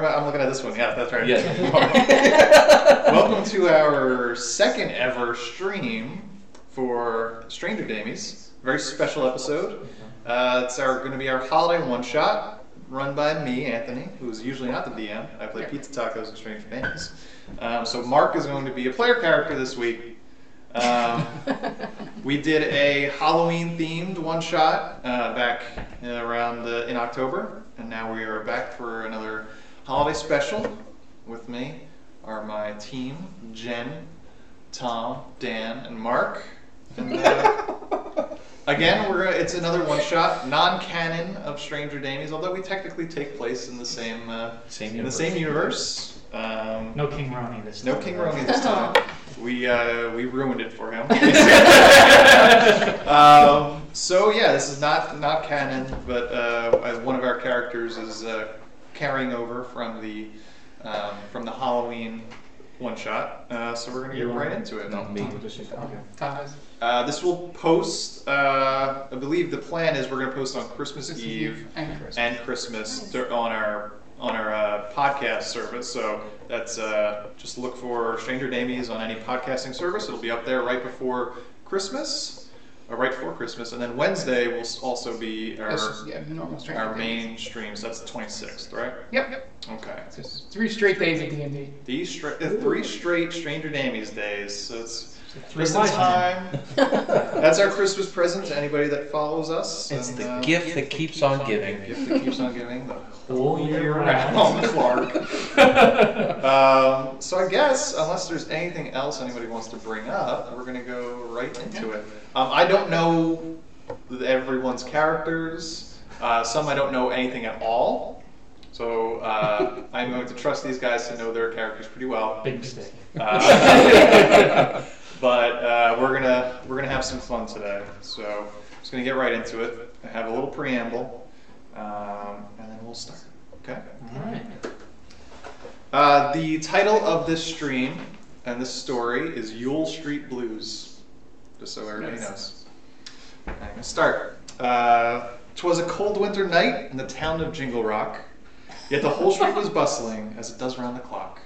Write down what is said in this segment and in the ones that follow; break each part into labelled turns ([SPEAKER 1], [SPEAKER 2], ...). [SPEAKER 1] this one. Uh, Yeah, that's right.
[SPEAKER 2] Yes.
[SPEAKER 1] Welcome to our second ever stream for Stranger Damies. Very special episode. Uh, it's our going to be our holiday one shot, run by me, Anthony, who's usually not the DM. I play pizza tacos and Stranger Damies. Um, so Mark is going to be a player character this week. Um, We did a Halloween themed one shot uh, back uh, around the, in October, and now we are back for another holiday special. With me are my team Jen, Tom, Dan, and Mark. And uh, again, we're gonna- it's another one shot, non canon of Stranger Damies, although we technically take place in the same, uh,
[SPEAKER 2] Same
[SPEAKER 1] in the same universe. Um,
[SPEAKER 3] No King Ronnie this time.
[SPEAKER 1] no King Romy this time. We uh, we ruined it for him. um, so yeah, this is not not canon, but uh, uh, one of our characters is uh, carrying over from the um, from the Halloween one shot. Uh, so we're gonna get
[SPEAKER 3] You
[SPEAKER 1] right
[SPEAKER 3] are-
[SPEAKER 1] into it.
[SPEAKER 2] Not me.
[SPEAKER 3] Okay.
[SPEAKER 1] Uh, this will post. Uh, I believe the plan is we're gonna post on Christmas Eve
[SPEAKER 4] And Christmas.
[SPEAKER 1] and Christmas dur- on our on our uh, podcast service. So that's uh, just look for Stranger Damies on any podcasting service. It'll be up there right before Christmas, or right before Christmas, and then Wednesday will s- also be our
[SPEAKER 4] That's just, yeah, normal straight.
[SPEAKER 1] our main stream. So that's the 26th, right?
[SPEAKER 4] Yep, yep.
[SPEAKER 1] Okay.
[SPEAKER 4] So it's three straight days at D and D.
[SPEAKER 1] These stra- uh, three straight Stranger Damies days. So it's
[SPEAKER 3] Three
[SPEAKER 1] just in
[SPEAKER 3] wise men.
[SPEAKER 1] time. That's our Christmas present to anybody that follows us.
[SPEAKER 2] It's
[SPEAKER 1] and,
[SPEAKER 2] the
[SPEAKER 1] uh,
[SPEAKER 2] gift that keeps on giving.
[SPEAKER 1] Gift that keeps on giving. The
[SPEAKER 3] Whole year
[SPEAKER 1] round,
[SPEAKER 3] round.
[SPEAKER 1] Clark. Um, so I guess unless there's anything else anybody wants to bring up, we're gonna go right into it. Um, I don't know th- everyone's characters. Uh, some I don't know anything at all. So uh, I'm going to trust these guys to know their characters pretty well.
[SPEAKER 3] Big mistake.
[SPEAKER 1] Uh, but uh, we're gonna we're gonna have some fun today. So just gonna get right into it. I have a little preamble, um, and then we'll start. Okay.
[SPEAKER 3] Alright.
[SPEAKER 1] Uh, the title of this stream and this story is Yule Street Blues, just so everybody
[SPEAKER 4] Nice.
[SPEAKER 1] knows. I'm gonna start. Uh, 'twas a cold winter night in the town of Jingle Rock, yet the whole street was bustling as it does round the clock.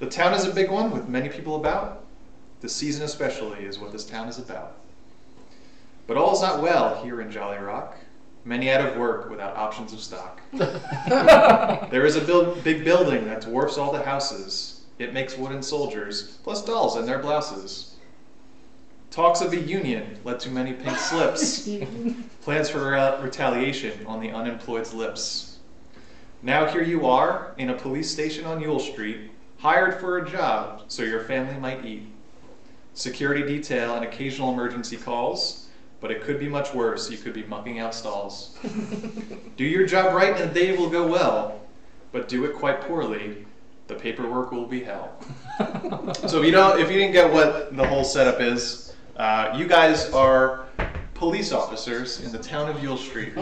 [SPEAKER 1] The town is a big one with many people about. The season especially is what this town is about. But all's not well here in Jolly Rock. Many out of work without options of stock. There is a buil- big building that dwarfs all the houses. It makes wooden soldiers, plus dolls in their blouses. Talks of a union led to many pink slips. Plans for uh, retaliation on the unemployed's lips. Now here you are, in a police station on Yule Street, hired for a job so your family might eat. Security detail and occasional emergency calls, but it could be much worse. You could be mucking out stalls. Do your job right and the day will go well, but do it quite poorly, the paperwork will be hell. so if you don't, if you didn't get what the whole setup is, uh, you guys are police officers in the town of Yule Street.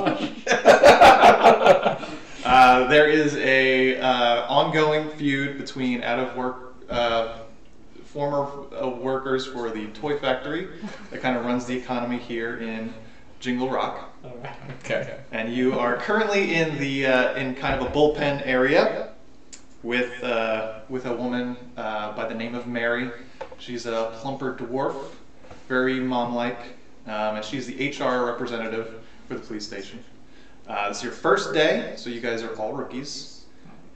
[SPEAKER 1] Uh, there is a uh, ongoing feud between out of work uh, former uh, workers for the toy factory that kind of runs the economy here in Jingle Rock
[SPEAKER 3] Alright.
[SPEAKER 2] Okay.
[SPEAKER 1] and you are currently in the uh, in kind of a bullpen area with uh, with a woman uh, by the name of Mary. She's a plumper dwarf, very mom-like, um, and she's the HR representative for the police station. Uh, this is your first day, so you guys are all rookies,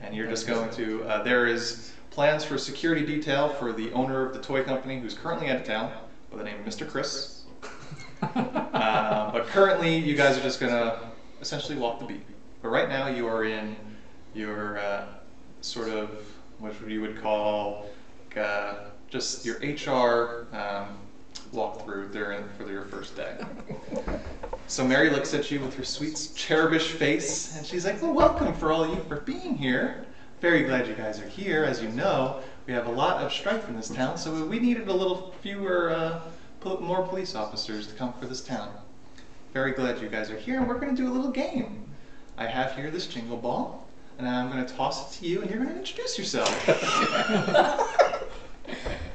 [SPEAKER 1] and you're just going to. Uh, there is plans for security detail for the owner of the toy company, who's currently out of town, by the name of Mr. Chris. Uh, but currently, you guys are just gonna essentially walk the beat. But right now, you are in your uh, sort of what you would call uh, just your HR um, walkthrough during for your first day. So Mary looks at you with her sweet cherubish face, and she's like, "Well, welcome for all of you for being here. Very glad you guys are here. As you know, we have a lot of strife in this town, so we needed a little fewer, uh, po- more police officers to come for this town. Very glad you guys are here, and we're going to do a little game. I have here this jingle ball, and I'm going to toss it to you, and you're going to introduce yourself.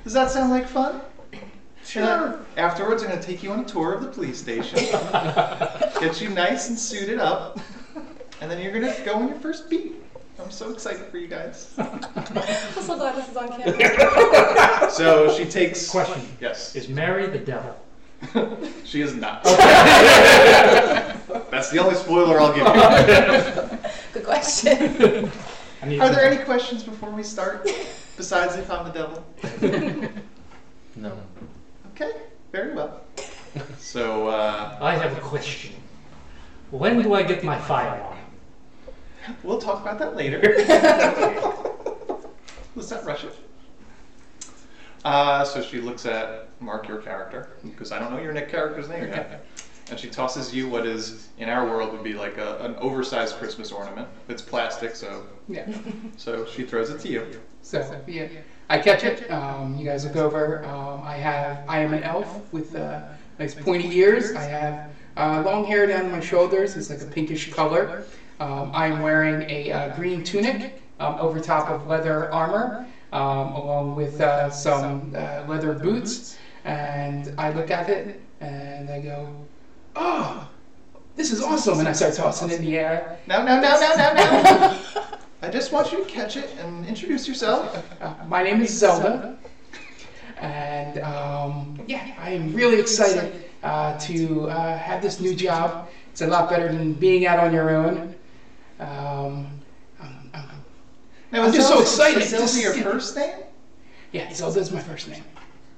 [SPEAKER 1] Does that sound like fun? And I- Afterwards, I'm going to take you on a tour of the police station." get you nice and suited up, and then you're gonna go on your first beat. I'm so excited for you guys.
[SPEAKER 3] I'm so glad this is on camera.
[SPEAKER 1] So she takes.
[SPEAKER 5] Question
[SPEAKER 1] Yes.
[SPEAKER 5] Is Mary the devil?
[SPEAKER 1] she is not. That's the only spoiler I'll give you.
[SPEAKER 3] Good question.
[SPEAKER 5] I need
[SPEAKER 1] Are
[SPEAKER 5] to-
[SPEAKER 1] there any questions before we start? Besides if I'm the devil?
[SPEAKER 2] No.
[SPEAKER 1] Okay, very well. So, uh,
[SPEAKER 5] I have a question. When do I get my firearm?
[SPEAKER 1] we'll talk about that later. Let's not rush it. Uh, so she looks at Mark, your character, because I don't know your Nick character's name yet. And she tosses you what is, in our world, would be like a, an oversized Christmas ornament. It's plastic, so
[SPEAKER 4] Yeah.
[SPEAKER 1] so she throws it to you.
[SPEAKER 4] So yeah, I catch it. Um, you guys look over. Um, I have. I am an elf with uh, nice pointy ears. I have uh, long hair down to my shoulders. It's like a pinkish color. Um, I am wearing a uh, green tunic um, over top of leather armor, um, along with uh, some uh, leather boots. And I look at it and I go, "Oh, this is awesome!" And I start tossing it in the air.
[SPEAKER 1] No, no, no, no, no, no. I just want you to catch it and introduce yourself.
[SPEAKER 4] Uh, my name is Zelda, and um, yeah, I am really excited uh, to uh, have this new job. It's a lot better than being out on your own. Um, I'm- I'm-
[SPEAKER 1] Now,
[SPEAKER 4] I'm
[SPEAKER 1] is
[SPEAKER 4] just so
[SPEAKER 1] Zelda-
[SPEAKER 4] excited.
[SPEAKER 1] Is Zelda
[SPEAKER 4] Just-
[SPEAKER 1] your first name?
[SPEAKER 4] yeah, Zelda's my first name.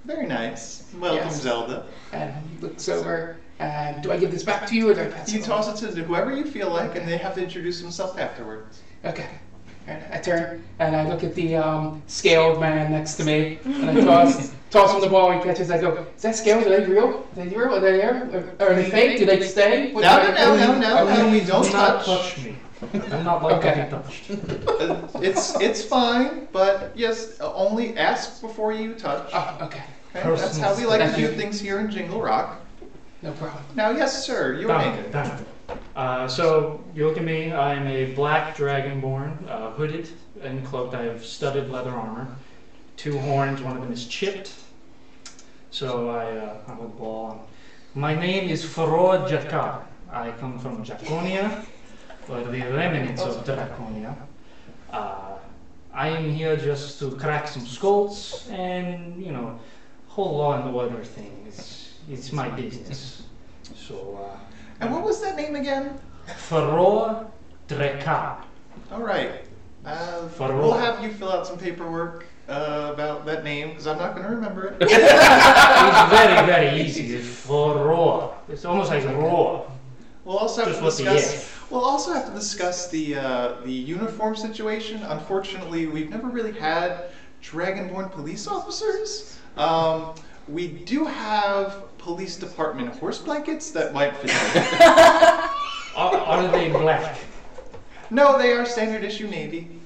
[SPEAKER 1] Very nice. Welcome,
[SPEAKER 4] Yes.
[SPEAKER 1] Zelda.
[SPEAKER 4] And he looks over, and do I give this back to you or do I pass
[SPEAKER 1] You
[SPEAKER 4] it
[SPEAKER 1] toss
[SPEAKER 4] on?
[SPEAKER 1] it to whoever you feel like, and they have to introduce themselves afterwards.
[SPEAKER 4] Okay. All right, I turn and I look at the um, scaled man next to me, and I toss, toss him the ball. He catches. I go, "Is that scaled? Are they real? Are they real? Are they there? Are, are they fake? Do they stay?" What
[SPEAKER 1] No, no,
[SPEAKER 4] do I do?"
[SPEAKER 1] no, no, no, no. Don't
[SPEAKER 5] Do not
[SPEAKER 1] touch.
[SPEAKER 5] touch me. Do not like
[SPEAKER 4] Okay.
[SPEAKER 5] to be touched.
[SPEAKER 1] Uh, it's it's fine, but yes, uh, only ask before you touch.
[SPEAKER 4] Oh, okay.
[SPEAKER 1] Okay, that's how we like to
[SPEAKER 4] Thank
[SPEAKER 1] do
[SPEAKER 4] you.
[SPEAKER 1] things here in Jingle Rock.
[SPEAKER 4] No problem.
[SPEAKER 1] Now, yes, sir, your
[SPEAKER 5] Done,
[SPEAKER 1] name.
[SPEAKER 5] done. Uh, so you look at me. I am a black dragonborn, uh, hooded and cloaked. I have studded leather armor, two horns. One of them is chipped. So I, uh, I'm a ball. My name is Faror Jakar. I come from Jaconia, or the remnants of Draconia. Uh, I am here just to crack some skulls and you know, whole law and order thing. It's it's my business. So. Uh,
[SPEAKER 1] And what was that name again?
[SPEAKER 5] Faror Drekar.
[SPEAKER 1] All right. Uh,
[SPEAKER 5] Federal.
[SPEAKER 1] we'll have you fill out some paperwork uh, about that name because I'm not going to remember it.
[SPEAKER 5] It's very, very easy. It's Faror. It's almost like roar.
[SPEAKER 1] We'll also have
[SPEAKER 5] Just
[SPEAKER 1] to
[SPEAKER 5] with the
[SPEAKER 1] discuss. We'll also have to discuss the uh, the uniform situation. Unfortunately, we've never really had Dragonborn police officers. Um, we do have police department horse blankets that might fit. you.
[SPEAKER 5] Are, are they black?
[SPEAKER 1] no, they are standard issue navy.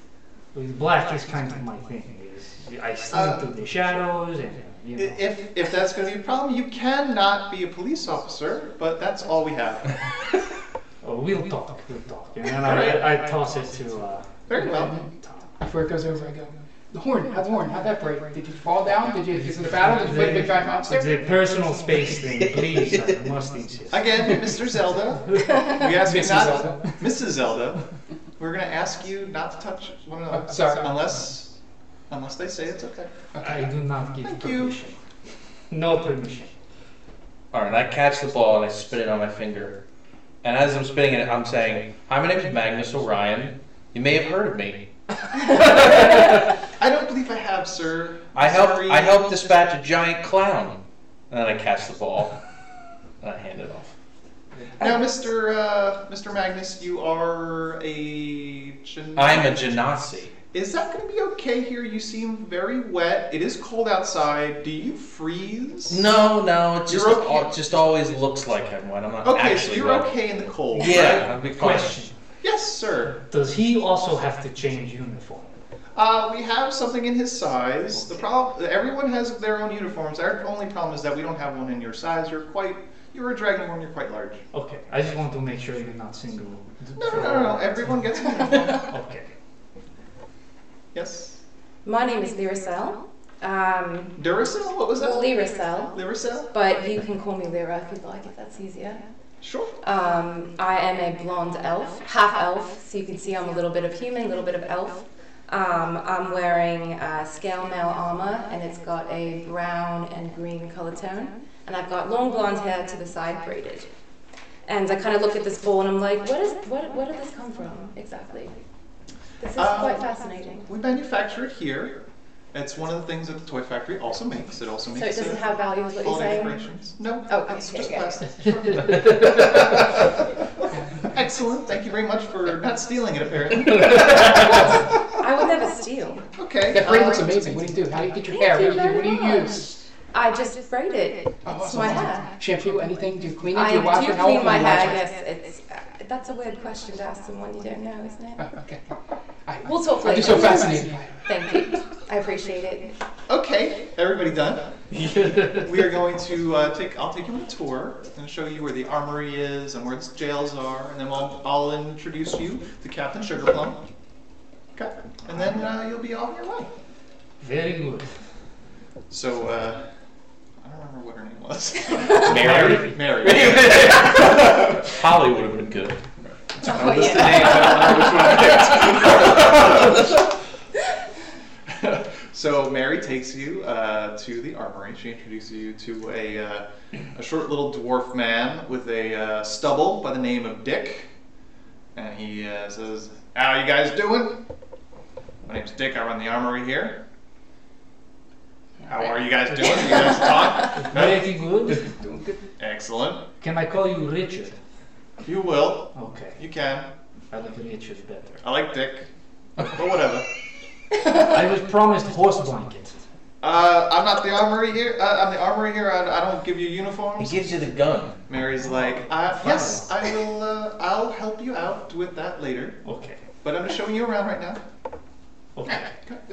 [SPEAKER 5] Black is kind of my thing. Is I sneak
[SPEAKER 1] Uh,
[SPEAKER 5] through the shadows and you
[SPEAKER 1] I-
[SPEAKER 5] know.
[SPEAKER 1] If if that's going to be a problem, you cannot be a police officer. But that's all we have.
[SPEAKER 5] Oh, we'll talk. We'll talk. And then I, I toss it to uh,
[SPEAKER 1] Very well.
[SPEAKER 5] Tom.
[SPEAKER 4] Before it goes over, I go, "The horn. How's the horn? How'd that break? Did you fall down? Did you? Is it a battle? Did you fight a big giant
[SPEAKER 5] It's a
[SPEAKER 4] monster?"
[SPEAKER 5] personal space thing. Please, I must insist.
[SPEAKER 1] Again, Mr. Zelda, we ask you
[SPEAKER 4] Mrs.
[SPEAKER 1] not
[SPEAKER 4] Zelda.
[SPEAKER 1] Mrs. Zelda. We're gonna ask you not to touch one another.
[SPEAKER 4] Oh, sorry.
[SPEAKER 1] Unless, unless they say it's okay.
[SPEAKER 5] I do not give
[SPEAKER 1] Thank you.
[SPEAKER 5] permission. No permission.
[SPEAKER 2] All right, I catch the ball and I spin it on my finger. And as I'm spinning it, I'm saying, Hi, my name is Magnus Orion. You may have heard of me.
[SPEAKER 1] I don't believe I have, sir.
[SPEAKER 2] I helped,
[SPEAKER 1] Sorry.
[SPEAKER 2] I helped dispatch a giant clown. And then I catch the ball and I hand it off.
[SPEAKER 1] Now, Mr. Uh, Mr. Magnus, you are a. Gen-
[SPEAKER 2] I'm a genasi.
[SPEAKER 1] Is that gonna be okay here? You seem very wet. It is cold outside. Do you freeze?
[SPEAKER 2] No, no, it just,
[SPEAKER 1] You're okay.
[SPEAKER 2] al- just always looks like him when I'm not
[SPEAKER 1] Okay, so
[SPEAKER 2] actually
[SPEAKER 1] you're
[SPEAKER 2] wet.
[SPEAKER 1] okay in the cold.
[SPEAKER 2] Yeah,
[SPEAKER 1] right?
[SPEAKER 2] I'll be fine.
[SPEAKER 5] Question.
[SPEAKER 1] Yes, sir.
[SPEAKER 5] Does he also have to change uniform?
[SPEAKER 1] Uh, we have something in his size. The problem, everyone has their own uniforms. Our only problem is that we don't have one in your size. You're quite, you're a dragonborn. You're quite large.
[SPEAKER 5] Okay, I just want to make sure you're not single.
[SPEAKER 1] No, no, no, no. Everyone gets one. uniform.
[SPEAKER 5] Okay.
[SPEAKER 1] yes.
[SPEAKER 3] My name is Lyricel. Um,
[SPEAKER 1] Duracell. What was that?
[SPEAKER 3] Lyricel.
[SPEAKER 1] Lyricell.
[SPEAKER 3] But you can call me Lyra if you'd like, if that's easier.
[SPEAKER 1] Sure.
[SPEAKER 3] Um, I am a blonde elf, half elf, so you can see I'm a little bit of human, a little bit of elf. Um, I'm wearing uh, scale mail armor, and it's got a brown and green color tone. And I've got long blonde hair to the side braided. And I kind of look at this ball, and I'm like, what is, what, where did this come from exactly? This is
[SPEAKER 1] Um,
[SPEAKER 3] quite fascinating.
[SPEAKER 1] We manufacture it here. It's one of the things that the toy factory also makes. It also
[SPEAKER 3] So
[SPEAKER 1] makes
[SPEAKER 3] it doesn't
[SPEAKER 1] uh,
[SPEAKER 3] have value, is what you're
[SPEAKER 1] holiday
[SPEAKER 3] saying?
[SPEAKER 1] decorations. No,
[SPEAKER 3] Oh, okay,
[SPEAKER 1] it's
[SPEAKER 3] okay,
[SPEAKER 1] just
[SPEAKER 3] okay.
[SPEAKER 1] plastic. Excellent. Thank you very much for not stealing it, apparently.
[SPEAKER 3] I would never steal.
[SPEAKER 1] Okay.
[SPEAKER 4] That braid looks
[SPEAKER 1] um,
[SPEAKER 4] amazing. What do you do? How do you get your
[SPEAKER 3] Thank
[SPEAKER 4] hair?
[SPEAKER 3] you
[SPEAKER 4] What do you, do?
[SPEAKER 3] very
[SPEAKER 4] What do you
[SPEAKER 3] much.
[SPEAKER 4] use?
[SPEAKER 3] I just braid it. It's
[SPEAKER 4] Oh, awesome.
[SPEAKER 3] my hair.
[SPEAKER 4] Shampoo? Anything? Do you clean it?
[SPEAKER 3] I
[SPEAKER 4] do you wash
[SPEAKER 3] do
[SPEAKER 4] it? How
[SPEAKER 3] clean
[SPEAKER 4] often
[SPEAKER 3] my
[SPEAKER 4] do you wash
[SPEAKER 3] hair.
[SPEAKER 4] it?
[SPEAKER 3] Yes, it's uh, that's a weird question to ask someone you don't know, isn't it?
[SPEAKER 4] Oh, okay. I,
[SPEAKER 3] We'll talk
[SPEAKER 4] I'm
[SPEAKER 3] later.
[SPEAKER 4] just so fascinated by it.
[SPEAKER 3] Thank you. I appreciate it.
[SPEAKER 1] Okay, everybody done. We are going to uh, take. I'll take you on a tour and show you where the armory is and where the jails are, and then I'll, I'll introduce you to Captain Sugarplum. Okay, and then uh, you'll be on your way.
[SPEAKER 5] Very good.
[SPEAKER 1] So uh, I don't remember what her name was.
[SPEAKER 2] Mary.
[SPEAKER 1] Mary.
[SPEAKER 2] Holly would have been good.
[SPEAKER 3] Oh
[SPEAKER 1] Just the
[SPEAKER 3] yeah.
[SPEAKER 1] name, I don't know which one I picked. so Mary takes you uh, to the armory. She introduces you to a, uh, a short little dwarf man with a uh, stubble by the name of Dick. And he uh, says, How you guys doing? My name's Dick. I run the armory here. How are you guys doing? You guys talk?
[SPEAKER 5] Very good.
[SPEAKER 1] Excellent.
[SPEAKER 5] Can I call you Richard?
[SPEAKER 1] You will.
[SPEAKER 5] Okay.
[SPEAKER 1] You can.
[SPEAKER 5] I like Richard better.
[SPEAKER 1] I like Dick. But whatever.
[SPEAKER 5] I was promised horse blanket.
[SPEAKER 1] Uh, I'm not the armory here. Uh, I'm the armory here. I, I don't give you
[SPEAKER 2] He
[SPEAKER 1] uniforms.
[SPEAKER 2] gives you the gun.
[SPEAKER 1] Mary's like, uh, yes, I will. Uh, I'll help you out with that later.
[SPEAKER 5] Okay.
[SPEAKER 1] But I'm just showing you around right now.
[SPEAKER 5] Okay.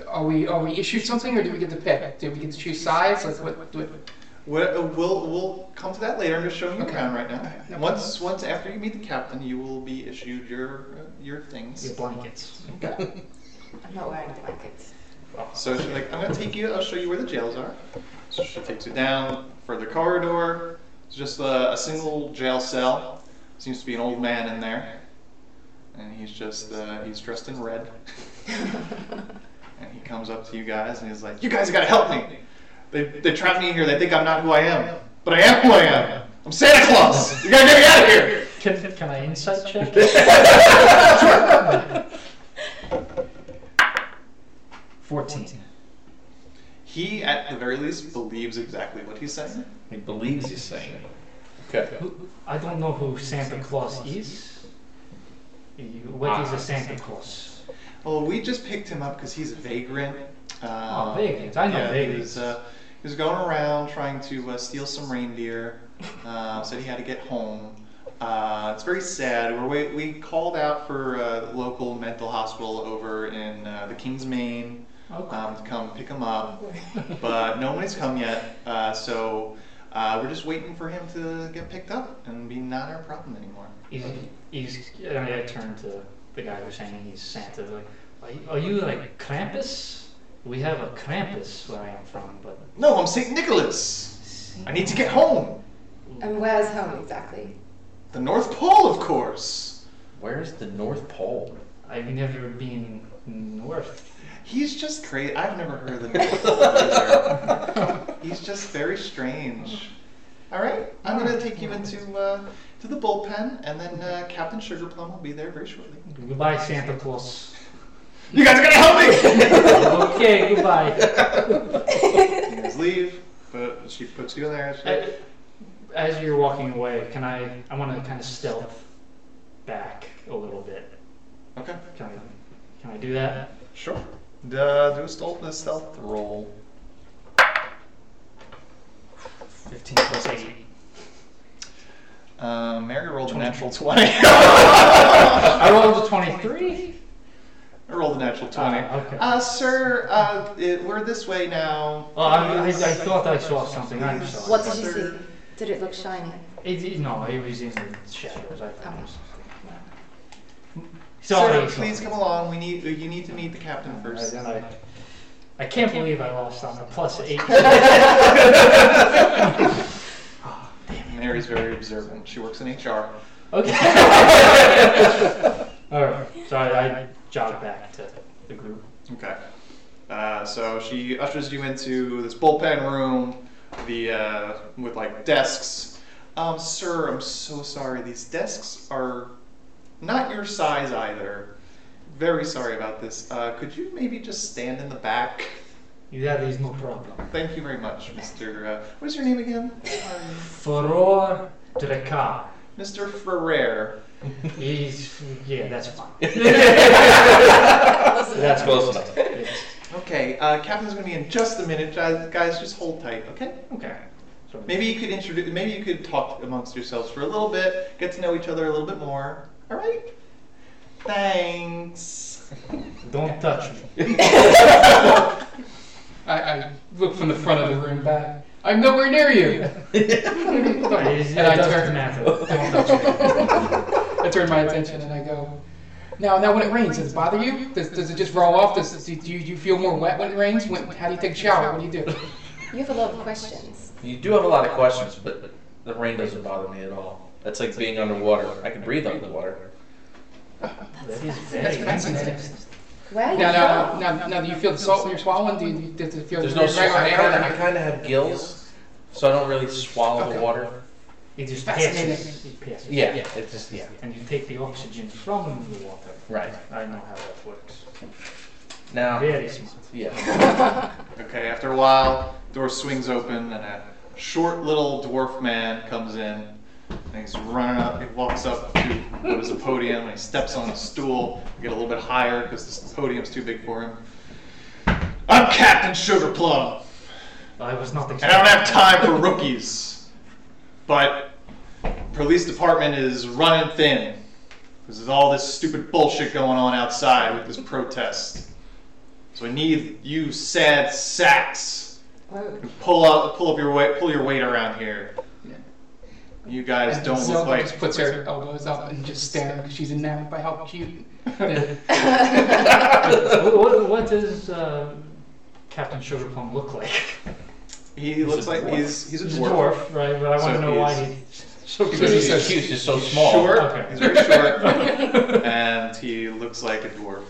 [SPEAKER 4] Are we are we issued something or do we get to pick? Do we get to choose sides? Like what? what
[SPEAKER 1] We're, uh, we'll we'll come to that later. I'm just showing you
[SPEAKER 4] Okay.
[SPEAKER 1] around right now.
[SPEAKER 4] No
[SPEAKER 1] once once after you meet the captain, you will be issued your uh, your things.
[SPEAKER 5] Your blankets.
[SPEAKER 3] I'm not wearing the blankets.
[SPEAKER 1] So she's like, I'm gonna take you. I'll show you where the jails are. So she takes you down further corridor. It's just a, a single jail cell. Seems to be an old man in there, and he's just uh, he's dressed in red. and he comes up to you guys and he's like, "You guys gotta help me. They they trapped me here. They think I'm not who I am, but I am who I am. I'm Santa Claus. You gotta get me out of here."
[SPEAKER 5] Can, can I insight check? Fourteen.
[SPEAKER 1] He, at the very least, believes exactly what he's saying.
[SPEAKER 2] He believes he's saying it. Okay.
[SPEAKER 5] Who- I don't know who Santa Claus is. You- What is a Santa Claus?
[SPEAKER 1] Well, we just picked him up because he's a vagrant. Uh,
[SPEAKER 5] Oh, vagrants. I know
[SPEAKER 1] yeah, He
[SPEAKER 5] vagrants.
[SPEAKER 1] was, uh, he was going around trying to uh, steal some reindeer. Uh, said he had to get home. Uh, it's very sad. We're, we, we called out for uh, the local mental hospital over in uh, the King's Maine
[SPEAKER 5] Okay.
[SPEAKER 1] um, to come pick him up, but no one has come yet. Uh, so uh, we're just waiting for him to get picked up and be not our problem anymore.
[SPEAKER 5] Is he's, and I turned to the guy who was saying he's Santa. Like, are you, are you like Krampus? We have a Krampus where I am from, but
[SPEAKER 1] No, I'm St. Nicholas. I need to get home.
[SPEAKER 3] And where's home exactly?
[SPEAKER 1] The North Pole, of course.
[SPEAKER 2] Where's the North Pole?
[SPEAKER 5] I've never been north.
[SPEAKER 1] He's just crazy. I've never heard of him. He's just very strange. All right, I'm gonna take you into uh, to the bullpen, and then uh, Captain Sugarplum will be there very shortly.
[SPEAKER 5] Goodbye, Santa Claus.
[SPEAKER 1] You guys are gonna help
[SPEAKER 5] okay, goodbye.
[SPEAKER 1] me. you guys leave, but she puts you in there. She's like,
[SPEAKER 5] I- As you're walking away, can I? I want to kind of stealth back a little bit.
[SPEAKER 1] okay,
[SPEAKER 5] Can I? Can I do that?
[SPEAKER 1] sure. Uh, do a stealth, a stealth roll.
[SPEAKER 5] Fifteen plus eight.
[SPEAKER 1] Uh, Mary rolled a natural twenty.
[SPEAKER 5] I rolled a twenty-three.
[SPEAKER 1] I rolled a natural twenty.
[SPEAKER 5] Ah, okay.
[SPEAKER 1] Uh, sir, uh, it, we're this way now.
[SPEAKER 5] Oh, I, I, I thought I saw something. I'm sorry.
[SPEAKER 3] What did you see? Did it look shiny?
[SPEAKER 5] It, it, no, it was in the shadows. I thought. it
[SPEAKER 4] Oh.
[SPEAKER 5] was-
[SPEAKER 1] Sir,
[SPEAKER 5] Sorry.
[SPEAKER 1] please come along. We need uh, you need to meet the captain
[SPEAKER 5] And
[SPEAKER 1] first.
[SPEAKER 5] then I, I can't believe I lost on a plus eight.
[SPEAKER 1] Mary Neri is very observant. She works in HR.
[SPEAKER 5] Okay. All right. Sorry, I jogged back to the group.
[SPEAKER 1] Okay. Uh, so she ushers you into this bullpen room, the uh, with like desks. Um, sir, I'm so sorry. These desks are not your size either. Very sorry about this. Uh, could you maybe just stand in the back?
[SPEAKER 5] That is no problem.
[SPEAKER 1] Thank you very much, Mr. Uh, what is your name again?
[SPEAKER 5] Furor Dracar.
[SPEAKER 1] Mr. Ferrer.
[SPEAKER 5] He's, yeah, that's fine.
[SPEAKER 2] That's close enough.
[SPEAKER 5] Yes.
[SPEAKER 1] Okay, uh, Captain's gonna be in just a minute. Guys, guys, just hold tight, okay?
[SPEAKER 5] Okay. So
[SPEAKER 1] Maybe you could introduce. Maybe you could talk amongst yourselves for a little bit, get to know each other a little bit more. All right. Thanks.
[SPEAKER 5] don't touch me.
[SPEAKER 4] I, I look from the front of the room back. I'm nowhere near you.
[SPEAKER 5] It,
[SPEAKER 4] and
[SPEAKER 5] it
[SPEAKER 4] I
[SPEAKER 5] doesn't
[SPEAKER 4] turn,
[SPEAKER 5] matter. Don't touch me.
[SPEAKER 4] I turn my attention and I go. Now, now, when it rains, does it bother you? Does, does it just roll off? Does, do, you, do you feel more wet when it rains? When, how do you take a shower? What do you do?
[SPEAKER 3] You have a lot of questions.
[SPEAKER 2] You do have a lot of questions, but the rain doesn't bother me at all. That's like being underwater. I can breathe underwater.
[SPEAKER 5] That is
[SPEAKER 4] That's
[SPEAKER 5] very
[SPEAKER 4] fascinating.
[SPEAKER 3] Where are you
[SPEAKER 4] Now, now,
[SPEAKER 3] from?
[SPEAKER 4] now, now, do you feel the salt when you're swallowing? Do you, does it feel
[SPEAKER 2] There's no.
[SPEAKER 4] regular
[SPEAKER 2] Sw- I
[SPEAKER 4] air?
[SPEAKER 2] kind of I kinda have gills, so I don't really swallow the
[SPEAKER 4] Okay.
[SPEAKER 2] water.
[SPEAKER 5] It just
[SPEAKER 4] Fascinating.
[SPEAKER 5] passes. It passes.
[SPEAKER 2] Yeah, it just yeah.
[SPEAKER 5] And you take the oxygen from the water.
[SPEAKER 2] Right
[SPEAKER 5] I know how that works.
[SPEAKER 2] now,
[SPEAKER 5] Very smart.
[SPEAKER 2] yeah.
[SPEAKER 1] Okay. After a while, door swings open and a short little dwarf man comes in. And he's running up. He walks up to what is a podium and he steps on a stool. Get a little bit higher because this podium's too big for him. I'm Captain Sugarplum.
[SPEAKER 5] I was not
[SPEAKER 1] And
[SPEAKER 5] expecting.
[SPEAKER 1] I don't have time for rookies. But police department is running thin. Because there's all this stupid bullshit going on outside with this protest. So I need you sad sacks
[SPEAKER 3] Whoa.
[SPEAKER 1] to pull up pull up your weight pull your weight around here.
[SPEAKER 4] Yeah.
[SPEAKER 1] You guys
[SPEAKER 4] And
[SPEAKER 1] don't look
[SPEAKER 4] Zelda
[SPEAKER 1] like
[SPEAKER 4] just puts her elbows up and just staring because she's enamored by how cute.
[SPEAKER 5] What, what, what does uh, Captain Sugarplum look like?
[SPEAKER 1] he looks like he's he's a
[SPEAKER 5] He's a
[SPEAKER 1] dwarf.
[SPEAKER 5] dwarf, right? But I want
[SPEAKER 1] So
[SPEAKER 5] to know why
[SPEAKER 1] he's-
[SPEAKER 5] he's so
[SPEAKER 4] Because
[SPEAKER 2] Because
[SPEAKER 5] cute.
[SPEAKER 2] he's so cute, he's so
[SPEAKER 1] He's
[SPEAKER 2] small.
[SPEAKER 1] Short.
[SPEAKER 5] Okay.
[SPEAKER 1] He's very short. and he looks like a dwarf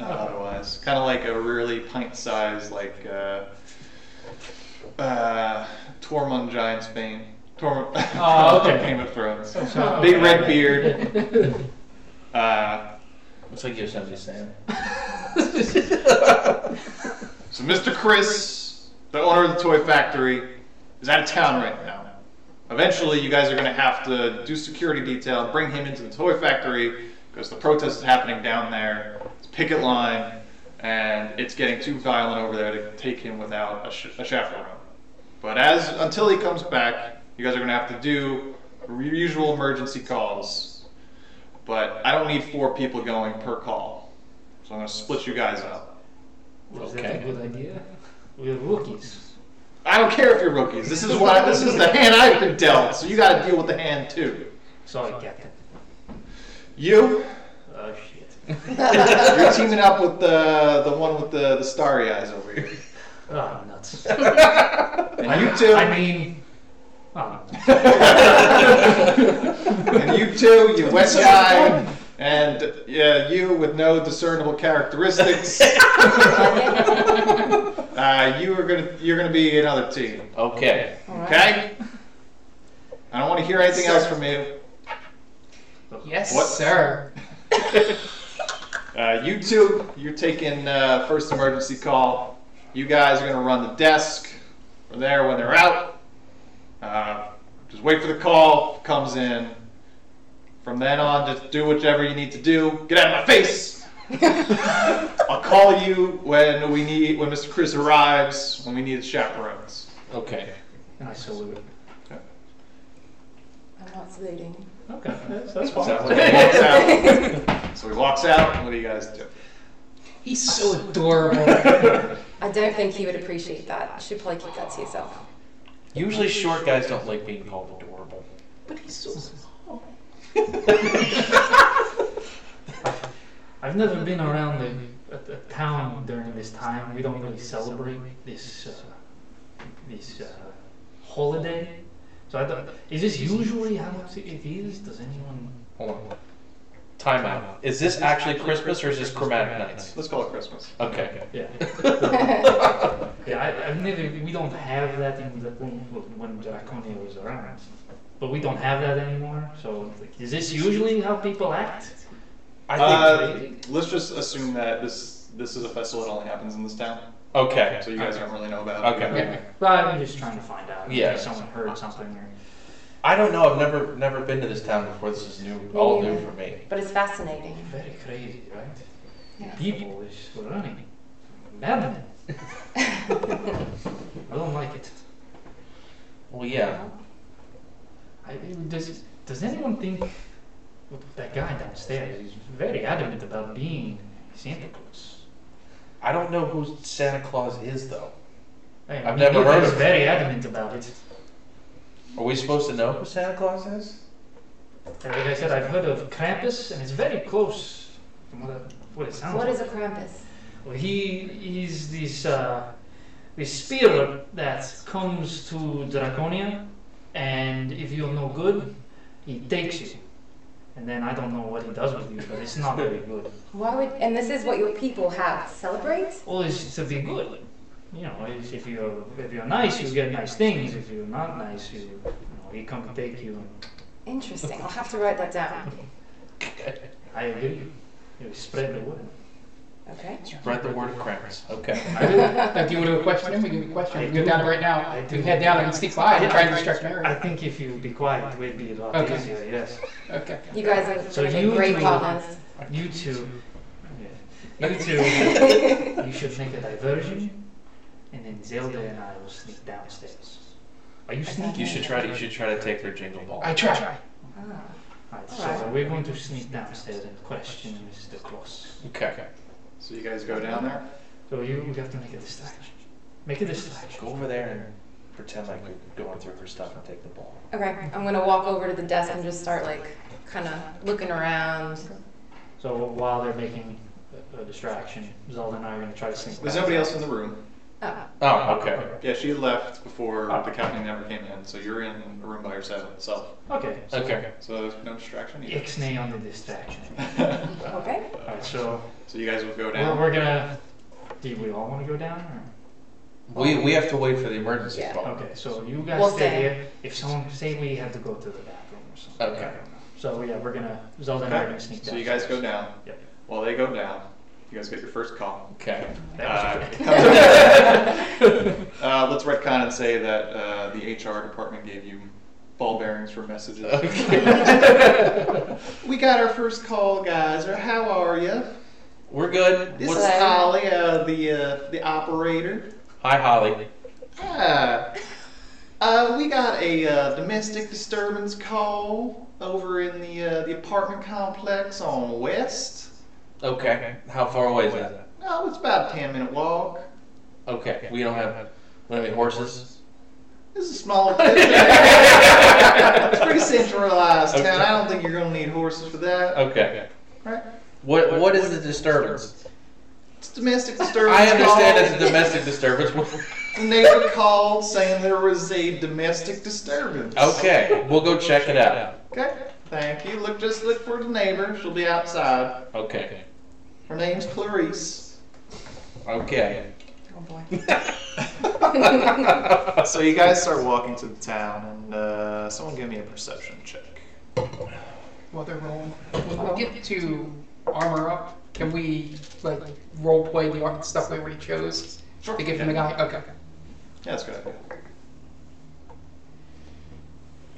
[SPEAKER 1] uh,
[SPEAKER 5] Okay.
[SPEAKER 1] otherwise. Kind of like a really pint-sized, like, uh, uh, Tormund in Spain. Tormund
[SPEAKER 5] Oh, okay.
[SPEAKER 1] Game of Thrones.
[SPEAKER 5] So-
[SPEAKER 1] Big red beard. Uh,
[SPEAKER 2] It's like Yosemite Sam.
[SPEAKER 1] so Mr. Chris, the owner of the toy factory, is out of town right now. Eventually, you guys are going to have to do security detail and bring him into the toy factory because the protest is happening down there. It's picket line, and it's getting too violent over there to take him without a, sh- a chaperone. But as until he comes back, you guys are going to have to do your usual emergency calls. But I don't need four people going per call, so I'm going to split you guys up.
[SPEAKER 5] Was
[SPEAKER 2] Okay.
[SPEAKER 5] that a good idea? We're rookies.
[SPEAKER 1] I don't care if you're rookies. This is what this is the hand I've been dealt. So you got to deal with the hand too.
[SPEAKER 5] Sorry, Captain.
[SPEAKER 1] You,
[SPEAKER 5] Oh, shit.
[SPEAKER 1] you're teaming up with the the one with the, the starry eyes over here.
[SPEAKER 5] Oh, nuts.
[SPEAKER 1] And you two,
[SPEAKER 5] I mean, oh,
[SPEAKER 1] and you two, you west guy, and yeah, you with no discernible characteristics. uh, you are gonna you're gonna be another team.
[SPEAKER 2] Okay.
[SPEAKER 1] Okay. I don't want to hear anything else from you.
[SPEAKER 4] Yes,
[SPEAKER 1] What?
[SPEAKER 4] sir.
[SPEAKER 1] Uh, you two, you're taking uh, first emergency call. You guys are going to run the desk. We're there when they're out. Uh, just wait for the call, comes in. From then on, just do whatever you need to do. Get out of my face! I'll call you when we need when Mr. Chris arrives, when we need chaperones.
[SPEAKER 2] Okay.
[SPEAKER 5] and I salute.
[SPEAKER 3] I'm not saluting.
[SPEAKER 5] Okay, that's, that's
[SPEAKER 1] So he walks out. So he walks out. What do you guys do?
[SPEAKER 4] He's so adorable.
[SPEAKER 3] I don't think he would appreciate that. You should probably keep that to yourself.
[SPEAKER 2] Usually short guys don't like being called adorable.
[SPEAKER 4] but he's so small.
[SPEAKER 5] I've never been around a, a, a town during this time. We don't really celebrate this uh, this uh, holiday, So I thought, uh, is this usually how it's, it is? Does anyone?
[SPEAKER 2] Hold on. Timeout. Is this actually Christmas or is this Chromatic Nights?
[SPEAKER 1] Let's call it Christmas.
[SPEAKER 2] Okay.
[SPEAKER 5] Yeah, yeah. I, I've never. We don't have that in the when when Draconia was around, but we don't have that anymore. So like, is this usually how people act?
[SPEAKER 2] I
[SPEAKER 1] Uh,
[SPEAKER 2] think.
[SPEAKER 1] let's just assume that this this is a festival that only happens in this town,
[SPEAKER 2] okay.
[SPEAKER 1] so you guys don't really know about it.
[SPEAKER 2] Okay.
[SPEAKER 4] Yeah.
[SPEAKER 5] But I'm just trying to find out. in
[SPEAKER 2] Yeah.
[SPEAKER 5] case someone heard something. Or,
[SPEAKER 2] I don't know. I've never never been to this town before. This is new, all new for me.
[SPEAKER 3] But it's fascinating.
[SPEAKER 5] very crazy, right?
[SPEAKER 3] Yeah.
[SPEAKER 5] People is running mad. I don't like it.
[SPEAKER 2] Well, yeah.
[SPEAKER 5] I, does does anyone think that guy downstairs is very adamant about being Santa Claus?
[SPEAKER 2] I don't know who Santa Claus is though.
[SPEAKER 5] I
[SPEAKER 2] I've never heard
[SPEAKER 5] He's
[SPEAKER 2] of it.
[SPEAKER 5] very adamant about it.
[SPEAKER 2] Are we supposed to know who Santa Claus is?
[SPEAKER 5] And Like I said, I've heard of Krampus, and it's very close from what, I, what it sounds
[SPEAKER 3] What
[SPEAKER 5] like.
[SPEAKER 3] is a Krampus?
[SPEAKER 5] Well, he he's this uh, this spirit that comes to Draconia, and if you're no good, he takes you. And then I don't know what he does with you, but it's not very good.
[SPEAKER 3] Why would and this is what your people have to celebrate?
[SPEAKER 5] Well, it's to be good. You know, it's, if you're if you're nice, you get nice things. If you're not nice, you, you know, he come take you.
[SPEAKER 3] Interesting. I'll have to write that down.
[SPEAKER 5] I agree. You spread the word.
[SPEAKER 3] Okay.
[SPEAKER 2] Spread the word of Krampus. Okay.
[SPEAKER 5] I really,
[SPEAKER 4] Like, do you want to do a question? We can do a question. We can go down it right now.
[SPEAKER 5] I
[SPEAKER 4] We
[SPEAKER 5] do.
[SPEAKER 4] can head down and sneak by and try and distract
[SPEAKER 5] I
[SPEAKER 4] Mary.
[SPEAKER 5] think if you be quiet, it would be a lot
[SPEAKER 4] Okay.
[SPEAKER 5] easier. Yes.
[SPEAKER 4] Okay.
[SPEAKER 3] You guys are
[SPEAKER 5] So
[SPEAKER 3] gonna be
[SPEAKER 5] you
[SPEAKER 3] great
[SPEAKER 5] two-
[SPEAKER 3] partners.
[SPEAKER 5] You two, yeah. you two, you should make a diversion, and then Zelda and I will sneak downstairs. Are you sneaking?
[SPEAKER 2] You should try to you should try to take their jingle ball.
[SPEAKER 4] I try.
[SPEAKER 3] Ah.
[SPEAKER 5] Alright, so
[SPEAKER 3] Alright.
[SPEAKER 5] we're going to sneak downstairs and question Mr. Cross.
[SPEAKER 2] Okay.
[SPEAKER 1] So you guys go down there.
[SPEAKER 5] So you would have to make a distraction. Make a distraction.
[SPEAKER 2] Go over there and pretend like we're going through her stuff and take the ball.
[SPEAKER 3] Okay. I'm gonna walk over to the desk and just start like kind of looking around.
[SPEAKER 5] So while they're making a, a distraction, Zelda and I are going to try to sneak.
[SPEAKER 1] There's
[SPEAKER 5] back.
[SPEAKER 1] nobody else in the room.
[SPEAKER 3] Oh.
[SPEAKER 2] Oh, okay.
[SPEAKER 1] Yeah, she left before the captain never came in, so you're in a room by yourself.
[SPEAKER 5] Okay. So
[SPEAKER 2] Okay.
[SPEAKER 1] So no distraction either.
[SPEAKER 5] Ixnay on the distraction.
[SPEAKER 3] Okay.
[SPEAKER 5] Alright, so
[SPEAKER 1] so you guys will go
[SPEAKER 5] we're,
[SPEAKER 1] down.
[SPEAKER 5] we're gonna. Do we all want to go down? Or?
[SPEAKER 2] We we have to wait for the emergency
[SPEAKER 3] Yeah.
[SPEAKER 2] call.
[SPEAKER 5] Okay, so you guys
[SPEAKER 3] We'll
[SPEAKER 5] stay
[SPEAKER 3] stay.
[SPEAKER 5] here. If someone say we have to go to the bathroom or something.
[SPEAKER 2] Okay.
[SPEAKER 5] I don't know. So yeah, we're gonna Zelda and I are
[SPEAKER 1] Okay.
[SPEAKER 5] gonna sneak down.
[SPEAKER 1] So you guys go down.
[SPEAKER 5] Yep.
[SPEAKER 1] While they go down, you guys get your first call.
[SPEAKER 2] Okay.
[SPEAKER 5] That was
[SPEAKER 1] Uh, uh, let's retcon and say that uh, the HR department gave you ball bearings for messages. we got our first call, guys. Or how are you?
[SPEAKER 2] We're good.
[SPEAKER 1] This
[SPEAKER 2] What's-
[SPEAKER 1] is Holly, uh, the uh, the operator.
[SPEAKER 2] Hi Holly.
[SPEAKER 1] Hi. Uh, we got a uh, domestic disturbance call over in the uh, the apartment complex on West.
[SPEAKER 2] Okay. How far away is that?
[SPEAKER 1] Oh, it's about a ten minute walk.
[SPEAKER 2] Okay. We don't have we don't have any horses.
[SPEAKER 1] This is a small. it's pretty centralized town. I don't think you're gonna need horses for that.
[SPEAKER 2] Okay.
[SPEAKER 1] Right?
[SPEAKER 2] What what is the disturbance?
[SPEAKER 1] It's domestic disturbance.
[SPEAKER 2] I understand
[SPEAKER 1] call.
[SPEAKER 2] it's a domestic disturbance.
[SPEAKER 1] The neighbor called saying there was a domestic disturbance.
[SPEAKER 2] Okay, we'll go check it out.
[SPEAKER 1] Okay. Thank you. Look, just look for the neighbor. She'll be outside.
[SPEAKER 2] Okay.
[SPEAKER 1] Her name's Clarice.
[SPEAKER 2] Okay.
[SPEAKER 3] Oh boy.
[SPEAKER 1] So you guys start walking to the town, and uh, someone give me a perception check.
[SPEAKER 4] Well, they're rolling. When we get to armor up, can we like role play the art stuff we already chose
[SPEAKER 1] Sure.
[SPEAKER 4] to get from the guy? Okay.
[SPEAKER 1] Yeah, that's a good. idea.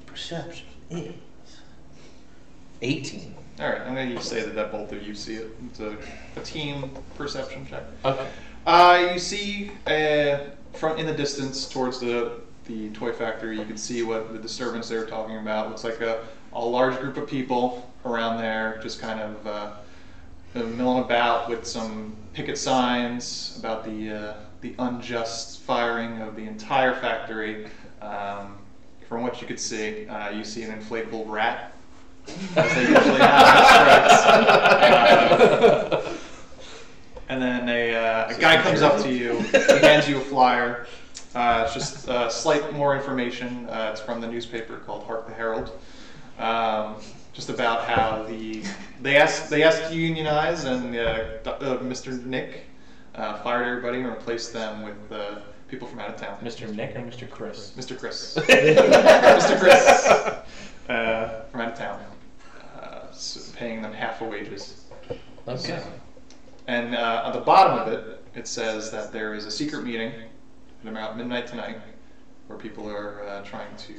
[SPEAKER 2] Perception is 18.
[SPEAKER 1] All right, I'm gonna you say that, that both of you see it. It's a, a team perception check.
[SPEAKER 2] Okay.
[SPEAKER 1] Uh, you see uh, from in the distance towards the the toy factory, you can see what the disturbance they were talking about. Looks like a, a large group of people around there, just kind of uh, uh, milling about with some picket signs about the uh, the unjust firing of the entire factory. Um, from what you could see, uh, you see an inflatable rat. As they usually have in strikes. Uh, and then a, uh, a guy comes up to you, he hands you a flyer, Uh, it's just uh, slight more information. Uh, it's from the newspaper called Hark the Herald. Um, just about how the they asked they asked to unionize and uh, Do- uh, Mr. Nick uh, fired everybody and replaced them with uh, people from out of town.
[SPEAKER 2] Mr. Nick or Mr. Chris?
[SPEAKER 1] Mr. Chris. Mr. Chris. Uh, from out of town. Uh, so paying them half the wages.
[SPEAKER 2] Okay.
[SPEAKER 1] And uh, on the bottom of it, it says that there is a secret meeting at about midnight tonight where people are uh, trying to.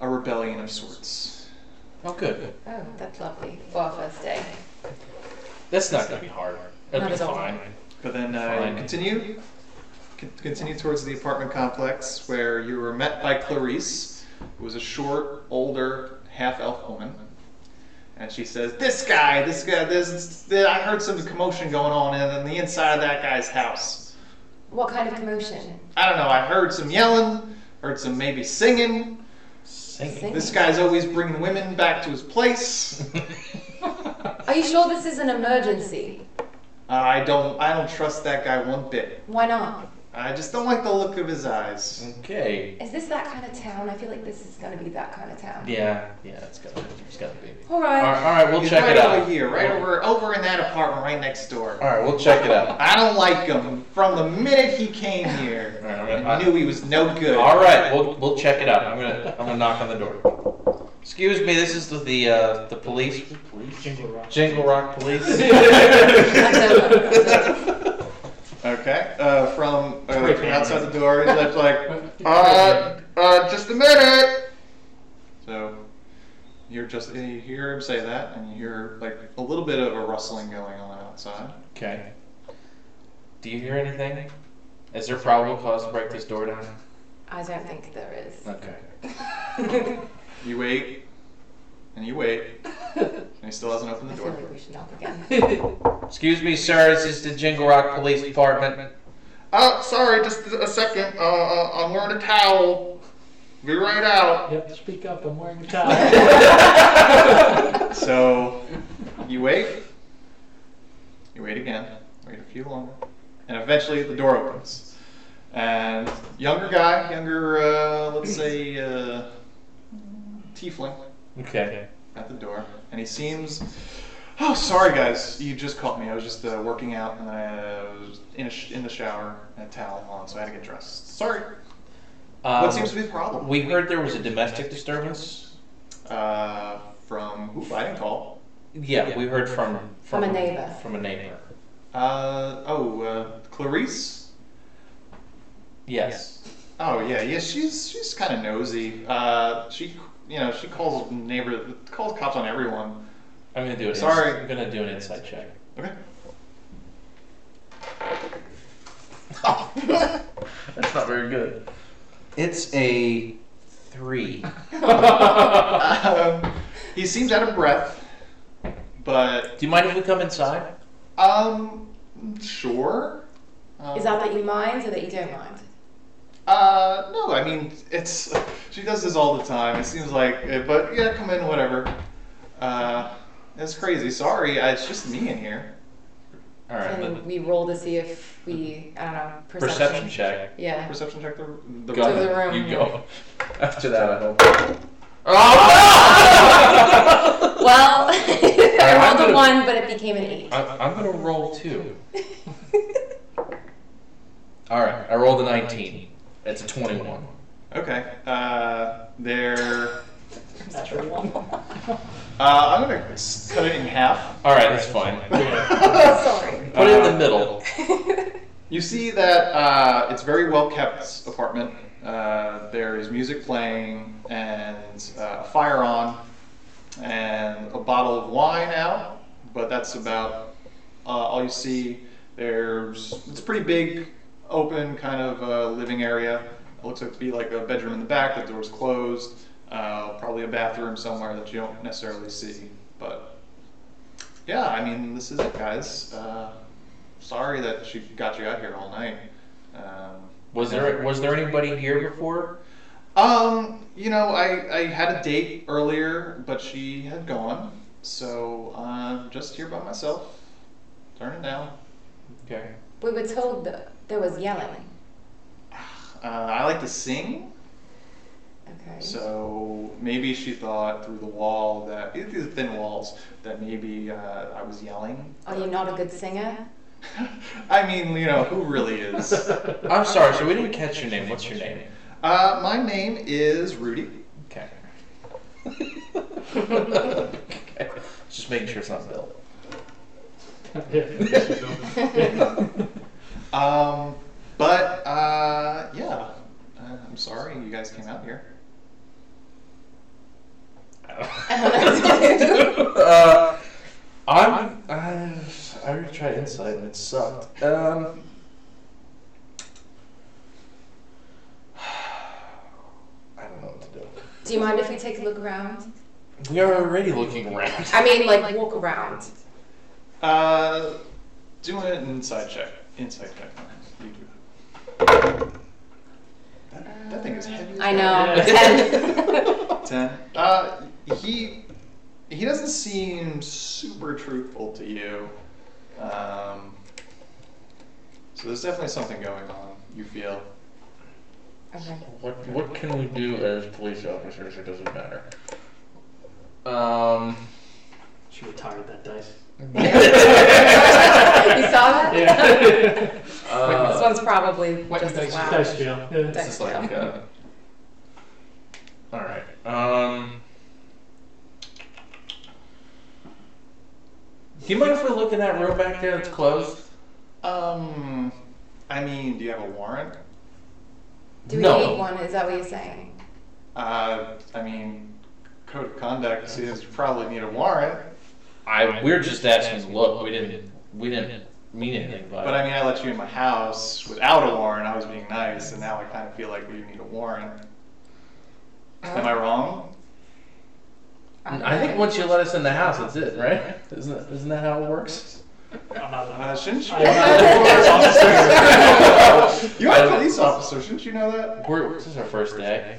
[SPEAKER 1] Uh, a rebellion of sorts.
[SPEAKER 2] Oh, good.
[SPEAKER 3] Oh, that's lovely for our first day.
[SPEAKER 2] That's not gonna be hard. That'll
[SPEAKER 3] Not
[SPEAKER 2] be
[SPEAKER 3] at all.
[SPEAKER 2] fine.
[SPEAKER 1] But then uh,
[SPEAKER 2] Fine.
[SPEAKER 1] you continue. Con- Continue towards the apartment complex where you were met by Clarice, who was a short, older, half elf woman. And she says, This guy, this guy, this, this, I heard some commotion going on in the inside of that guy's house.
[SPEAKER 3] What kind of commotion?
[SPEAKER 1] I don't know. I heard some yelling, heard some maybe singing.
[SPEAKER 2] Singing.
[SPEAKER 3] Sing.
[SPEAKER 1] This guy's always bringing women back to his place. Uh,
[SPEAKER 3] Are you sure this is an emergency?
[SPEAKER 1] I don't, I don't trust that guy one bit.
[SPEAKER 3] Why not?
[SPEAKER 1] I just don't like the look of his eyes.
[SPEAKER 2] okay.
[SPEAKER 3] Is this that kind of town? I feel like this is going to be that kind of town.
[SPEAKER 2] Yeah. Yeah. It's gotta. It's gotta be.
[SPEAKER 3] All
[SPEAKER 2] All
[SPEAKER 3] right.
[SPEAKER 2] right. All right. We'll
[SPEAKER 1] He's
[SPEAKER 2] check
[SPEAKER 1] right
[SPEAKER 2] it out.
[SPEAKER 1] over here, right
[SPEAKER 2] We'll-
[SPEAKER 1] over, over in that apartment, right next door.
[SPEAKER 2] All right. We'll check it out.
[SPEAKER 1] I don't like him from the minute he came here.
[SPEAKER 2] All right,
[SPEAKER 1] I knew he was no good.
[SPEAKER 2] All right, we'll, we'll check it out. I'm gonna I'm gonna knock on the door. Excuse me, this is the the, uh, the police
[SPEAKER 5] Jingle rock.
[SPEAKER 2] Jingle Rock Police.
[SPEAKER 1] Okay. Uh, from uh,
[SPEAKER 5] Wait,
[SPEAKER 1] from outside the door, he's like, like, uh, uh, just a minute. So you're just you hear him say that, and you hear like a little bit of a rustling going on outside.
[SPEAKER 2] okay. Do you hear anything? Is there probable cause to break this door down?
[SPEAKER 3] I don't think there is.
[SPEAKER 2] Okay.
[SPEAKER 1] You wait, and you wait, and he still hasn't opened
[SPEAKER 3] I
[SPEAKER 1] the
[SPEAKER 3] feel
[SPEAKER 1] door.
[SPEAKER 3] like we should knock again.
[SPEAKER 2] Excuse me, sir. This is the Jingle Rock Police Department.
[SPEAKER 1] Oh, sorry, just a second. Uh, uh, I'm wearing a towel. Be right out.
[SPEAKER 5] Yep, speak up. I'm wearing a tie.
[SPEAKER 1] So you wait, you wait again, wait a few longer, and eventually the door opens. And younger guy, younger, uh, let's say, uh, tiefling
[SPEAKER 2] Okay.
[SPEAKER 1] at the door, and he seems. Oh, sorry guys, you just caught me. I was just uh, working out, and I was in, a sh- in the shower, and a towel on, so I had to get dressed. Sorry.
[SPEAKER 2] Um,
[SPEAKER 1] what seems to be the problem?
[SPEAKER 2] we heard there was a domestic disturbance.
[SPEAKER 1] Uh, from who? I didn't call.
[SPEAKER 2] Yeah, we heard from
[SPEAKER 3] From a neighbor.
[SPEAKER 2] From a neighbor.
[SPEAKER 1] Uh, oh, uh, Clarice.
[SPEAKER 2] Yes.
[SPEAKER 1] Oh yeah, yeah. She's she's kind of nosy. Uh, she you know she calls neighbor calls cops on everyone.
[SPEAKER 2] I'm gonna do it.
[SPEAKER 1] Sorry.
[SPEAKER 2] I'm gonna do an inside check.
[SPEAKER 1] Okay.
[SPEAKER 2] That's not very good. It's a three.
[SPEAKER 1] um, he seems out of breath, but
[SPEAKER 2] Do you mind if we come inside?
[SPEAKER 1] um, sure. Um,
[SPEAKER 3] Is that that you mind or that you don't mind?
[SPEAKER 1] Uh, no, I mean, it's she does this all the time. It seems like, it, but yeah, come in, whatever. Uh, it's crazy. Sorry, I, it's just me in here.
[SPEAKER 2] All right.
[SPEAKER 3] Can we roll to see if we, I don't know,
[SPEAKER 2] the
[SPEAKER 3] perception?
[SPEAKER 2] perception check.
[SPEAKER 3] Yeah.
[SPEAKER 1] Perception check the the
[SPEAKER 2] Go
[SPEAKER 3] To the
[SPEAKER 2] ahead,
[SPEAKER 3] room,
[SPEAKER 2] You
[SPEAKER 3] yeah.
[SPEAKER 2] go. After that, I hope. Oh!
[SPEAKER 3] Well, I
[SPEAKER 2] I'm
[SPEAKER 3] rolled
[SPEAKER 2] gonna-
[SPEAKER 3] a one, but it became an eight.
[SPEAKER 2] I, I'm gonna roll two. All right. I rolled a 19. It's a 21.
[SPEAKER 1] Okay. Uh, there.
[SPEAKER 5] That's right.
[SPEAKER 1] Uh, I'm gonna s- cut it in half.
[SPEAKER 2] All right. That's fine.
[SPEAKER 3] Sorry.
[SPEAKER 2] Put it in
[SPEAKER 1] Uh,
[SPEAKER 2] the middle.
[SPEAKER 1] You see that uh, it's very well kept apartment. Uh, there is music playing and uh, a fire on and a bottle of wine out, but that's about uh, all you see. There's it's a pretty big, open kind of uh, living area. It looks like to be like a bedroom in the back. The door's closed. Uh, probably a bathroom somewhere that you don't necessarily see, but yeah, I mean, this is it, guys. Uh, sorry that she got you out here all night. Um,
[SPEAKER 2] Was there was there anybody here before?
[SPEAKER 1] um, you know, I, I had a date earlier, but she had gone, so I'm just here by myself. Turn it down.
[SPEAKER 2] Okay.
[SPEAKER 3] We were told that there was yelling.
[SPEAKER 1] I Uh, I like to sing,
[SPEAKER 3] Okay.
[SPEAKER 1] so maybe she thought through the wall that it is thin walls that maybe uh, I was yelling.
[SPEAKER 3] Are you not a good singer?
[SPEAKER 1] I mean, you know, who really is?
[SPEAKER 2] I'm sorry, so we didn't catch your name. What's your name?
[SPEAKER 1] Uh, my name is Rudy.
[SPEAKER 2] Okay. okay. Just making sure it's not Bill.
[SPEAKER 1] Um, but uh, yeah, uh, I'm sorry you guys came out here.
[SPEAKER 2] uh, I'm. i I already tried insight and it sucked. Um, I don't know what to do.
[SPEAKER 3] Do you mind if we take a look around?
[SPEAKER 2] We are already looking around.
[SPEAKER 3] I mean, like walk around.
[SPEAKER 1] Uh, doing an inside check. Inside check. You do. That, that thing is heavy. as
[SPEAKER 3] I know.
[SPEAKER 1] hell.
[SPEAKER 5] Yeah.
[SPEAKER 3] Ten.
[SPEAKER 1] Ten. Uh, he he doesn't seem super truthful to you. Um, so there's definitely something going on. You feel.
[SPEAKER 3] okay.
[SPEAKER 2] What What can we do as police officers? It doesn't matter. Um.
[SPEAKER 5] She retired that dice.
[SPEAKER 3] you saw that?
[SPEAKER 5] Yeah.
[SPEAKER 3] this
[SPEAKER 2] uh,
[SPEAKER 3] one's probably
[SPEAKER 4] What
[SPEAKER 3] just as
[SPEAKER 4] dice-
[SPEAKER 3] loud.
[SPEAKER 5] dice jail. Yeah.
[SPEAKER 2] this is like. Uh, all right. Um. Do you mind if we look in that room back there that's closed?
[SPEAKER 1] Um, I mean, do you have a warrant?
[SPEAKER 3] Do we
[SPEAKER 2] No.
[SPEAKER 3] need one? Is that what you're saying?
[SPEAKER 1] Uh, I mean, code of conduct says you probably need a warrant.
[SPEAKER 2] I we were just asking to look. We didn't we didn't mean anything by
[SPEAKER 1] But
[SPEAKER 2] it.
[SPEAKER 1] I mean, I let you in my house without a warrant. I was being nice, and now I kind of feel like we need a warrant. Am I wrong?
[SPEAKER 2] I think once you let us in the house, that's it, right? Isn't that, isn't that how it works?
[SPEAKER 5] I'm not- I'm
[SPEAKER 1] Uh,
[SPEAKER 5] not-
[SPEAKER 1] shouldn't you?
[SPEAKER 5] I am
[SPEAKER 1] officer. you are a police officer. Shouldn't you know that?
[SPEAKER 2] We're, this is our first day.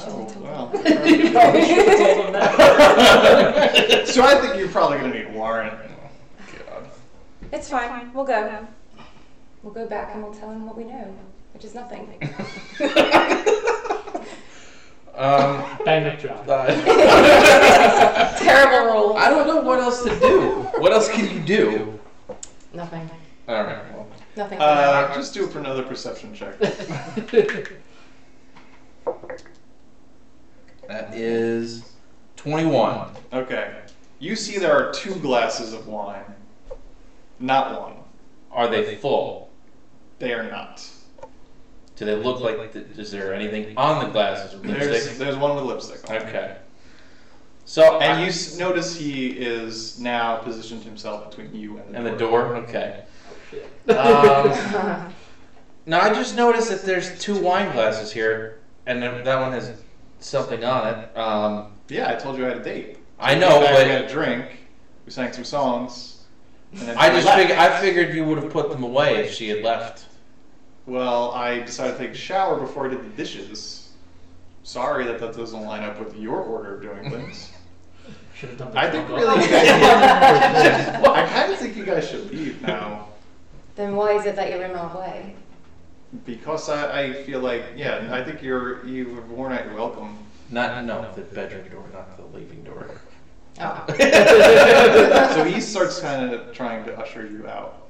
[SPEAKER 1] Oh, well.
[SPEAKER 5] told them
[SPEAKER 2] God.
[SPEAKER 1] so I think you're probably going to need a warrant.
[SPEAKER 3] It's fine. We'll go. We'll go back and we'll tell him what we know, which is nothing.
[SPEAKER 2] Um,
[SPEAKER 5] Bang up job.
[SPEAKER 2] uh,
[SPEAKER 3] Terrible rule.
[SPEAKER 2] I don't know what else to do. What else can you do?
[SPEAKER 3] Nothing.
[SPEAKER 2] All right. Well,
[SPEAKER 3] Nothing.
[SPEAKER 1] Uh, just do it for another perception check.
[SPEAKER 2] that is twenty-one.
[SPEAKER 1] Okay. You see, there are two glasses of wine, not one.
[SPEAKER 2] Are they full?
[SPEAKER 1] They are not.
[SPEAKER 2] Do they look like? The, is there anything on the glasses? with
[SPEAKER 1] There's,
[SPEAKER 2] lipstick?
[SPEAKER 1] there's one with lipstick on.
[SPEAKER 2] Okay. So
[SPEAKER 1] And you s- notice he is now positioned himself between you and the
[SPEAKER 2] And the
[SPEAKER 1] door.
[SPEAKER 2] door? Okay.
[SPEAKER 1] Uh,
[SPEAKER 2] Um, now I just noticed that there's two wine glasses here, and then that one has something on it. Um,
[SPEAKER 1] Yeah, I told you I had a date.
[SPEAKER 2] I know,
[SPEAKER 1] In fact, we had a
[SPEAKER 2] but
[SPEAKER 1] drink. We sang some songs. And then
[SPEAKER 2] I
[SPEAKER 1] we
[SPEAKER 2] just
[SPEAKER 1] left.
[SPEAKER 2] figured I figured you would have put them away if she had left.
[SPEAKER 1] Well, I decided to take a shower before I did the dishes. Sorry that that doesn't line up with your order of doing things.
[SPEAKER 5] Should have done the
[SPEAKER 1] I think
[SPEAKER 5] job.
[SPEAKER 1] really you guys. I kind of think you guys should leave now
[SPEAKER 3] then why is it that you're in our way?
[SPEAKER 1] because I, I feel like yeah I think you're you have worn out your welcome.
[SPEAKER 2] Not no, the bedroom door, not the leaving door.
[SPEAKER 3] Oh.
[SPEAKER 1] so he starts kind of trying to usher you out.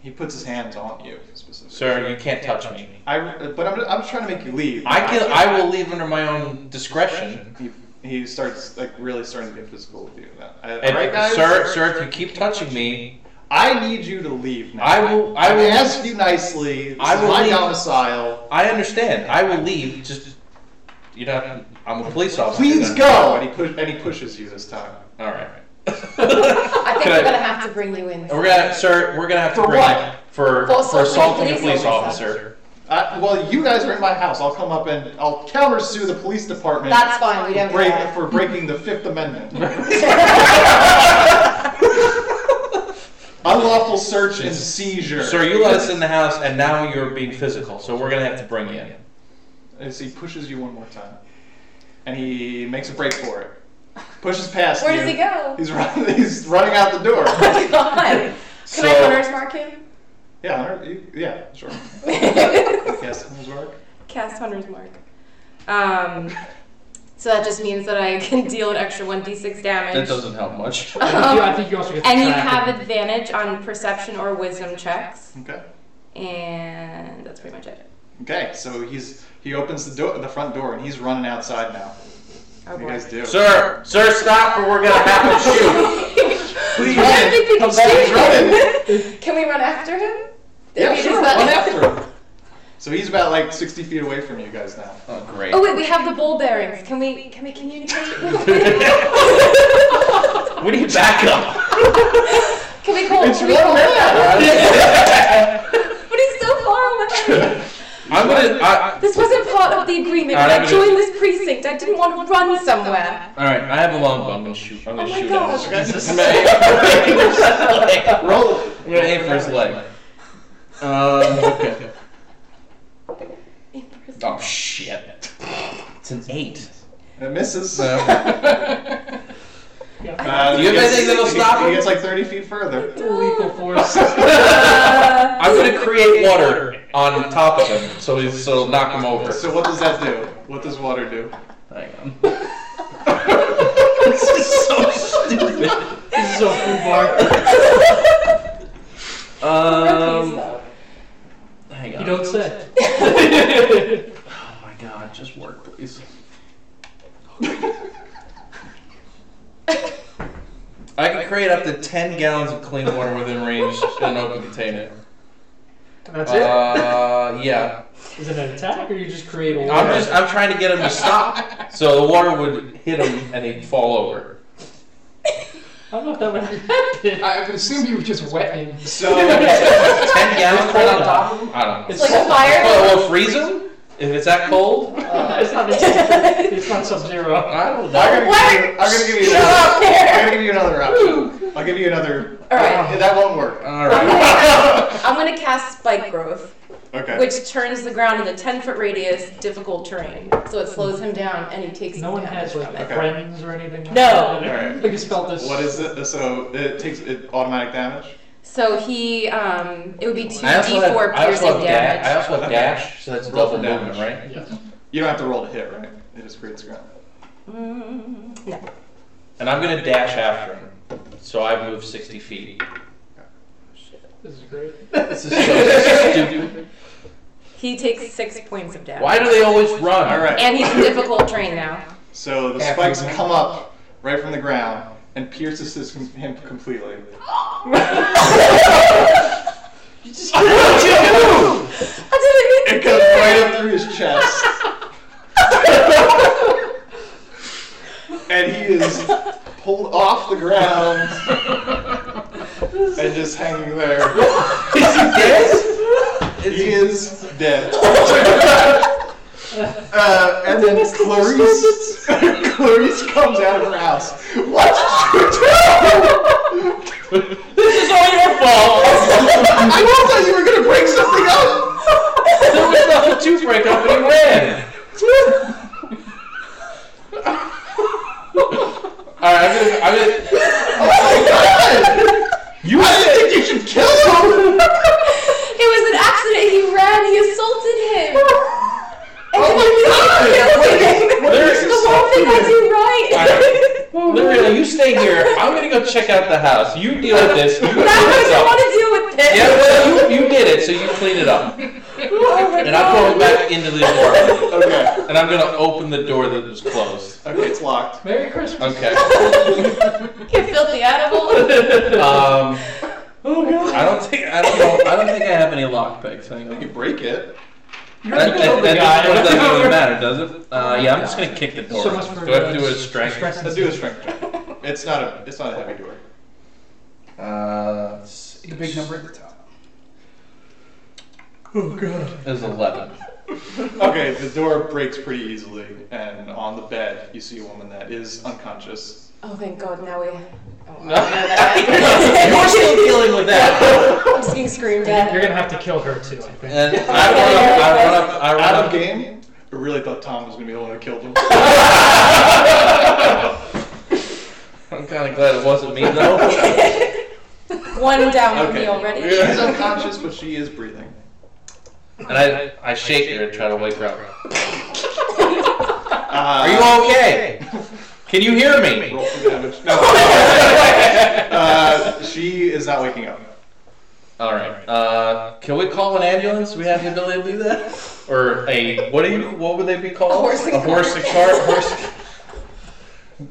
[SPEAKER 1] He puts his hands on you specifically.
[SPEAKER 2] Sir, you can't touch me.
[SPEAKER 1] I, but I'm, I'm trying to make you leave.
[SPEAKER 2] I can. I will leave under my own discretion.
[SPEAKER 1] He, he starts like really starting to get physical with you. Now. I,
[SPEAKER 2] If,
[SPEAKER 1] right, guys?
[SPEAKER 2] sir, sir, if you keep touching me,
[SPEAKER 1] I need you to leave now.
[SPEAKER 2] I will- I
[SPEAKER 1] I'm
[SPEAKER 2] will-
[SPEAKER 1] asking you nicely. This
[SPEAKER 2] I
[SPEAKER 1] is
[SPEAKER 2] will
[SPEAKER 1] my
[SPEAKER 2] leave.
[SPEAKER 1] domicile.
[SPEAKER 2] I understand. I will leave. Just you know, I'm a police officer.
[SPEAKER 1] Please go. And he push, and he pushes you this time.
[SPEAKER 2] All right.
[SPEAKER 3] I think
[SPEAKER 2] Can
[SPEAKER 3] we're
[SPEAKER 2] I-
[SPEAKER 3] gonna have to bring you in.
[SPEAKER 2] We're gonna, sir. We're gonna have to
[SPEAKER 1] For
[SPEAKER 2] bring
[SPEAKER 1] what?
[SPEAKER 3] For
[SPEAKER 2] for for,
[SPEAKER 3] assaulting
[SPEAKER 2] assaulting
[SPEAKER 3] a
[SPEAKER 2] a police
[SPEAKER 3] police
[SPEAKER 2] officer.
[SPEAKER 1] Uh, well, you guys are in my house. I'll come up and I'll countersue the police department
[SPEAKER 3] That's fine. We
[SPEAKER 1] for,
[SPEAKER 3] don't
[SPEAKER 1] break,
[SPEAKER 3] care.
[SPEAKER 1] for breaking the Fifth Amendment. Unlawful search and seizure.
[SPEAKER 2] Sir, you let us in the house, and now you're being physical. So we're gonna have to bring you in.
[SPEAKER 1] As he pushes you one more time, and he makes a break for it, pushes past
[SPEAKER 3] Where
[SPEAKER 1] you.
[SPEAKER 3] does he go? Oh
[SPEAKER 1] He's running. He's running out the door.
[SPEAKER 3] God. Can
[SPEAKER 2] So-
[SPEAKER 3] I runners mark him?
[SPEAKER 1] Yeah, hundred- you- yeah, sure. Yes, Hunter's Mark.
[SPEAKER 3] Cast Hunter's Mark. Um, so that just means that I can deal an extra 1d6
[SPEAKER 2] That
[SPEAKER 3] damage. Um,
[SPEAKER 2] doesn't help much.
[SPEAKER 5] I think you- I think you also get to
[SPEAKER 3] and you
[SPEAKER 5] track
[SPEAKER 3] have
[SPEAKER 5] it.
[SPEAKER 3] advantage on perception or wisdom checks.
[SPEAKER 1] Okay.
[SPEAKER 3] And that's pretty much it.
[SPEAKER 1] Okay, so he's he opens the door, the front door, and he's running outside now.
[SPEAKER 3] Oh
[SPEAKER 1] What do
[SPEAKER 3] boy.
[SPEAKER 1] you guys do?
[SPEAKER 2] sir, sir, stop, or we're gonna have to shoot.
[SPEAKER 1] Please,
[SPEAKER 3] I don't think we can
[SPEAKER 1] come back, he's running.
[SPEAKER 3] shoot him. Can we run after him?
[SPEAKER 1] Yeah,
[SPEAKER 3] We just
[SPEAKER 1] sure,
[SPEAKER 3] let-
[SPEAKER 1] run after him. So he's about like 60 feet away from you guys now.
[SPEAKER 2] Oh, great.
[SPEAKER 3] Oh wait, we have the ball bearings. Can we can we communicate?
[SPEAKER 2] We need backup.
[SPEAKER 3] can we call?
[SPEAKER 1] It's
[SPEAKER 3] can we call
[SPEAKER 1] running
[SPEAKER 3] him?
[SPEAKER 2] I'm
[SPEAKER 3] But he's so far away.
[SPEAKER 2] gonna. I,
[SPEAKER 3] This wasn't part of the agreement.
[SPEAKER 2] Alright,
[SPEAKER 3] When
[SPEAKER 2] I'm
[SPEAKER 3] I
[SPEAKER 2] gonna-
[SPEAKER 3] joined this precinct, I didn't want to run somewhere.
[SPEAKER 2] I, all right, I have a long bow. I'm gonna shoot. I'm
[SPEAKER 3] Oh
[SPEAKER 2] gonna
[SPEAKER 3] my
[SPEAKER 2] shoot
[SPEAKER 3] God.
[SPEAKER 2] at him.
[SPEAKER 1] Jesus.
[SPEAKER 2] I'm gonna aim for his leg.
[SPEAKER 1] Roll it.
[SPEAKER 2] I'm gonna aim for his leg. Um, okay. Oh shit! It's an eight.
[SPEAKER 1] It misses.
[SPEAKER 2] So
[SPEAKER 5] Yeah.
[SPEAKER 1] Uh,
[SPEAKER 2] Do
[SPEAKER 1] he
[SPEAKER 2] you have
[SPEAKER 1] gets-
[SPEAKER 2] anything that'll
[SPEAKER 1] he-
[SPEAKER 2] stop him?
[SPEAKER 1] He gets like 30 feet further.
[SPEAKER 5] Lethal force.
[SPEAKER 3] Uh,
[SPEAKER 2] I'm gonna create water on top of him, so he's so it'll knock him over.
[SPEAKER 1] So what does that do? What does water do?
[SPEAKER 2] Hang on. this is so stupid.
[SPEAKER 5] This is a food bar.
[SPEAKER 2] Um, hang on.
[SPEAKER 5] You don't say.
[SPEAKER 2] Oh my god, just work, please. I can create up to 10 gallons of clean water within range in an open container.
[SPEAKER 5] That's it.
[SPEAKER 2] Uh, yeah.
[SPEAKER 5] Is it an attack or you just create a wall?
[SPEAKER 2] I'm just, I'm trying to get him to stop, so the water would hit him and he'd fall over.
[SPEAKER 5] I don't know if that Uh, would happen.
[SPEAKER 4] I would assume you were just wet him.
[SPEAKER 1] So
[SPEAKER 2] 10 gallons right on top of him? I don't know.
[SPEAKER 5] It's
[SPEAKER 3] like a fire.
[SPEAKER 2] Well, will freeze him? If it's that cold?
[SPEAKER 5] it's not. It's not sub-zero.
[SPEAKER 2] I don't
[SPEAKER 1] I'm gonna, give you,
[SPEAKER 2] know.
[SPEAKER 1] I'm gonna give you
[SPEAKER 3] Shut
[SPEAKER 1] another.
[SPEAKER 3] up
[SPEAKER 1] I'm
[SPEAKER 3] there.
[SPEAKER 1] gonna give you another option. I'll give you another.
[SPEAKER 3] All right.
[SPEAKER 1] That won't work.
[SPEAKER 3] I'm
[SPEAKER 2] Alright.
[SPEAKER 3] gonna, I'm gonna cast spike growth,
[SPEAKER 1] Okay.
[SPEAKER 3] which turns the ground in a 10 foot radius, difficult terrain. So it slows him down, and he takes
[SPEAKER 5] No one
[SPEAKER 3] damage
[SPEAKER 5] has like
[SPEAKER 3] from it.
[SPEAKER 1] Okay.
[SPEAKER 5] friends or anything. like
[SPEAKER 3] No.
[SPEAKER 5] that.
[SPEAKER 1] Alright.
[SPEAKER 5] We can spell this.
[SPEAKER 1] What is it? So it takes it automatic damage.
[SPEAKER 3] So he, um, it would be two
[SPEAKER 2] I also have,
[SPEAKER 3] d4
[SPEAKER 2] I also
[SPEAKER 3] piercing
[SPEAKER 2] have, da- I
[SPEAKER 3] damage.
[SPEAKER 2] also have dash, so that's
[SPEAKER 1] Roll for
[SPEAKER 2] double movement,
[SPEAKER 1] damage.
[SPEAKER 2] right?
[SPEAKER 5] Yes.
[SPEAKER 1] You don't have to roll to hit, right? It just creates ground.
[SPEAKER 3] Mm, no.
[SPEAKER 2] And I'm gonna dash after him. So I move 60 feet.
[SPEAKER 5] This is great.
[SPEAKER 2] This is so stupid.
[SPEAKER 3] He takes six points of damage.
[SPEAKER 2] Why do they always run?
[SPEAKER 1] All right.
[SPEAKER 3] And he's in difficult terrain now.
[SPEAKER 1] So the
[SPEAKER 4] After
[SPEAKER 1] spikes
[SPEAKER 4] the-
[SPEAKER 1] come up right from the ground and pierces his, him completely.
[SPEAKER 3] I didn't
[SPEAKER 1] It goes right up through his chest. and he is pulled off the ground and just hanging there.
[SPEAKER 2] Is he dead?
[SPEAKER 1] He is dead. Uh, and then Clarice, Clarice comes out of her house. What did you do?
[SPEAKER 2] This is all your fault!
[SPEAKER 1] I thought you were gonna break something up.
[SPEAKER 2] there was nothing to break up when he ran! Alright, I'm gonna. I'm gonna
[SPEAKER 1] Oh my god! You I didn't think you should kill him.
[SPEAKER 3] It was an accident. He ran. He assaulted him.
[SPEAKER 1] Oh my God!
[SPEAKER 3] What
[SPEAKER 1] There
[SPEAKER 3] is
[SPEAKER 1] is
[SPEAKER 3] the one thing I do right.
[SPEAKER 2] Alright. Lorena, you stay here. I'm gonna go check out the house. You deal with this. You clean
[SPEAKER 3] That's what
[SPEAKER 2] this
[SPEAKER 3] I want
[SPEAKER 2] up.
[SPEAKER 3] to deal with this.
[SPEAKER 2] Yeah, well, you, you did it, so you clean it up.
[SPEAKER 3] Oh my
[SPEAKER 2] And I'm
[SPEAKER 3] God.
[SPEAKER 2] going back into the apartment.
[SPEAKER 1] Okay.
[SPEAKER 2] And I'm gonna open the door that was closed.
[SPEAKER 1] Okay, it's locked.
[SPEAKER 5] Merry Christmas.
[SPEAKER 2] Okay.
[SPEAKER 3] You filthy animal.
[SPEAKER 2] Um,
[SPEAKER 5] Oh god.
[SPEAKER 2] I don't think I don't know. I don't think I have any lock picks. Hang
[SPEAKER 1] You
[SPEAKER 2] on.
[SPEAKER 1] can break it.
[SPEAKER 2] That, that,
[SPEAKER 5] killed the
[SPEAKER 2] that
[SPEAKER 5] guy.
[SPEAKER 2] doesn't really matter, does it? Uh, yeah, I'm just gonna kick the door.
[SPEAKER 5] So much for
[SPEAKER 2] do I have to
[SPEAKER 5] uh,
[SPEAKER 2] do a strength?
[SPEAKER 1] Let's do a strength check. It's not a. It's not a heavy door.
[SPEAKER 2] Uh, let's see.
[SPEAKER 4] The big number at the top.
[SPEAKER 5] Oh,
[SPEAKER 2] It was eleven.
[SPEAKER 1] Okay, the door breaks pretty easily, and on the bed you see a woman that is unconscious.
[SPEAKER 3] oh, thank God. Now we. Oh,
[SPEAKER 2] No. You're
[SPEAKER 3] that.
[SPEAKER 2] still dealing with that.
[SPEAKER 3] I'm just getting screamed at.
[SPEAKER 5] You're gonna have to kill her too, I think.
[SPEAKER 1] Uh,
[SPEAKER 2] And I run up. I run up. I run
[SPEAKER 1] Out
[SPEAKER 2] up.
[SPEAKER 1] of game. Um, I really thought Tom was gonna be the one who killed him.
[SPEAKER 2] I'm kind of glad it wasn't me though.
[SPEAKER 3] One down with
[SPEAKER 1] Okay.
[SPEAKER 3] me already.
[SPEAKER 2] Yeah.
[SPEAKER 1] She's unconscious, but she is breathing.
[SPEAKER 2] And I, I shake her and try to wake her up.
[SPEAKER 1] Uh,
[SPEAKER 2] Are you okay? Can you hear me?
[SPEAKER 1] Roll for damage. No. uh, she is not waking up.
[SPEAKER 2] All right. Uh, can we call an ambulance? We have the ability to do that, or a what do you what would they be called?
[SPEAKER 3] A horse and
[SPEAKER 2] a horse and cart. Horse.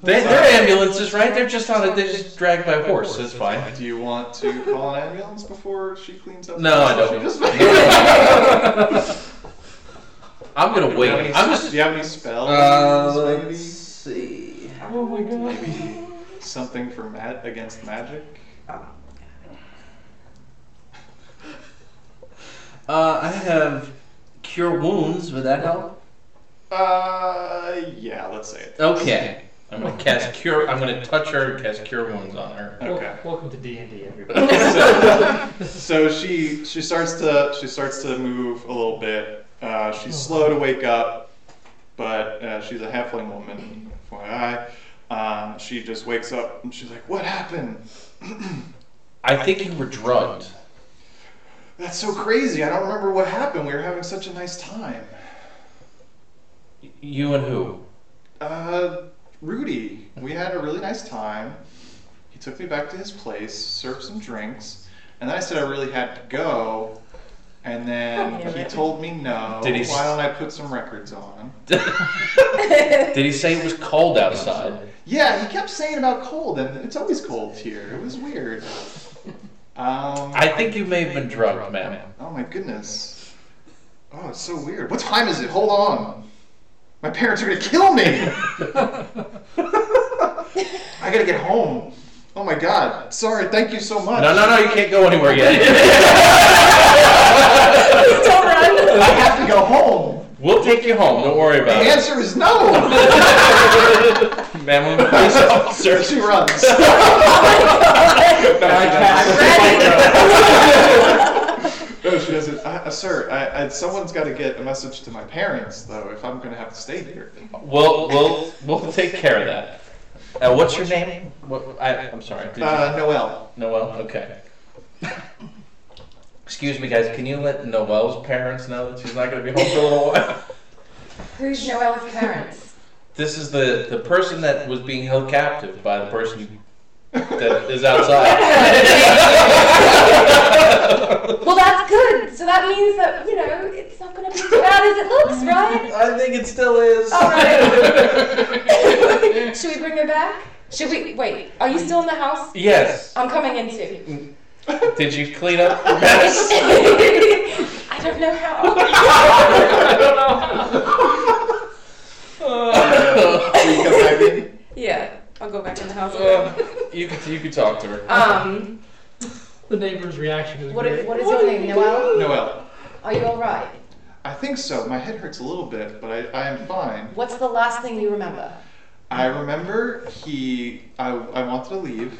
[SPEAKER 2] They, they're ambulances, right? They're just on. A, they're just dragged by a horse. It's fine.
[SPEAKER 1] Do you want to call an ambulance before she cleans up?
[SPEAKER 2] No, I don't.
[SPEAKER 1] She just-
[SPEAKER 2] I'm gonna
[SPEAKER 1] Do you have
[SPEAKER 2] wait.
[SPEAKER 1] any-
[SPEAKER 2] I'm just.
[SPEAKER 1] Do you have any spells?
[SPEAKER 2] Uh,
[SPEAKER 1] maybe?
[SPEAKER 2] let's see.
[SPEAKER 5] Oh my god.
[SPEAKER 1] Maybe something for ma- against magic.
[SPEAKER 2] Uh, I have cure wounds. Would that help?
[SPEAKER 1] Uh, yeah, let's say it.
[SPEAKER 2] Okay. I'm gonna cast cure. I'm gonna touch her and cast cure wounds on her.
[SPEAKER 1] Okay.
[SPEAKER 5] Wel- Welcome to D and D, everybody.
[SPEAKER 1] so, so she she starts to she starts to move a little bit. Uh,
[SPEAKER 5] Oh.
[SPEAKER 1] she's slow to wake up, but uh, she's a halfling woman, FYI. Um, she just wakes up and she's like, "What happened?
[SPEAKER 2] I think you were drugged.
[SPEAKER 1] That's so crazy! I don't remember what happened. We were having such a nice time."
[SPEAKER 2] You and who?
[SPEAKER 1] Uh, Rudy, we had a really nice time. He took me back to his place, served some drinks, and then I said I really had to go. And
[SPEAKER 3] I
[SPEAKER 1] then
[SPEAKER 3] knew
[SPEAKER 1] he
[SPEAKER 3] it.
[SPEAKER 1] told me no.
[SPEAKER 2] Did he s-
[SPEAKER 1] Why don't I put some records on?
[SPEAKER 2] Did he say it was cold outside?
[SPEAKER 1] Yeah, he kept saying about cold, and it's always cold here. It was weird. Um,
[SPEAKER 2] I think you may have been drugged, ma'am.
[SPEAKER 1] oh my goodness. Oh, it's so weird. What time is it? Hold on. My parents are gonna kill me. I gotta get home. Oh my god. Sorry. Thank you so much.
[SPEAKER 2] No, no, no, you can't go anywhere yet.
[SPEAKER 3] Please don't run.
[SPEAKER 1] I have to go home.
[SPEAKER 2] We'll take you home. Don't worry
[SPEAKER 1] The
[SPEAKER 2] about it.
[SPEAKER 1] answer is no.
[SPEAKER 2] Ma'am, we'll police officer.
[SPEAKER 1] she runs. No, she doesn't. I, uh, sir, I, I, someone's got to get a message to my parents, though, if I'm going to have to stay here.
[SPEAKER 2] We'll, we'll, we'll take care of that. Uh, what's your name? What, I, I'm sorry. Did you,
[SPEAKER 1] Uh, Noel.
[SPEAKER 2] Noel? Okay. Excuse me, guys. Can you let Noel's parents know that she's not going to be home for a little while?
[SPEAKER 3] Who's Noel's parents?
[SPEAKER 2] This is the, the person that was being held captive by the person that is outside.
[SPEAKER 3] Well, that's good. So that means that, you know, it's not going to be as bad as it looks, right?
[SPEAKER 2] I think it still is.
[SPEAKER 3] All right. Should we bring her back? Should we? Wait, are you still in the house?
[SPEAKER 2] yes.
[SPEAKER 3] I'm coming in too.
[SPEAKER 2] Did you clean up the mess?
[SPEAKER 1] Mm.
[SPEAKER 3] I don't know how.
[SPEAKER 2] Uh,
[SPEAKER 1] Will you come back in?
[SPEAKER 3] Yeah, I'll go back in the house.
[SPEAKER 1] Oh.
[SPEAKER 2] you could you could talk to her.
[SPEAKER 3] Um,
[SPEAKER 5] the neighbor's reaction is
[SPEAKER 3] what,
[SPEAKER 5] great.
[SPEAKER 3] what is your name, Noel?
[SPEAKER 1] Noel.
[SPEAKER 3] Are you alright?
[SPEAKER 1] I think so. My head hurts a little bit, but I, I am fine.
[SPEAKER 3] What's the last thing you remember?
[SPEAKER 1] I remember he. I, I wanted to leave,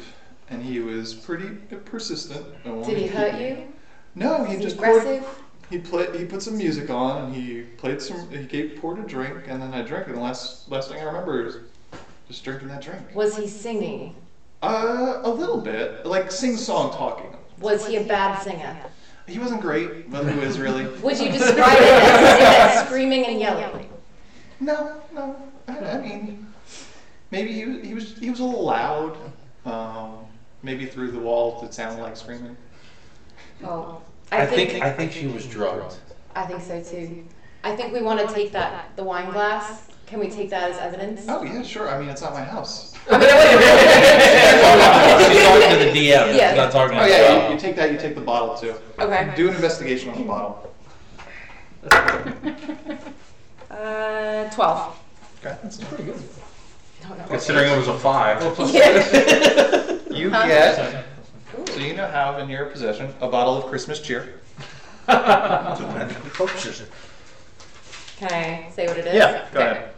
[SPEAKER 1] and he was pretty persistent. and wanted
[SPEAKER 3] Did he
[SPEAKER 1] to
[SPEAKER 3] hurt
[SPEAKER 1] keep me.
[SPEAKER 3] you?
[SPEAKER 1] No, he
[SPEAKER 3] Was he
[SPEAKER 1] just poured-
[SPEAKER 3] aggressive?
[SPEAKER 1] He played. He put some music on, and he played some. He gave poured a drink, and then I drank it. And last last thing I remember is just drinking that drink.
[SPEAKER 3] Was he singing?
[SPEAKER 1] Uh, a little bit, like sing song talking.
[SPEAKER 3] Was he a bad singer?
[SPEAKER 1] He wasn't great, but who is really?
[SPEAKER 3] Would you describe it as screaming and yelling?
[SPEAKER 1] No, no. I, I mean, maybe he was. He was. He was a little loud. Um, maybe through the walls it sounded like screaming.
[SPEAKER 3] Oh,
[SPEAKER 2] I think I think she was drugged.
[SPEAKER 3] I think so too. I think we want to take that the wine glass. Can we take that as evidence?
[SPEAKER 1] Oh yeah, sure. I mean, it's not my house.
[SPEAKER 2] She's talking to the DM.
[SPEAKER 3] Yeah.
[SPEAKER 2] She's not talking to
[SPEAKER 1] Oh
[SPEAKER 2] the
[SPEAKER 1] yeah, you, you take that. You take the bottle too.
[SPEAKER 3] Okay.
[SPEAKER 1] Do an investigation on the bottle.
[SPEAKER 3] Uh, twelve.
[SPEAKER 1] Okay.
[SPEAKER 3] No, no.
[SPEAKER 2] Considering it was a five.
[SPEAKER 3] Yeah.
[SPEAKER 1] You
[SPEAKER 3] Huh?
[SPEAKER 1] get. So you now have in your possession a bottle of Christmas cheer.
[SPEAKER 3] Can I say what it is?
[SPEAKER 1] Yeah, go
[SPEAKER 3] Okay.
[SPEAKER 1] ahead.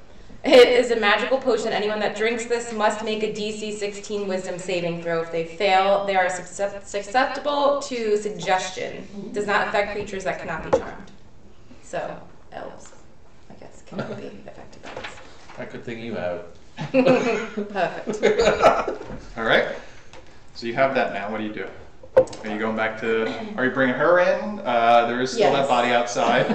[SPEAKER 3] It is a magical potion. Anyone that drinks this must make a DC 16 Wisdom saving throw. If they fail, they are suscep- susceptible to suggestion. Does not affect creatures that cannot be charmed. So elves, I guess, cannot be affected by
[SPEAKER 2] I could think you have.
[SPEAKER 3] this. Perfect.
[SPEAKER 1] All right. So you have that now. What do you do? Are you going back to? Are you bringing her in? Uh, there is still that
[SPEAKER 3] Yes.
[SPEAKER 1] body outside.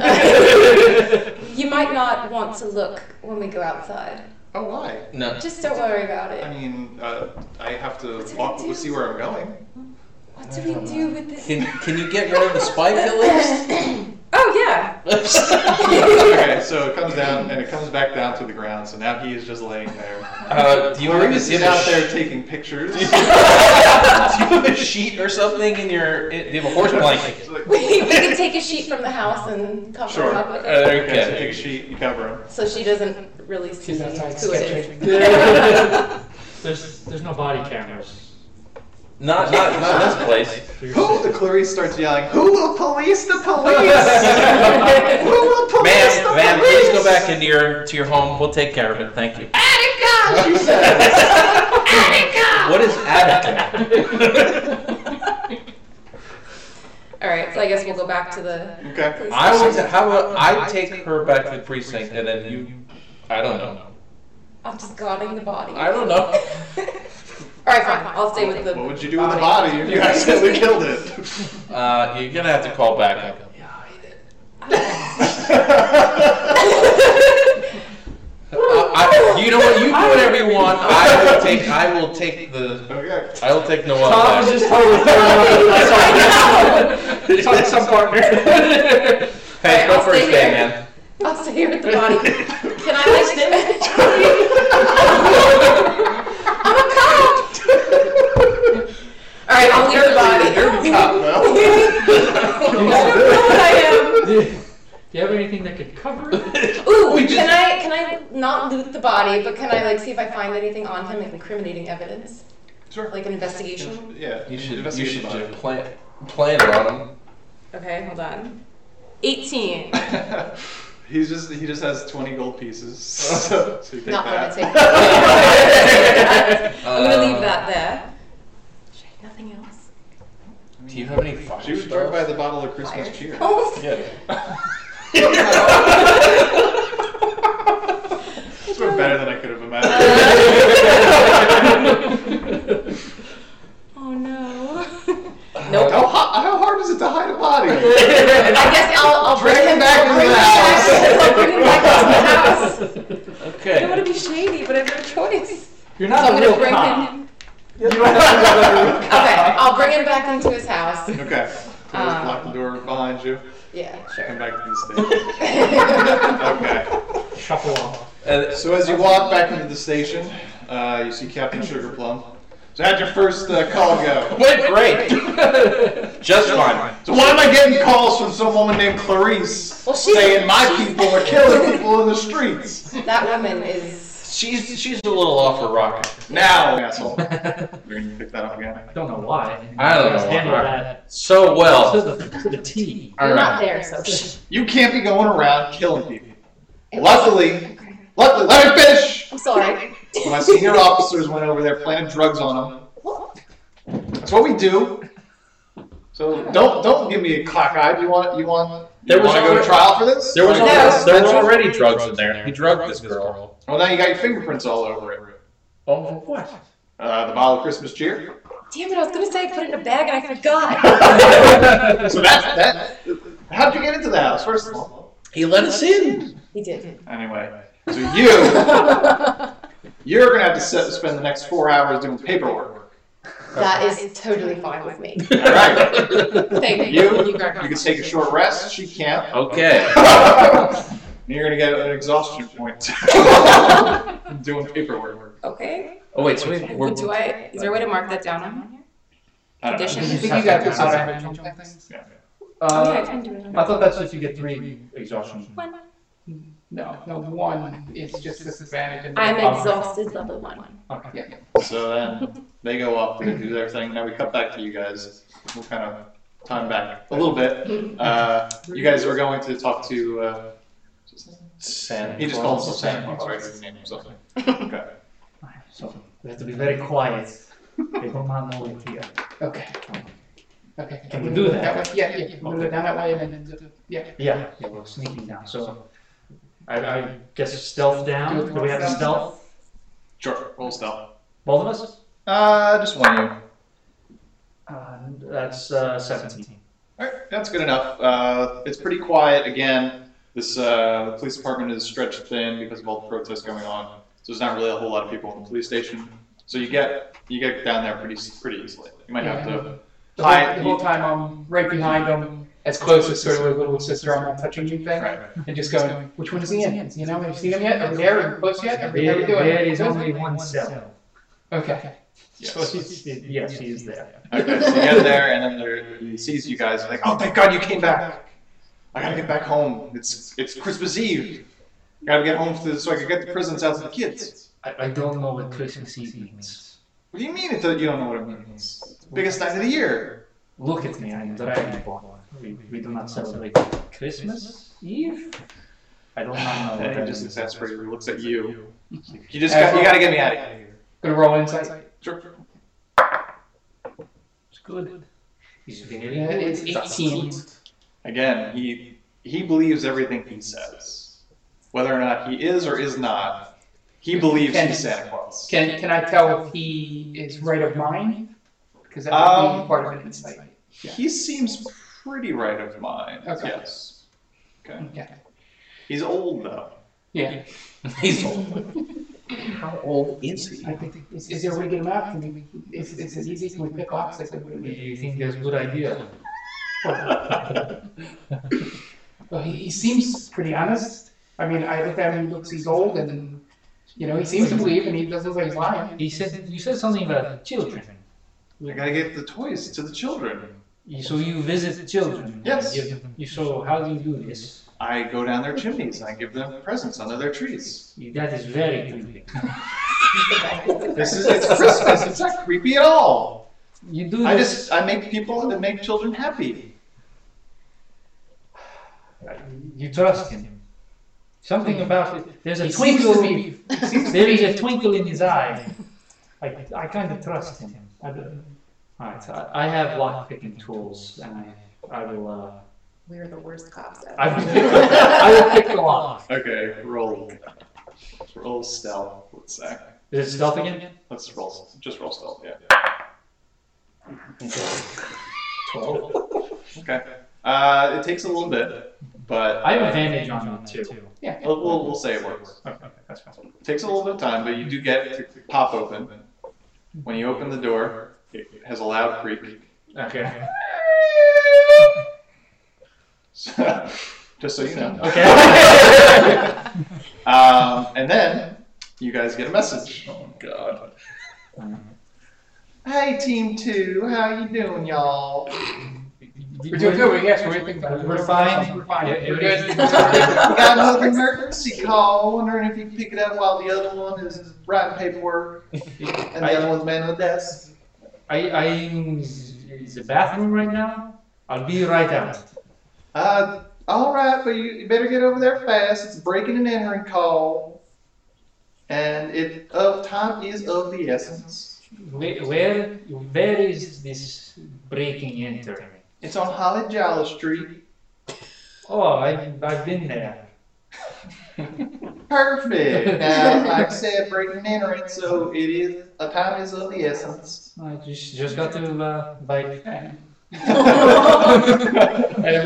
[SPEAKER 3] You might not want to look when we go outside.
[SPEAKER 1] oh, why?
[SPEAKER 2] No.
[SPEAKER 3] Just don't worry about
[SPEAKER 1] I
[SPEAKER 3] it.
[SPEAKER 1] mean, uh, I have to
[SPEAKER 3] What did
[SPEAKER 1] walk
[SPEAKER 3] I do?
[SPEAKER 1] see where I'm going.
[SPEAKER 3] What do we do with this?
[SPEAKER 2] Can, can you get rid of the spike at least?
[SPEAKER 3] Oh yeah.
[SPEAKER 1] okay, so it comes down and it comes back down to the ground. So now he is just laying there.
[SPEAKER 2] uh, do you want me to
[SPEAKER 1] Maurice is
[SPEAKER 2] give
[SPEAKER 1] out
[SPEAKER 2] out
[SPEAKER 1] there
[SPEAKER 2] there?
[SPEAKER 1] taking pictures.
[SPEAKER 2] Do you have a sheet or something in your? Do you have a horse blanket?
[SPEAKER 1] It's like-
[SPEAKER 3] We, we could take a sheet from the house and cover
[SPEAKER 1] Sure.
[SPEAKER 3] her up with it,
[SPEAKER 2] Uh,
[SPEAKER 1] Okay, so take a
[SPEAKER 2] okay.
[SPEAKER 1] sheet, you cover him.
[SPEAKER 3] so she doesn't really see
[SPEAKER 4] She's outside
[SPEAKER 3] who it is.
[SPEAKER 4] sketching.
[SPEAKER 5] There's there's no body cameras.
[SPEAKER 2] Not not not this place.
[SPEAKER 5] So you're
[SPEAKER 1] Who?
[SPEAKER 5] safe.
[SPEAKER 1] The Clarice starts yelling, Who will police the police? Who will police the
[SPEAKER 2] Ma'am, ma'am,
[SPEAKER 1] police?
[SPEAKER 2] please go back into your to your home. We'll take care of it. Thank you.
[SPEAKER 1] Attica, she says.
[SPEAKER 2] What is Attica?
[SPEAKER 3] All right, so I guess we'll go back to the.
[SPEAKER 1] okay.
[SPEAKER 2] I would. How about I take her back to the precinct and then you? I don't know.
[SPEAKER 3] I'm just guarding the body.
[SPEAKER 2] I don't know.
[SPEAKER 3] All right, fine. I'll stay with the.
[SPEAKER 1] What would you do with the body if you accidentally killed it?
[SPEAKER 2] Uh, you're gonna have to call back up. Uh, I, you know what? You do whatever you want. I will take. I will take the.
[SPEAKER 1] okay.
[SPEAKER 2] I will take no
[SPEAKER 5] Tom was
[SPEAKER 2] other.
[SPEAKER 5] just totally throwing up. Talk to some partner.
[SPEAKER 2] Hey, go
[SPEAKER 3] I'll
[SPEAKER 2] first
[SPEAKER 3] stay
[SPEAKER 2] day,
[SPEAKER 3] here.
[SPEAKER 2] man.
[SPEAKER 3] I'll stay here with the body. Can I like I'm a cop. All right, I'll leave the body.
[SPEAKER 2] You're the cop.
[SPEAKER 1] Well,
[SPEAKER 3] I don't know what I am.
[SPEAKER 5] Do you have anything that could cover it?
[SPEAKER 3] Ooh,
[SPEAKER 2] We
[SPEAKER 3] can
[SPEAKER 2] just-
[SPEAKER 3] I can I not loot the body, but can I like see if I find anything on him incriminating evidence,
[SPEAKER 1] sure.
[SPEAKER 3] like an investigation?
[SPEAKER 1] Yeah,
[SPEAKER 2] You should. You
[SPEAKER 1] investigate
[SPEAKER 2] should
[SPEAKER 1] the body.
[SPEAKER 2] just plan. Plan it on him.
[SPEAKER 3] Okay, hold on. 18.
[SPEAKER 1] He's just he just has twenty gold pieces. So, so you take
[SPEAKER 3] Not gonna
[SPEAKER 1] that.
[SPEAKER 3] take that. I'm gonna leave
[SPEAKER 2] Uh,
[SPEAKER 3] that there. Shit, Nothing else.
[SPEAKER 2] Do you have any fire
[SPEAKER 1] She was
[SPEAKER 2] spells?
[SPEAKER 1] thrown by the bottle of Christmas
[SPEAKER 3] Fire.
[SPEAKER 1] cheer.
[SPEAKER 3] Oh,
[SPEAKER 2] Yeah.
[SPEAKER 1] It's been better than I could have imagined.
[SPEAKER 3] oh no.
[SPEAKER 1] how,
[SPEAKER 3] nope.
[SPEAKER 1] ho- how hard is it to hide a body?
[SPEAKER 3] I guess I'll, I'll bring
[SPEAKER 1] Drag
[SPEAKER 3] him
[SPEAKER 1] him back into the house.
[SPEAKER 3] I'll bring him back into the house. I don't
[SPEAKER 2] Okay.
[SPEAKER 3] want to be shady, but I have no choice.
[SPEAKER 5] You're
[SPEAKER 3] So
[SPEAKER 2] Oh,
[SPEAKER 5] not
[SPEAKER 3] I'm
[SPEAKER 5] a
[SPEAKER 3] gonna
[SPEAKER 5] real
[SPEAKER 3] bring
[SPEAKER 5] cop.
[SPEAKER 3] him.
[SPEAKER 5] You don't have to
[SPEAKER 3] Okay, I'll bring him back into his house.
[SPEAKER 1] Okay. Close,
[SPEAKER 3] Um,
[SPEAKER 1] lock the door behind you.
[SPEAKER 3] Yeah,
[SPEAKER 1] Come
[SPEAKER 3] sure.
[SPEAKER 1] back to the station. okay.
[SPEAKER 5] go shuffle off.
[SPEAKER 2] Uh,
[SPEAKER 1] So as you walk back into the station, uh, you see Captain Sugarplum. So how'd your first uh, call go?
[SPEAKER 2] went great. Just fine.
[SPEAKER 1] So why am I getting calls from some woman named Clarice
[SPEAKER 3] Well, she's-
[SPEAKER 1] saying my
[SPEAKER 3] she's-
[SPEAKER 1] people are killing people in the streets?
[SPEAKER 3] That woman is.
[SPEAKER 2] She's she's a little off her rocker.
[SPEAKER 1] Now, asshole. You're gonna pick that up again.
[SPEAKER 5] I don't know why.
[SPEAKER 2] I don't
[SPEAKER 5] You guys
[SPEAKER 2] know
[SPEAKER 5] handle
[SPEAKER 2] why.
[SPEAKER 5] that
[SPEAKER 2] So
[SPEAKER 5] to
[SPEAKER 2] well.
[SPEAKER 5] the, to the T.
[SPEAKER 2] All
[SPEAKER 3] You're
[SPEAKER 2] right.
[SPEAKER 3] not there, so.
[SPEAKER 1] You can't be going around killing people. Luckily, luckily, let me finish.
[SPEAKER 3] I'm sorry.
[SPEAKER 1] My senior officers went over there planted drugs on them. That's what we do. So don't don't give me a cock eye. You want you want
[SPEAKER 2] There
[SPEAKER 1] you
[SPEAKER 2] was
[SPEAKER 1] want to go to
[SPEAKER 2] already-
[SPEAKER 1] trial for this?
[SPEAKER 2] There was
[SPEAKER 3] No.
[SPEAKER 2] already, there
[SPEAKER 1] That's
[SPEAKER 2] was
[SPEAKER 1] what-
[SPEAKER 2] already drugs in there. He drugged this girl.
[SPEAKER 1] Well, now you got your fingerprints all over it.
[SPEAKER 2] Oh, for what?
[SPEAKER 1] Uh, the bottle of Christmas cheer.
[SPEAKER 3] Damn it, I was gonna say I put it in a bag and I forgot.
[SPEAKER 1] So that's that. How'd you get into the house? First of all.
[SPEAKER 2] He let us in.
[SPEAKER 3] He did.
[SPEAKER 1] Anyway, so you you're gonna have to se- spend the next four hours doing paperwork.
[SPEAKER 3] That is totally fine with me.
[SPEAKER 1] All right.
[SPEAKER 3] Thank
[SPEAKER 1] You,
[SPEAKER 3] you.
[SPEAKER 1] you can take a short rest. She can't.
[SPEAKER 2] Okay.
[SPEAKER 1] And You're gonna get an exhaustion point. I'm Doing paperwork.
[SPEAKER 3] Okay.
[SPEAKER 2] Oh wait, so we, we're
[SPEAKER 3] Do I? Is there a way to mark that down on here?
[SPEAKER 1] I don't know.
[SPEAKER 3] Condition.
[SPEAKER 4] I think you got this on average, don't you?
[SPEAKER 3] Oh, yeah, I
[SPEAKER 5] Uh,
[SPEAKER 3] can do it.
[SPEAKER 5] I thought that's just you get three exhaustion.
[SPEAKER 4] No, no, one. It's just disadvantage. and-
[SPEAKER 3] I'm exhausted, level one.
[SPEAKER 5] Okay.
[SPEAKER 4] Yeah.
[SPEAKER 1] So then they go up, they do their thing. Now we cut back to you guys. We'll kind of time back a little bit. Uh, you guys were going to talk to. Uh,
[SPEAKER 2] Sand.
[SPEAKER 1] he just called himself Santa Claus, right? His name or something. Okay.
[SPEAKER 5] So we have to be very quiet. They will not know it here.
[SPEAKER 4] Okay. Okay.
[SPEAKER 5] Can we
[SPEAKER 4] We'll
[SPEAKER 5] do
[SPEAKER 4] it
[SPEAKER 5] that?
[SPEAKER 4] way. Yeah, yeah. We'll do it down that way and then, do- yeah.
[SPEAKER 5] Yeah, yeah, we're sneaking down. So I, I guess stealth
[SPEAKER 4] Do
[SPEAKER 5] down.
[SPEAKER 4] it
[SPEAKER 5] Do we have to
[SPEAKER 4] stealth.
[SPEAKER 5] stealth?
[SPEAKER 1] Sure. Roll stealth.
[SPEAKER 5] Both of us?
[SPEAKER 1] Uh, just one you.
[SPEAKER 5] Uh, That's uh, 17.
[SPEAKER 1] All right, that's good enough. Uh, it's pretty quiet again. This uh, the police department is stretched thin because of all the protests going on. So there's not really a whole lot of people in the police station. So you get you get down there pretty pretty easily. You might have to.
[SPEAKER 4] The whole, the whole time I'm right behind him, as close as sort of like little sister, I'm not touching you thing,
[SPEAKER 1] Right.
[SPEAKER 4] and just going, which one is he in? You know, have you seen him yet? Are we there? Are we close yet? Are we, how we doing?
[SPEAKER 5] There is only one cell.
[SPEAKER 4] Okay.
[SPEAKER 5] So
[SPEAKER 1] Yes.
[SPEAKER 5] he's, yes, he is there.
[SPEAKER 1] Okay, so you get there, and then there, he sees you guys. Like, oh, thank God you came back. I gotta get back home. It's it's Christmas Eve. Gotta get home to, so I can get the presents out to the kids.
[SPEAKER 5] I, I don't know what Christmas Eve means.
[SPEAKER 1] What do you mean? It, do- you don't know what it means? It's the biggest night of the year.
[SPEAKER 5] Look at me, I'm dragonborn. We, we do not celebrate Christmas Eve? I don't know what
[SPEAKER 1] And he
[SPEAKER 5] that
[SPEAKER 1] just
[SPEAKER 5] means.
[SPEAKER 1] exasperatedly looks at you. You just got, you gotta get me out of here.
[SPEAKER 4] Gonna roll insight.
[SPEAKER 1] Sure.
[SPEAKER 5] It's good. He's very
[SPEAKER 4] Yeah,
[SPEAKER 5] good.
[SPEAKER 4] it's 18.
[SPEAKER 1] Again, he he believes everything he says, whether or not he is or is not. He believes he's Santa Claus.
[SPEAKER 4] Can can I tell if he is right of mine? Because that would
[SPEAKER 1] Um,
[SPEAKER 4] be part of an insight.
[SPEAKER 1] He seems pretty right of mind.
[SPEAKER 4] Okay.
[SPEAKER 1] Yes. Okay.
[SPEAKER 4] Okay.
[SPEAKER 1] He's old though.
[SPEAKER 4] Yeah.
[SPEAKER 2] He's old. How old is he?
[SPEAKER 4] I think is, is there a way to get him out? Can we? Is, is it easy? Can we pick locks? Like, what do
[SPEAKER 5] Do
[SPEAKER 4] we-
[SPEAKER 5] you think that's a good idea?
[SPEAKER 4] Well, he, he seems pretty honest. I mean, I look at him, he looks, he's old, and, you know, he seems to believe, and he doesn't look like he's lying.
[SPEAKER 5] He said you said something about children.
[SPEAKER 1] I gotta get the toys to the children.
[SPEAKER 5] You- So you visit children.
[SPEAKER 1] Yes.
[SPEAKER 5] You, you- so how do you do this?
[SPEAKER 1] I go down their chimneys and I give them presents under their trees.
[SPEAKER 5] That is very creepy.
[SPEAKER 1] This is it's Christmas. It's not creepy at all.
[SPEAKER 5] You do
[SPEAKER 1] I
[SPEAKER 5] this.
[SPEAKER 1] just I make people and make children happy.
[SPEAKER 5] You trust him. Something about it. There's a
[SPEAKER 4] He seems to
[SPEAKER 5] twinkle.
[SPEAKER 4] be, he seems to
[SPEAKER 5] There is a
[SPEAKER 4] be,
[SPEAKER 5] twinkle in his eye. I, I kind of trust him. I don't- all right, I, I have lock picking tools, and I, I will. Uh,
[SPEAKER 3] We're the worst cops
[SPEAKER 5] I
[SPEAKER 3] ever.
[SPEAKER 5] will, pick, I will pick the lock.
[SPEAKER 1] Okay, roll. Roll stealth. Let's say.
[SPEAKER 5] Is it stealth again?
[SPEAKER 1] Let's roll. Just roll stealth. Yeah.
[SPEAKER 5] Twelve.
[SPEAKER 1] Okay. Uh, it takes a little bit, but uh,
[SPEAKER 5] I have advantage on that too.
[SPEAKER 4] yeah.
[SPEAKER 1] We'll, we'll, we'll say it works.
[SPEAKER 5] Okay, that's fine.
[SPEAKER 1] Takes a little bit of time, but you do get it to pop open. When you open the door, it has a loud creak.
[SPEAKER 5] Okay.
[SPEAKER 1] So, just so you know.
[SPEAKER 5] Okay.
[SPEAKER 1] Um, and then you guys get a message. Oh God. Hey, Team Two, how you doing, y'all?
[SPEAKER 4] We're doing good, we- yes, we're,
[SPEAKER 5] We're,
[SPEAKER 4] thinking-
[SPEAKER 5] we're fine.
[SPEAKER 4] We're fine.
[SPEAKER 5] Yeah,
[SPEAKER 4] We're
[SPEAKER 5] everything's
[SPEAKER 4] good.
[SPEAKER 1] We got another emergency call. Wondering if you can pick it up while the other one is writing paperwork and the other one's man on the desk.
[SPEAKER 5] I, I'm in the bathroom right now. I'll be right out.
[SPEAKER 1] Uh, all right, but you, you better get over there fast. It's a breaking and entering call, and it of time is of the essence.
[SPEAKER 5] Where, where, where is this breaking entering?
[SPEAKER 1] It's on Holly Jolly Street.
[SPEAKER 5] Oh, I, I've been there.
[SPEAKER 1] Perfect. Now, like I said, breaking and entering, so it is a time is of the essence.
[SPEAKER 5] I just, just got to uh, like.
[SPEAKER 4] And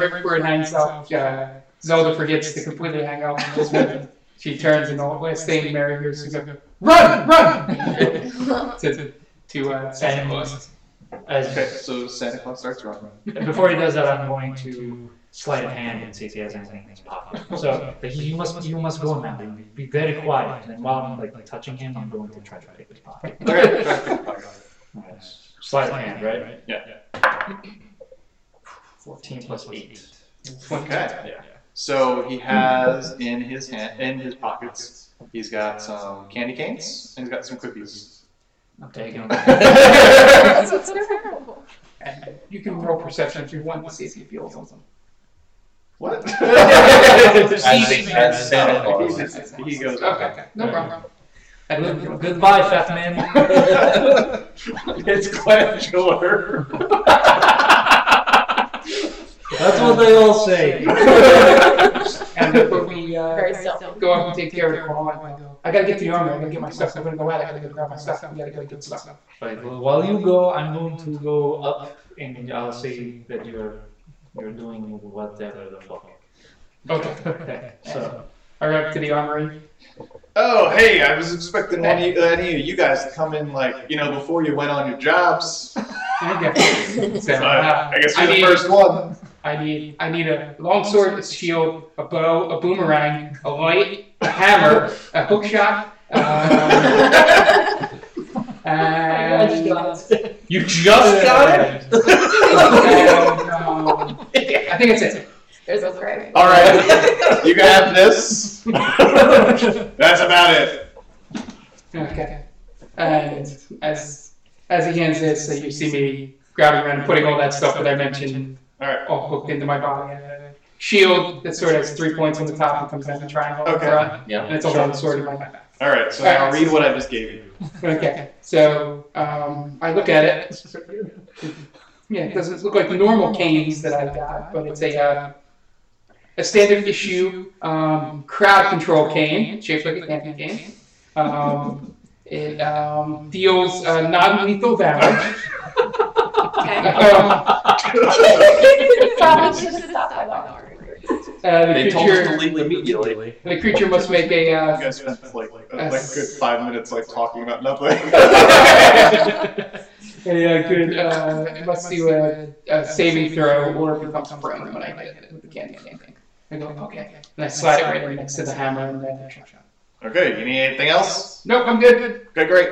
[SPEAKER 4] right before it hangs up, uh, Zelda forgets to completely hang up on this woman. She turns and all the last thing Mary hears is go, run, run! to, to uh, Santa Claus.
[SPEAKER 1] Okay,
[SPEAKER 5] As,
[SPEAKER 1] so Santa Claus starts running.
[SPEAKER 5] before he does that, I'm going to sleight of hand and see if he has anything pop up. So like, you must you must go now. Be very quiet. And while I'm like touching him, I'm going to try to pick his pocket.
[SPEAKER 1] Okay.
[SPEAKER 5] Sleight of hand, right?
[SPEAKER 1] Yeah.
[SPEAKER 5] Fourteen plus eight.
[SPEAKER 1] Okay. So he has in his hand, in his pockets, he's got some candy canes and he's got some cookies.
[SPEAKER 5] I'm taking
[SPEAKER 3] That's so terrible.
[SPEAKER 4] And you can roll perception if you want to see if he feels something.
[SPEAKER 1] What?
[SPEAKER 2] As, as Santa Claus.
[SPEAKER 1] Oh, he goes,
[SPEAKER 4] Okay, okay. No problem. I didn't feel-
[SPEAKER 5] Goodbye, fat man.
[SPEAKER 1] it's glandular.
[SPEAKER 5] That's what they all say.
[SPEAKER 4] And before we uh,
[SPEAKER 3] Very self.
[SPEAKER 4] go up and take care of the call, I wanna go- I gotta get to the armor. I gotta get my stuff. So I'm gonna go out. I gotta go grab my stuff. I gotta go get stuff.
[SPEAKER 5] Right. Well, while you go, I'm going to go up and I'll say that you're you're doing whatever the fuck.
[SPEAKER 4] Okay.
[SPEAKER 5] Okay. So
[SPEAKER 4] All right, to the armory.
[SPEAKER 1] Oh, hey, I was expecting any, any of you guys to come in, like, you know, before you went on your jobs.
[SPEAKER 4] Okay. So,
[SPEAKER 1] So,
[SPEAKER 4] uh,
[SPEAKER 1] I guess you're
[SPEAKER 4] I
[SPEAKER 1] the
[SPEAKER 4] need-
[SPEAKER 1] first one.
[SPEAKER 4] I need I need a long sword, a shield, a bow, a boomerang, a light, a hammer, a hook shot. Um, and
[SPEAKER 2] You just got it?
[SPEAKER 4] and, um, I think that's it.
[SPEAKER 3] There's a great.
[SPEAKER 1] All right, you can have this. That's about it.
[SPEAKER 4] Okay. And as as he hands this, so you see me grabbing around, and putting all that stuff that I mentioned,
[SPEAKER 1] All right.
[SPEAKER 4] all hooked into my body. Uh, Shield that sort of has three points on the top and comes down the triangle.
[SPEAKER 1] Okay.
[SPEAKER 4] Right?
[SPEAKER 2] Yeah.
[SPEAKER 4] And it's a long sword in my back.
[SPEAKER 1] All right, so
[SPEAKER 4] All right.
[SPEAKER 1] now read what I just gave you.
[SPEAKER 4] Okay, so um, I look at it. Yeah, it doesn't look like the normal canes that I've got, but it's a uh, a standard issue um, crowd control cane shaped like a camping cane. Um, it um, deals uh, non-lethal damage.
[SPEAKER 3] Okay.
[SPEAKER 4] Uh,
[SPEAKER 3] Probably should have stopped by the armory.
[SPEAKER 4] the
[SPEAKER 2] They told us to
[SPEAKER 4] creature
[SPEAKER 2] leave immediately.
[SPEAKER 4] the creature must make a
[SPEAKER 1] You
[SPEAKER 4] uh,
[SPEAKER 1] guys spent like a like a good five minutes like talking about nothing.
[SPEAKER 4] a uh, good uh, it must do a, a saving throw or becomes prone when I get it with the candy cane. I go okay. And I slide it right in next to the hammer and then
[SPEAKER 1] okay, you need anything else?
[SPEAKER 4] Nope, I'm good.
[SPEAKER 1] Okay, great.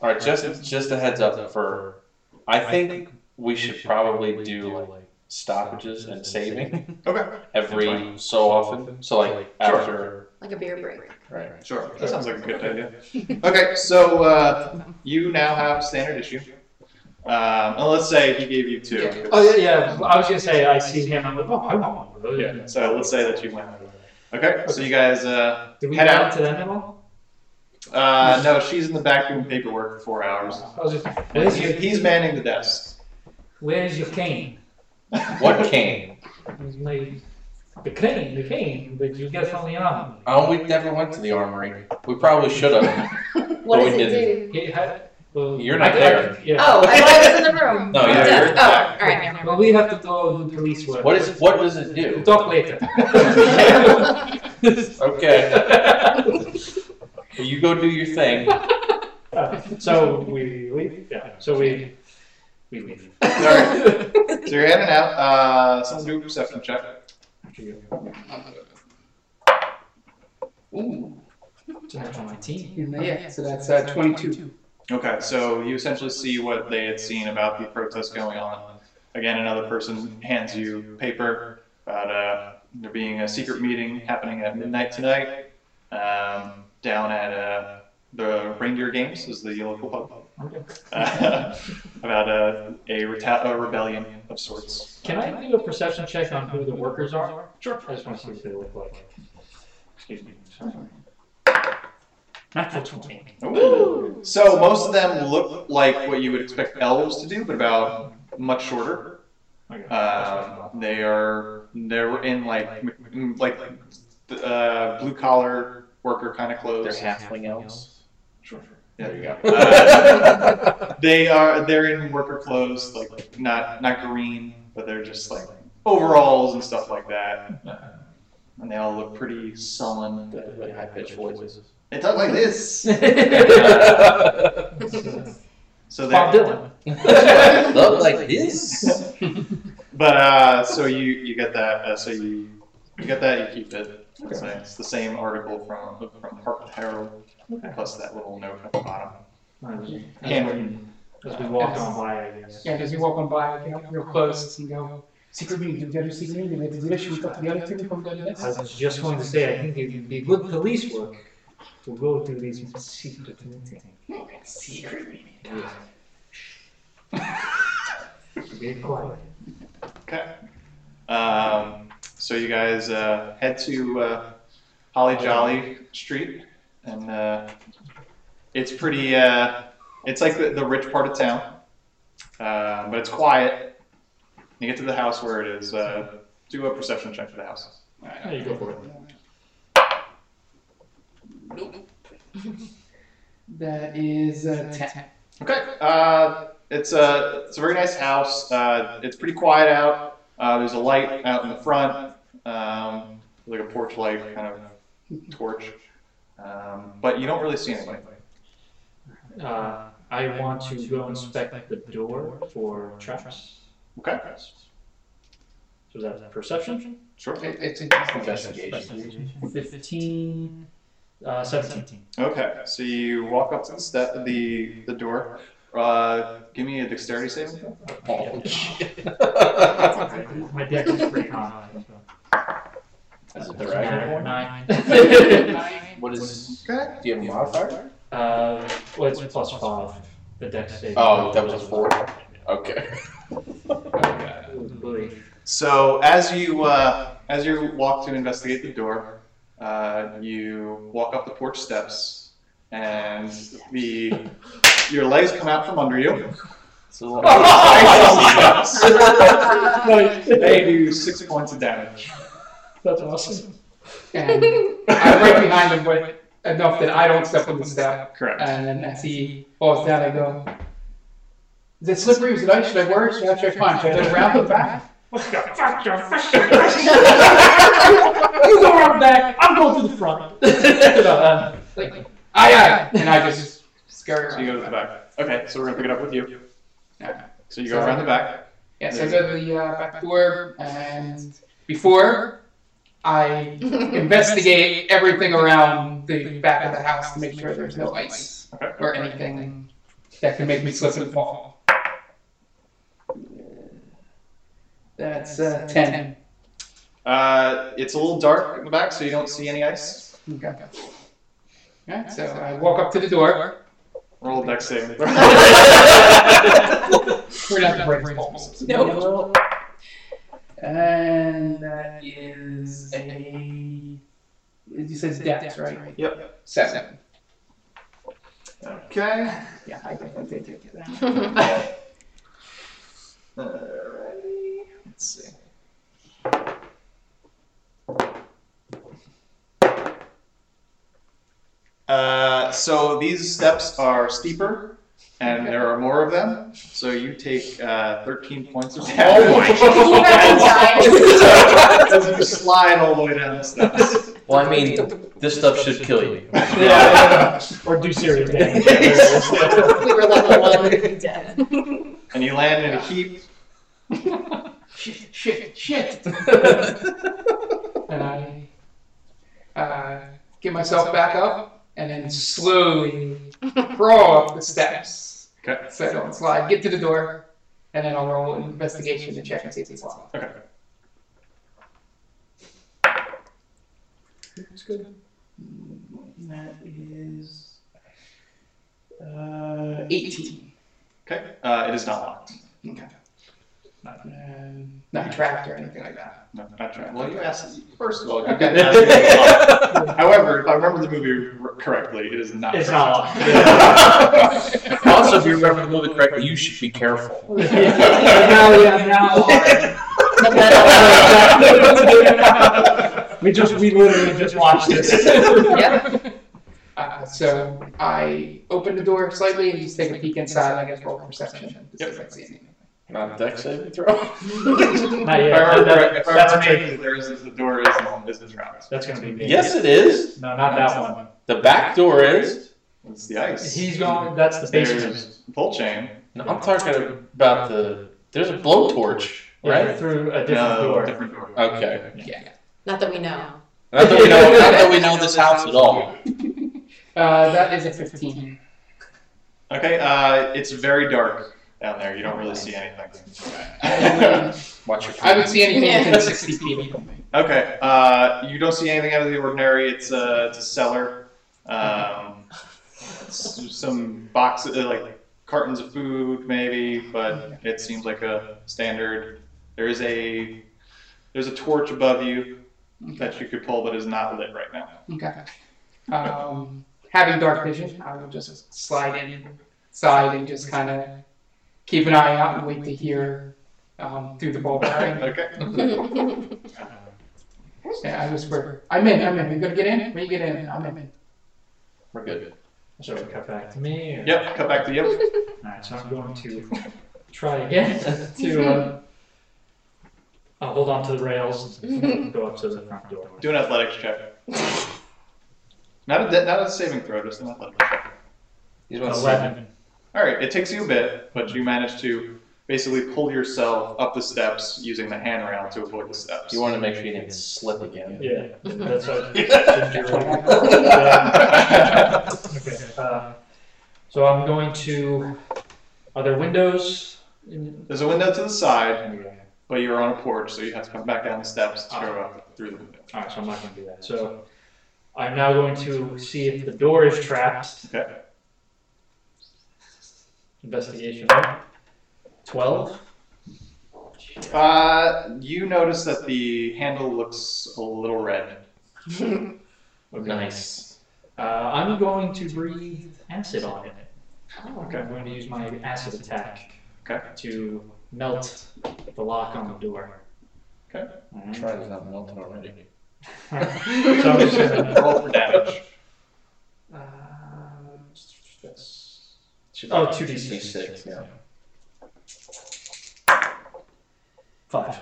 [SPEAKER 2] All right, just just a heads up for. I think we should probably do like stoppages and saving
[SPEAKER 1] Okay,
[SPEAKER 2] every so often. So like
[SPEAKER 1] Sure.
[SPEAKER 2] after.
[SPEAKER 3] Like a beer break.
[SPEAKER 2] Right.
[SPEAKER 1] sure. That sounds like a good idea. Okay, so uh, you now have standard issue. Um, and let's say he gave you two.
[SPEAKER 5] oh yeah, yeah. I was gonna say I see him. I'm like, oh, I want one of those.
[SPEAKER 1] Yeah, so Uh, let's say that you went. Okay, so you guys uh,
[SPEAKER 5] Did we
[SPEAKER 1] Head
[SPEAKER 5] head
[SPEAKER 1] out.
[SPEAKER 5] out to them at all?
[SPEAKER 1] Uh, no, she's in the back doing paperwork for four hours.
[SPEAKER 5] I was just,
[SPEAKER 1] He's,
[SPEAKER 5] where's your,
[SPEAKER 1] he's manning the desk.
[SPEAKER 5] where's your cane?
[SPEAKER 2] What cane?
[SPEAKER 5] He's like, the cane, the cane that you get from the army.
[SPEAKER 2] Oh, we never went to the armory. We probably should have.
[SPEAKER 3] What
[SPEAKER 2] No,
[SPEAKER 3] does
[SPEAKER 2] we
[SPEAKER 3] it
[SPEAKER 2] didn't.
[SPEAKER 3] do?
[SPEAKER 5] He had- well,
[SPEAKER 2] You're not
[SPEAKER 5] I- I-
[SPEAKER 2] there.
[SPEAKER 5] yeah.
[SPEAKER 3] Oh, I thought it was in the room.
[SPEAKER 2] No, you're-
[SPEAKER 3] Yeah.
[SPEAKER 1] you're
[SPEAKER 3] Oh,
[SPEAKER 1] back.
[SPEAKER 3] all right. never mind.
[SPEAKER 5] Well, we have to do all the police work.
[SPEAKER 2] What is? What does it
[SPEAKER 5] We'll
[SPEAKER 2] do?
[SPEAKER 5] Talk later.
[SPEAKER 2] Okay. Well, you go do your thing.
[SPEAKER 5] Uh, so we leave. Yeah. So we we leave.
[SPEAKER 1] All right. So you're heading out. Uh, someone do a perception check.
[SPEAKER 4] Ooh,
[SPEAKER 5] It's an actual 19.
[SPEAKER 4] yeah. So that's uh, 22.
[SPEAKER 1] Okay, so you essentially see what they had seen about the protest going on. Again, another person hands you paper about uh, there being a secret meeting happening at midnight tonight um, down at uh, the Reindeer Games is the local pub
[SPEAKER 5] Okay.
[SPEAKER 1] uh, about uh, a, reta- a rebellion of sorts.
[SPEAKER 5] Can I do a perception check on who the workers are? Sure. I just want to see what they look like. Excuse me. Sorry. Natural 20.
[SPEAKER 1] Ooh. So most of them look like what you would expect elves to do, but about much shorter.
[SPEAKER 5] Okay.
[SPEAKER 1] Um, they are they're in like m- m- like uh, blue collar worker kind of
[SPEAKER 2] They're
[SPEAKER 1] clothes.
[SPEAKER 2] halfling elves.
[SPEAKER 5] Sure. sure.
[SPEAKER 2] There you go.
[SPEAKER 1] Uh, they are they're in worker clothes, like not not green, but they're just like overalls and stuff like that. And they all look pretty sullen.
[SPEAKER 2] Uh-huh. Really high pitched voices.
[SPEAKER 1] They talk like this. So
[SPEAKER 5] Bob
[SPEAKER 1] they
[SPEAKER 5] Dylan.
[SPEAKER 2] Look like this.
[SPEAKER 1] But uh, so you you get that. Uh, so you you get that. You keep it. It's, nice. It's the same article from from Harper Herald plus that little note at the bottom. Handwritten.
[SPEAKER 5] As we walk on by, I guess.
[SPEAKER 4] Yeah, because you walk on by, you know, real close and go, secret meeting, did you do secret meeting? Did you do this? Should we talk to the other two before we go to
[SPEAKER 5] I
[SPEAKER 4] this?
[SPEAKER 5] was just going to say, I think it would be good police work to go to these secret meetings.
[SPEAKER 4] Secret meeting.
[SPEAKER 5] Be quiet.
[SPEAKER 1] Okay. Um, so you guys uh, head to uh, Holly Jolly Street, and uh, it's pretty. Uh, it's like the, the rich part of town, uh, but it's quiet. You get to the house where it is. Uh, do a perception check for the house.
[SPEAKER 5] There you go for it.
[SPEAKER 4] That is a ten.
[SPEAKER 1] Okay. Uh, it's a it's a very nice house. Uh, it's pretty quiet out. Uh, there's a light out in the front, um, like a porch light kind of torch. Um, but you don't really see anybody.
[SPEAKER 5] Uh, I want to go inspect the door for traps.
[SPEAKER 1] Okay.
[SPEAKER 5] So that's perception.
[SPEAKER 1] Sure.
[SPEAKER 4] It- It's an
[SPEAKER 2] Investigation.
[SPEAKER 5] Fifteen. Uh, Seventeen.
[SPEAKER 1] Okay. So you walk up to the step, the the door. Uh, give me a dexterity saving. throw.
[SPEAKER 2] Oh, shit.
[SPEAKER 5] My deck is pretty high. so-
[SPEAKER 2] Is it the
[SPEAKER 5] Nine.
[SPEAKER 2] dragon?
[SPEAKER 5] nine.
[SPEAKER 2] What is.
[SPEAKER 1] Okay.
[SPEAKER 2] Do you have a modifier?
[SPEAKER 5] Uh, well, it's plus five. The deck save.
[SPEAKER 2] Oh, that was a four. Okay.
[SPEAKER 5] Bully.
[SPEAKER 1] So as you uh, as you walk to investigate the door, uh, you walk up the porch steps, and the your legs come out from under you.
[SPEAKER 2] So, uh,
[SPEAKER 1] They do six points of damage.
[SPEAKER 5] That's awesome.
[SPEAKER 4] And I'm right behind him, but enough that I don't step on the step.
[SPEAKER 1] Correct.
[SPEAKER 4] And as he falls down, I go, Is it slippery? Was it ice? Should I wear it? Should I check mine? Should I let it round the back?
[SPEAKER 5] What the fuck? You're you go around back. I'm going through the front. Uh,
[SPEAKER 4] Like, aye, aye. And I just scurry
[SPEAKER 1] So you go to the back. Okay, so we're gonna pick it up with you.
[SPEAKER 4] Yeah.
[SPEAKER 1] So you go around the back.
[SPEAKER 4] Yeah, so I go to the uh, back door, and before I investigate everything around the back of the house to make sure there's no ice
[SPEAKER 1] Okay.
[SPEAKER 4] or anything that could make me slip and fall. That's uh, 10.
[SPEAKER 1] Uh, it's a little dark in the back, so you don't see any ice.
[SPEAKER 4] Okay. Alright, so I walk up to the door.
[SPEAKER 1] Roll a dex saving. throw.
[SPEAKER 4] We're not the brightest bulbs.
[SPEAKER 3] No.
[SPEAKER 4] And that is a. You said dex, right?
[SPEAKER 1] Yep.
[SPEAKER 4] Seven.
[SPEAKER 1] Okay.
[SPEAKER 4] Yeah, I definitely did get that.
[SPEAKER 1] Alrighty. Let's see. Uh, so these steps are steeper, and there are more of them. So you take uh, 13 points of damage. As you slide all the way down the steps.
[SPEAKER 2] well, I mean, this stuff should kill you.
[SPEAKER 1] Yeah.
[SPEAKER 5] or do serious damage.
[SPEAKER 3] we were level one, we'd be dead.
[SPEAKER 1] and you land in a heap.
[SPEAKER 4] shit, shit, shit. and I uh, get myself back up and then slowly crawl up the steps
[SPEAKER 1] Okay.
[SPEAKER 4] so I don't slide, get to the door, and then I'll roll an investigation to check and see if it's locked.
[SPEAKER 1] Okay.
[SPEAKER 4] Mm, That is uh, 18.
[SPEAKER 1] Okay. Uh, it is not locked.
[SPEAKER 4] Okay. Um, not trapped or anything like that.
[SPEAKER 1] No, not trying. Well, you asked first of all. you
[SPEAKER 4] Okay.
[SPEAKER 1] didn't ask me to lock it. However, if I remember the movie r- correctly, it is not.
[SPEAKER 5] It's
[SPEAKER 1] correct.
[SPEAKER 5] not
[SPEAKER 2] Also, if you remember the movie correctly, you should be careful.
[SPEAKER 5] now we are now. we just we literally just watched this.
[SPEAKER 4] yeah. Uh, so I open the door slightly and just take a peek inside. I guess roll perception. to see if I see anything.
[SPEAKER 2] Not deck saving throw.
[SPEAKER 5] Not
[SPEAKER 1] If
[SPEAKER 5] yet.
[SPEAKER 1] I remember, if I remember
[SPEAKER 5] That's me.
[SPEAKER 1] correctly, there is the door is on is trapped.
[SPEAKER 5] That's gonna be me.
[SPEAKER 2] Yes, it is.
[SPEAKER 5] No, not that one.
[SPEAKER 2] The back door is.
[SPEAKER 1] It's the ice.
[SPEAKER 5] He's going. That's the basics.
[SPEAKER 1] There's pull chain.
[SPEAKER 2] No, I'm talking about the. There's a blowtorch,
[SPEAKER 5] Right
[SPEAKER 2] right?
[SPEAKER 5] through a different
[SPEAKER 1] no,
[SPEAKER 5] door.
[SPEAKER 1] uh, different door.
[SPEAKER 2] Okay.
[SPEAKER 4] Yeah.
[SPEAKER 3] Not that we know.
[SPEAKER 2] Not that we know, not that we know this house at all.
[SPEAKER 4] Uh, that is a 15.
[SPEAKER 1] Okay. Uh, it's very dark down there. You don't really see anything.
[SPEAKER 2] Watch your.
[SPEAKER 4] I don't see anything
[SPEAKER 3] Yeah.
[SPEAKER 4] within 60 feet of me.
[SPEAKER 1] okay. Uh, you don't see anything out of the ordinary. It's a it's a cellar. Um, s- some boxes uh, like cartons of food maybe, but it seems like a standard. There is a there's a torch above you that you could pull, but is not lit right now.
[SPEAKER 4] Okay. Um, having dark vision, I will just slide in side and just kind of keep an eye out and wait to hear um, through the ball bearing.
[SPEAKER 1] Okay.
[SPEAKER 4] Yeah, I whisper, I'm in, I'm in. Are you going to get in? When you get in, I'm in.
[SPEAKER 2] We're good.
[SPEAKER 5] So we cut back to me. Or...
[SPEAKER 1] Yep, cut back to yep.
[SPEAKER 5] All right, so I'm going to try again to uh, uh, hold on to the rails and go up to the front door.
[SPEAKER 1] Do an athletics check. Not a de- not a saving throw, just an athletics check.
[SPEAKER 2] You don't see.
[SPEAKER 5] Eleven.
[SPEAKER 1] All right, it takes you a bit, but you manage to basically pull yourself up the steps using the handrail to avoid the steps.
[SPEAKER 2] You want to make sure you didn't slip again.
[SPEAKER 5] Yeah, that's what I didn't do.
[SPEAKER 1] yeah.
[SPEAKER 5] Okay. Uh, so I'm going to. Are there windows? In...
[SPEAKER 1] There's a window to the side,
[SPEAKER 5] Yeah.
[SPEAKER 1] but you're on a porch, so you have to come back down the steps to go up through the window.
[SPEAKER 5] All right, so I'm not going to do that. So I'm now going to see if the door is trapped.
[SPEAKER 1] Okay.
[SPEAKER 5] Investigation. Twelve.
[SPEAKER 1] Uh, you notice that the handle looks a little red.
[SPEAKER 2] Nice.
[SPEAKER 5] Uh, I'm going to breathe acid on it.
[SPEAKER 3] Oh.
[SPEAKER 5] I'm going to use my acid attack
[SPEAKER 1] Okay.
[SPEAKER 5] to melt the lock on the door.
[SPEAKER 1] Okay.
[SPEAKER 5] All
[SPEAKER 2] I'm
[SPEAKER 5] right.
[SPEAKER 2] trying to not melt it already.
[SPEAKER 5] so I'm just gonna
[SPEAKER 1] Roll for damage.
[SPEAKER 5] Uh, that's oh, two d
[SPEAKER 2] D6, yeah.
[SPEAKER 5] Five.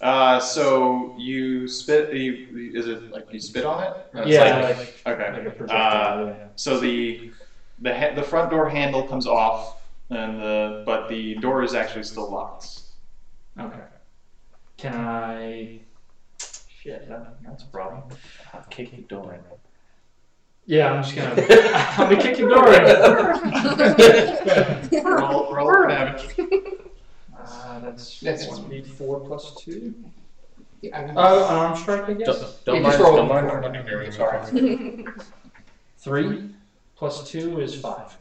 [SPEAKER 1] Uh, so you spit. You, you- is it like you spit on it? Or it's
[SPEAKER 5] yeah,
[SPEAKER 1] like-
[SPEAKER 5] like,
[SPEAKER 1] okay.
[SPEAKER 5] like a projectile. yeah.
[SPEAKER 1] So the the ha- the front door handle comes off, and the but the door is actually still locked.
[SPEAKER 5] Okay. Can I? Shit, that, that's a problem.
[SPEAKER 2] I'll kick the door in.
[SPEAKER 5] Yeah, I'm just gonna. I'm gonna kick the door in.
[SPEAKER 1] Roll, roll for damage.
[SPEAKER 5] Uh, that's
[SPEAKER 4] That's
[SPEAKER 5] one
[SPEAKER 4] one.
[SPEAKER 5] d four plus two.
[SPEAKER 4] Yeah, I mean,
[SPEAKER 5] Uh, an arm strike, I guess.
[SPEAKER 2] Don't, don't
[SPEAKER 4] Yeah,
[SPEAKER 2] mind,
[SPEAKER 4] just roll
[SPEAKER 2] don't
[SPEAKER 4] it.
[SPEAKER 2] mind my running area, sorry.
[SPEAKER 5] Three plus two is five.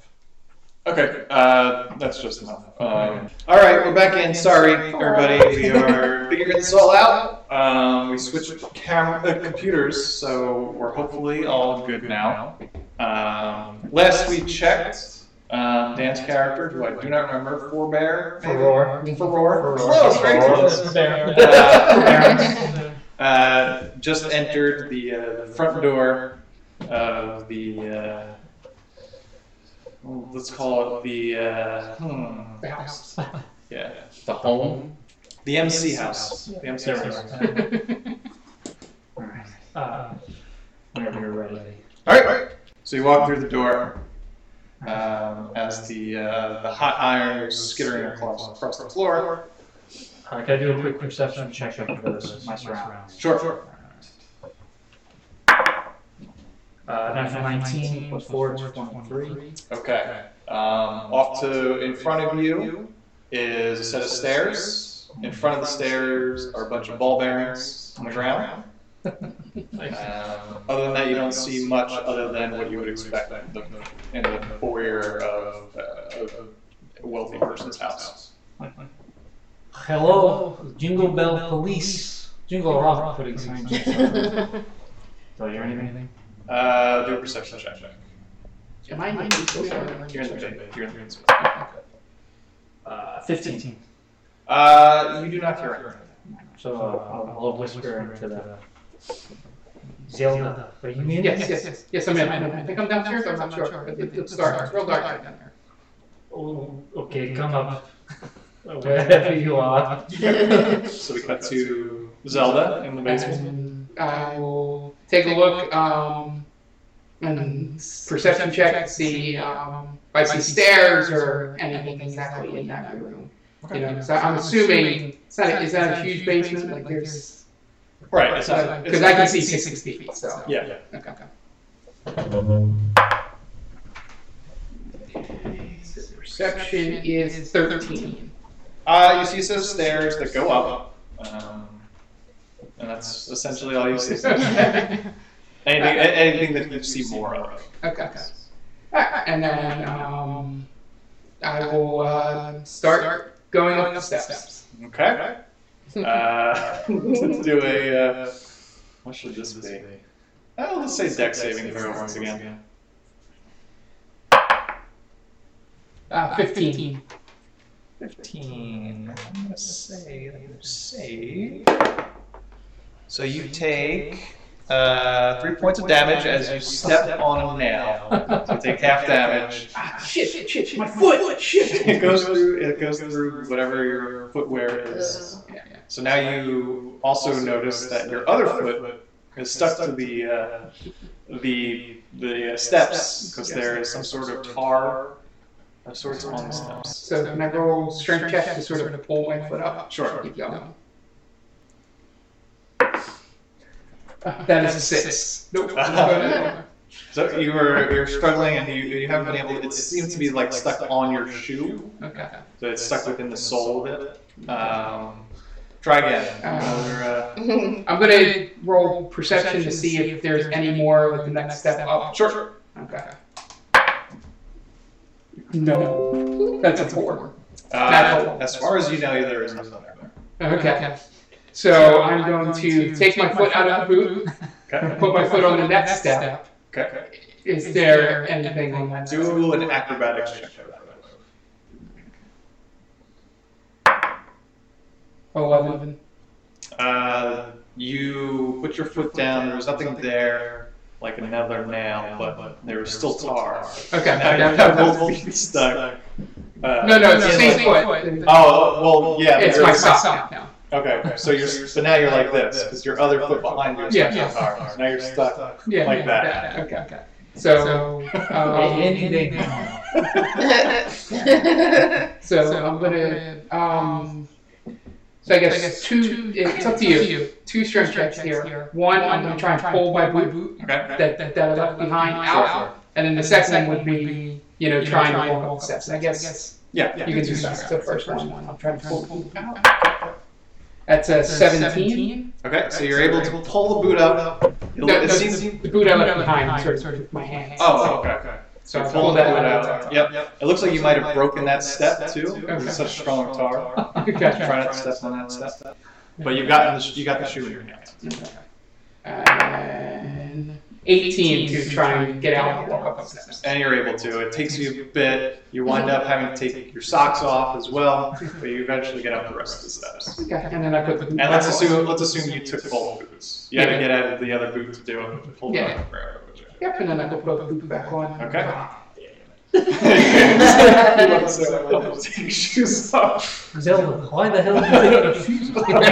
[SPEAKER 1] Okay, uh, that's just enough. Um, all right, we're back in. Sorry, everybody. We are figuring this all out. Um, we switched camera uh, computers, so we're hopefully all good now. Um, last we checked, um, Dan's character, who I do not remember, Forbear. maybe?
[SPEAKER 5] roar.
[SPEAKER 1] Foror. Close, very close. Uh, just entered the uh, front door of the. Uh, well, let's call it the. Uh, hmm,
[SPEAKER 4] the house.
[SPEAKER 1] yeah.
[SPEAKER 2] The home?
[SPEAKER 1] The MC house. The MC house.
[SPEAKER 5] Uh, whenever you're ready.
[SPEAKER 1] All right. So you walk through the door um, as the uh, the hot iron goes skittering across, across the floor.
[SPEAKER 5] All right, can I do a quick perception check of those, my surroundings?
[SPEAKER 1] Sure, sure.
[SPEAKER 5] Uh, natural 19 plus 4 is 23.
[SPEAKER 1] Okay. Um, off to in front of you is a set of stairs. In front of the stairs are a bunch of ball bearings on the ground. Um, other than that, you don't see much other than what you would expect in the, in the foyer of, uh, of a wealthy person's house.
[SPEAKER 5] Hello, Jingle Bell Police. Jingle Rock putting signs. Do I hear anything?
[SPEAKER 1] Uh, do a perception check.
[SPEAKER 4] Am I in
[SPEAKER 1] You're in the bin. You're in the bin.
[SPEAKER 5] Uh, 15.
[SPEAKER 1] Uh, you do not hear anything.
[SPEAKER 5] So uh, I'll, I'll whisper into the. Zelda, are you in?
[SPEAKER 4] Yes, yes, yes. Yes, I'm in. I'm in. I think I'm downstairs. I'm not sure. It, it, it's dark. It's real dark right down there.
[SPEAKER 5] Oh, okay, come up.
[SPEAKER 6] Uh,
[SPEAKER 5] Wherever you are.
[SPEAKER 1] So we cut to Zelda in the basement.
[SPEAKER 4] And I will take a look um, and perception check to see um, if I see stairs or anything exactly in that room. You know, so I'm assuming it's not, is that a huge basement? Like there's
[SPEAKER 1] Right. It's a, it's
[SPEAKER 4] because
[SPEAKER 1] a,
[SPEAKER 4] I can see six, six feet. So
[SPEAKER 1] yeah.
[SPEAKER 4] okay. okay. Perception is 13.
[SPEAKER 1] Uh, you see some stairs that go up, um, and that's essentially all you see. anything,
[SPEAKER 4] okay.
[SPEAKER 1] a- anything that you see more of.
[SPEAKER 4] okay. Alright, and then um, I will uh, start going up the steps.
[SPEAKER 1] Okay. Uh, let's do a. Uh, what should this be? Oh, let's say deck saving throw once again.
[SPEAKER 4] Uh, 15.
[SPEAKER 1] 15. I'm gonna say, I'm gonna say. So you take Uh, three points of damage as you step on him now.
[SPEAKER 4] Uh,
[SPEAKER 1] So take half damage.
[SPEAKER 4] Ah, shit, shit, shit, shit, my foot, shit.
[SPEAKER 1] It goes through. It goes through whatever your footwear is.
[SPEAKER 4] Yeah, yeah.
[SPEAKER 1] So now you also notice that your other foot is stuck to the uh, the the uh, steps because there is some sort of tar of sorts on the steps.
[SPEAKER 4] So can I roll strength check to sort of pull my foot up?
[SPEAKER 1] Sure.
[SPEAKER 4] Keep going. Uh, That is a six. Nope.
[SPEAKER 1] So you were you're struggling and you, you haven't been able. It seems to be like stuck on your shoe,
[SPEAKER 4] Okay.
[SPEAKER 1] so it's stuck within the sole of it. Um, try again. Another, uh,
[SPEAKER 4] I'm gonna roll perception to see if there's any more with the next step up.
[SPEAKER 1] Sure, sure.
[SPEAKER 4] Okay. No, that's a four.
[SPEAKER 1] Uh, as far as you know, there is nothing there.
[SPEAKER 4] Okay. So I'm going to take my foot out of the boot,
[SPEAKER 1] Okay.
[SPEAKER 4] put my foot on the next step.
[SPEAKER 1] okay.
[SPEAKER 4] Is there anything on that?
[SPEAKER 1] Do an acrobatics check. for that.
[SPEAKER 4] Eleven.
[SPEAKER 1] Uh, you put your foot down. There was nothing there, like another nail, but there was still tar.
[SPEAKER 4] Okay.
[SPEAKER 1] Now you have both feet stuck. Uh,
[SPEAKER 4] No, no, it's the
[SPEAKER 1] in
[SPEAKER 4] same
[SPEAKER 1] like-
[SPEAKER 4] foot.
[SPEAKER 1] Oh well, yeah.
[SPEAKER 4] It's
[SPEAKER 1] there
[SPEAKER 4] my
[SPEAKER 1] is-
[SPEAKER 4] sock now.
[SPEAKER 1] Okay, okay. So you're, so now you're like this because your other foot behind you is
[SPEAKER 4] Yeah,
[SPEAKER 1] stuck
[SPEAKER 4] yeah.
[SPEAKER 1] in tar. Now you're stuck.
[SPEAKER 4] Yeah,
[SPEAKER 1] Like
[SPEAKER 4] yeah,
[SPEAKER 1] that.
[SPEAKER 4] Okay. okay. So, um, so, I'm gonna. Um, so I guess, two. It's up to you. Two strength checks here. One, I'm gonna try and pull my boot,
[SPEAKER 1] Okay.
[SPEAKER 4] that, that that I left behind out, and then the second one would be, you know, trying to pull all steps. I guess
[SPEAKER 1] Yeah. yeah.
[SPEAKER 4] you can do that. The first one. I'm trying to pull boot out. That's a 17.
[SPEAKER 1] Okay. So you're able to pull the boot up. It'll-
[SPEAKER 4] No,
[SPEAKER 1] it
[SPEAKER 4] no,
[SPEAKER 1] seems-
[SPEAKER 4] the boot I left behind, sort of with my hands.
[SPEAKER 1] Oh, okay. okay.
[SPEAKER 4] so
[SPEAKER 1] you
[SPEAKER 4] I
[SPEAKER 1] pull
[SPEAKER 4] pulled
[SPEAKER 1] that
[SPEAKER 4] that
[SPEAKER 1] one
[SPEAKER 4] out.
[SPEAKER 1] out. Yep. It looks like you might have broken that step too. It
[SPEAKER 4] Okay.
[SPEAKER 1] was such a strong tar.
[SPEAKER 4] Okay.
[SPEAKER 1] Try not to step on that step. But you've gotten the, you got the shoe in your hand.
[SPEAKER 4] And 18 to try and get out and walk up the steps.
[SPEAKER 1] And you're able to. It takes you a bit. You wind up having to take your socks off as well, but you eventually get up the rest of the steps.
[SPEAKER 4] Okay, and then I put the
[SPEAKER 1] And let's assume let's assume you took both boots. You had to
[SPEAKER 4] Yeah.
[SPEAKER 1] get out of the other boot to do it. but Pull
[SPEAKER 4] Yeah.
[SPEAKER 1] back around.
[SPEAKER 4] Yep, and then I put both boot back on.
[SPEAKER 1] Okay.
[SPEAKER 4] Yeah.
[SPEAKER 1] So, take your shoes off.
[SPEAKER 6] Zelda, why the hell did you take your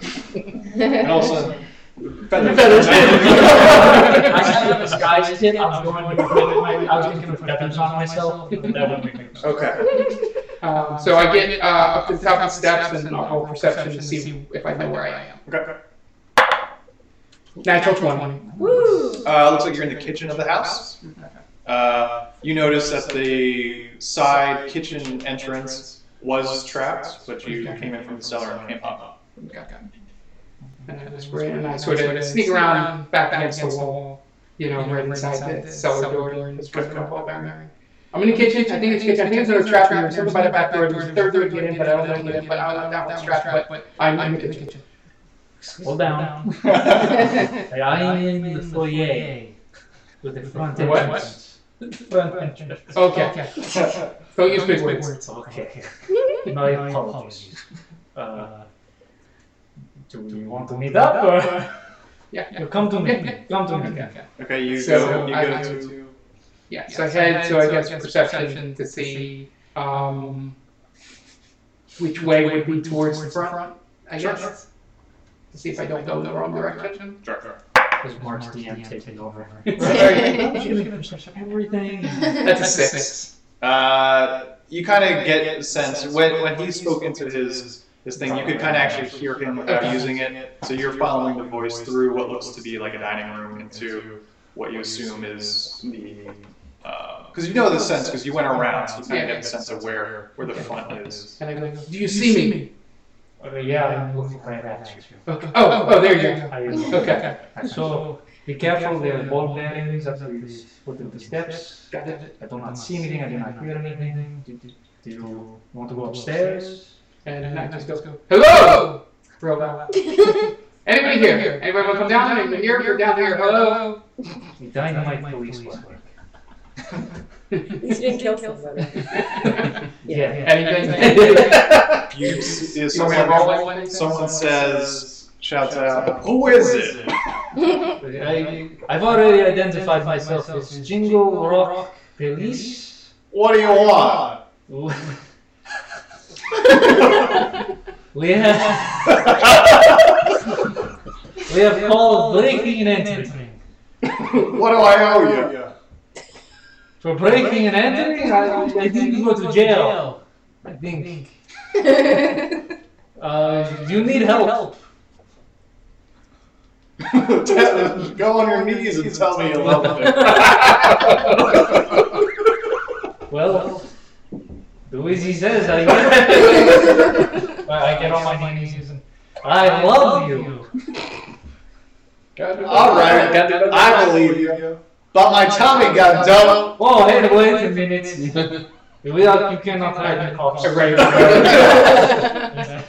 [SPEAKER 6] shoes
[SPEAKER 1] And also, feathers.
[SPEAKER 4] Feathers.
[SPEAKER 6] I haven't disguised it. I was going to put my, I was going to put weapons on myself. but That would make no sense.
[SPEAKER 1] okay.
[SPEAKER 4] Um, so I get uh, up to the top of the steps and I'll roll perception to see if I know where I am.
[SPEAKER 1] Okay.
[SPEAKER 4] Natural 20.
[SPEAKER 3] Woo!
[SPEAKER 1] Uh, looks like you're in the kitchen of the house. Uh, you notice that the side kitchen entrance was trapped, but you came in from the cellar and came up.
[SPEAKER 4] And I was right, and I sort of sneak around back against the wall, you know, right inside the cellar door and just drift up all down there. I'm in the kitchen. I think it's kitchen. I think it's in a trap here. Something by the back door. There's a third door to get in, but I don't know who it is. But I don't know that one's trapped. But I'm, I'm in the kitchen.
[SPEAKER 6] Hold down. Hey, I am in the foyer with the front
[SPEAKER 4] The what?
[SPEAKER 6] entrance. Front entrance.
[SPEAKER 4] Okay. Don't use big
[SPEAKER 6] Wait,
[SPEAKER 4] words.
[SPEAKER 6] words. Okay. My apologies. Uh, do we want to meet up or?
[SPEAKER 4] Yeah. yeah.
[SPEAKER 6] No, come to meet me. Come to meet
[SPEAKER 4] Okay.
[SPEAKER 6] me.
[SPEAKER 4] okay.
[SPEAKER 1] okay, you go.
[SPEAKER 4] So,
[SPEAKER 1] You
[SPEAKER 4] I-
[SPEAKER 1] go
[SPEAKER 4] I-
[SPEAKER 1] to.
[SPEAKER 4] Yeah. So I had so I guess perception to see um, which way would be towards the front. I guess to see if I don't go in the wrong direction.
[SPEAKER 1] Sure, sure.
[SPEAKER 6] Because Mark's DM taking over.
[SPEAKER 4] That's a six.
[SPEAKER 1] Uh, you kind of get a sense when when he spoke into his his thing. You could kind of actually hear him without using it. So you're following the voice through what looks to be like a dining room into what you assume is the. Because you know the sense, because you went around, so you kind of get the sense of where where the front is.
[SPEAKER 4] And I go, Do you see me?
[SPEAKER 6] Uh, yeah, I'm looking right at you.
[SPEAKER 4] Okay. Oh, oh, there you
[SPEAKER 6] I
[SPEAKER 4] go. Okay.
[SPEAKER 6] am. So be careful, there are ball bearings after these foot of the steps.
[SPEAKER 4] Got it.
[SPEAKER 6] I do not see anything, I do not hear anything. Do, do, do you want to go upstairs?
[SPEAKER 4] And then I just go, Hello! Real loud. Anybody here? Anybody want to come down? Anybody here? You're down here. Hello.
[SPEAKER 6] The dynamite police work.
[SPEAKER 3] You didn't kill somebody.
[SPEAKER 6] Yeah.
[SPEAKER 4] Anything?
[SPEAKER 1] You, is
[SPEAKER 4] You want me to
[SPEAKER 1] someone,
[SPEAKER 4] roll anything?
[SPEAKER 1] someone says, shouts out, "Who is it?"
[SPEAKER 6] I, I've already identified myself as Jingle Rock Police.
[SPEAKER 1] What do you want?
[SPEAKER 6] we have we have called breaking and entering.
[SPEAKER 1] What do I owe you?
[SPEAKER 6] For breaking and entering, I, I need to go to jail. I think. Uh, you need help.
[SPEAKER 1] Tell- Go on your knees and tell me you love me.
[SPEAKER 6] Well, do as he says. I guess. I get on my knees and I love you.
[SPEAKER 1] All right, I believe you. But my tummy got dumped.
[SPEAKER 6] Oh, hey, wait a minute. Without you cannot ride the cops.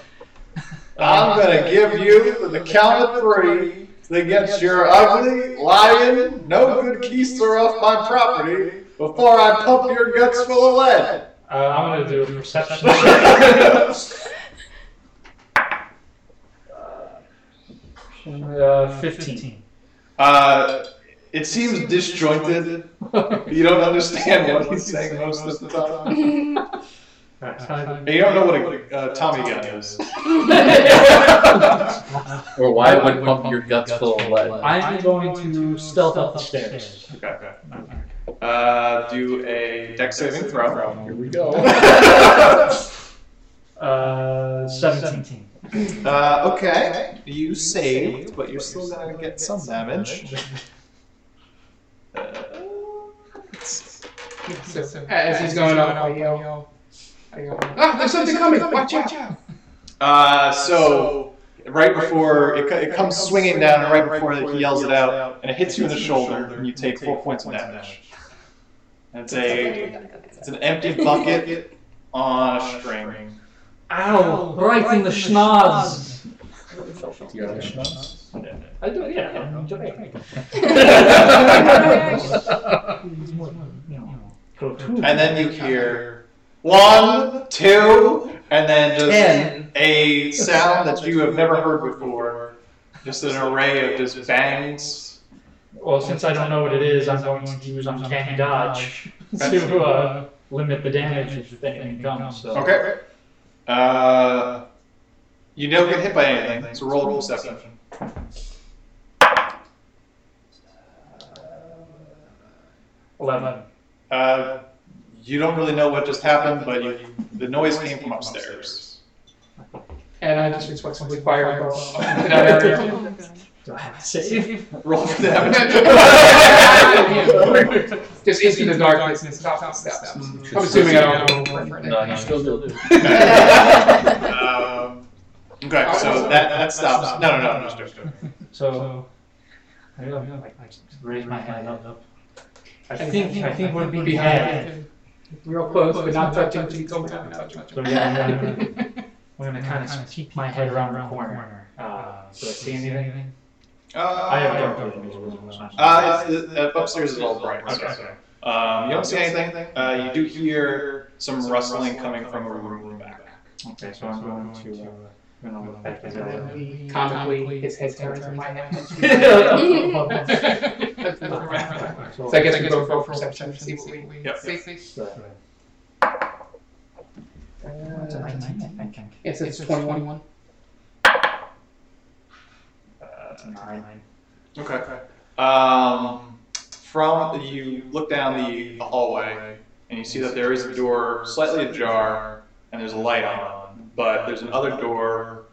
[SPEAKER 4] Right,
[SPEAKER 1] I'm gonna give you the count of three that gets your ugly, lying, no good keister off my property before I pump your guts full of lead.
[SPEAKER 5] Uh, I'm gonna do a perception.
[SPEAKER 6] Uh, 15.
[SPEAKER 1] Uh, it seems disjointed. You don't understand what he's saying most of the time. And you don't know what a uh, Tommy gun is.
[SPEAKER 2] Or why I would pump your guts full of lead.
[SPEAKER 6] I'm going to stealth upstairs.
[SPEAKER 1] Okay. Uh, do a deck saving throw. Here we go.
[SPEAKER 6] Uh, 17.
[SPEAKER 1] uh, okay. You saved, but you're still gonna get some damage.
[SPEAKER 4] So, as he's going up, I yell, I yell, ah, there's something coming, watch out.
[SPEAKER 1] Uh, so right before it, co- it comes swinging down, and right before he yells it out, and it hits you in the shoulder, and you take four points of damage. And It's a it's an empty bucket on a string.
[SPEAKER 6] Ow! Right in the schnoz! I do, yeah. I'm joking.
[SPEAKER 1] And then you hear one, two, and then just
[SPEAKER 2] Ten.
[SPEAKER 1] a sound that you have never heard before. Just an array of just bangs.
[SPEAKER 5] Well, since I don't know what it is, I'm going to use uncanny dodge to uh, limit the damage if anything comes. So.
[SPEAKER 1] Okay. Uh, you don't get hit by anything, so roll a perception.
[SPEAKER 5] Eleven.
[SPEAKER 1] Uh, you don't really know what just happened, but you, the noise came from upstairs.
[SPEAKER 4] And I just responsibly fire a bow into that area.
[SPEAKER 5] Save.
[SPEAKER 1] Roll for damage.
[SPEAKER 4] Just into the darkness and stop, stop, stop. Mm-hmm. I'm assuming I don't know. what
[SPEAKER 2] No, you still do.
[SPEAKER 1] um, okay, so that, that stops. No, no, no, no, no, no.
[SPEAKER 5] So. I don't know, like, I just raise my hand up. I
[SPEAKER 4] I
[SPEAKER 5] think I think we're being had.
[SPEAKER 4] Behind. Real close, but not touching, please don't touch.
[SPEAKER 5] So yeah, I'm gonna, I'm gonna kind of peek my head around the corner. Uh, do I see anything?
[SPEAKER 1] Uh,
[SPEAKER 5] I have dark vision. as well.
[SPEAKER 1] Uh, it's, uh, upstairs is all bright.
[SPEAKER 5] Okay.
[SPEAKER 1] Okay. Um, you don't see anything. Uh, you do hear some rustling coming from a room back.
[SPEAKER 5] Okay, so I'm going to. Uh, I'm gonna look back at that.
[SPEAKER 4] Comically, his head turns in my hand.
[SPEAKER 5] So,
[SPEAKER 4] So I guess we go for perception, see what we
[SPEAKER 1] Yep.
[SPEAKER 4] see.
[SPEAKER 5] uh,
[SPEAKER 4] Yes, Uh, it's 21.
[SPEAKER 5] uh, nine.
[SPEAKER 1] Okay. Um, from you look down the hallway and you see that there is a door slightly ajar and there's a light on, but there's another door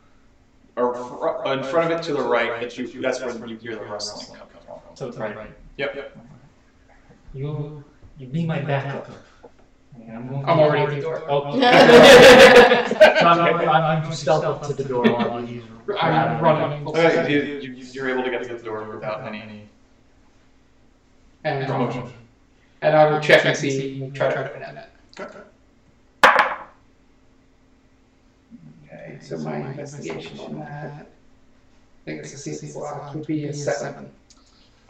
[SPEAKER 1] or fr- in front of it to the right that you that's where you hear the rustling coming from.
[SPEAKER 5] So it's right.
[SPEAKER 1] Yep. yep.
[SPEAKER 5] You you be my backup. I'm, going
[SPEAKER 4] I'm already at the door.
[SPEAKER 5] Oh,
[SPEAKER 1] Okay,
[SPEAKER 5] so I'm, I'm, I'm going stealth up to the door while he's
[SPEAKER 4] I'm running. full speed.
[SPEAKER 1] you, you, you're able to get to the door without any
[SPEAKER 4] And
[SPEAKER 1] promotion.
[SPEAKER 4] And I will check and see, try to open it.
[SPEAKER 1] Okay.
[SPEAKER 4] So my investigation on that, I think it's a CC block, would be a seven.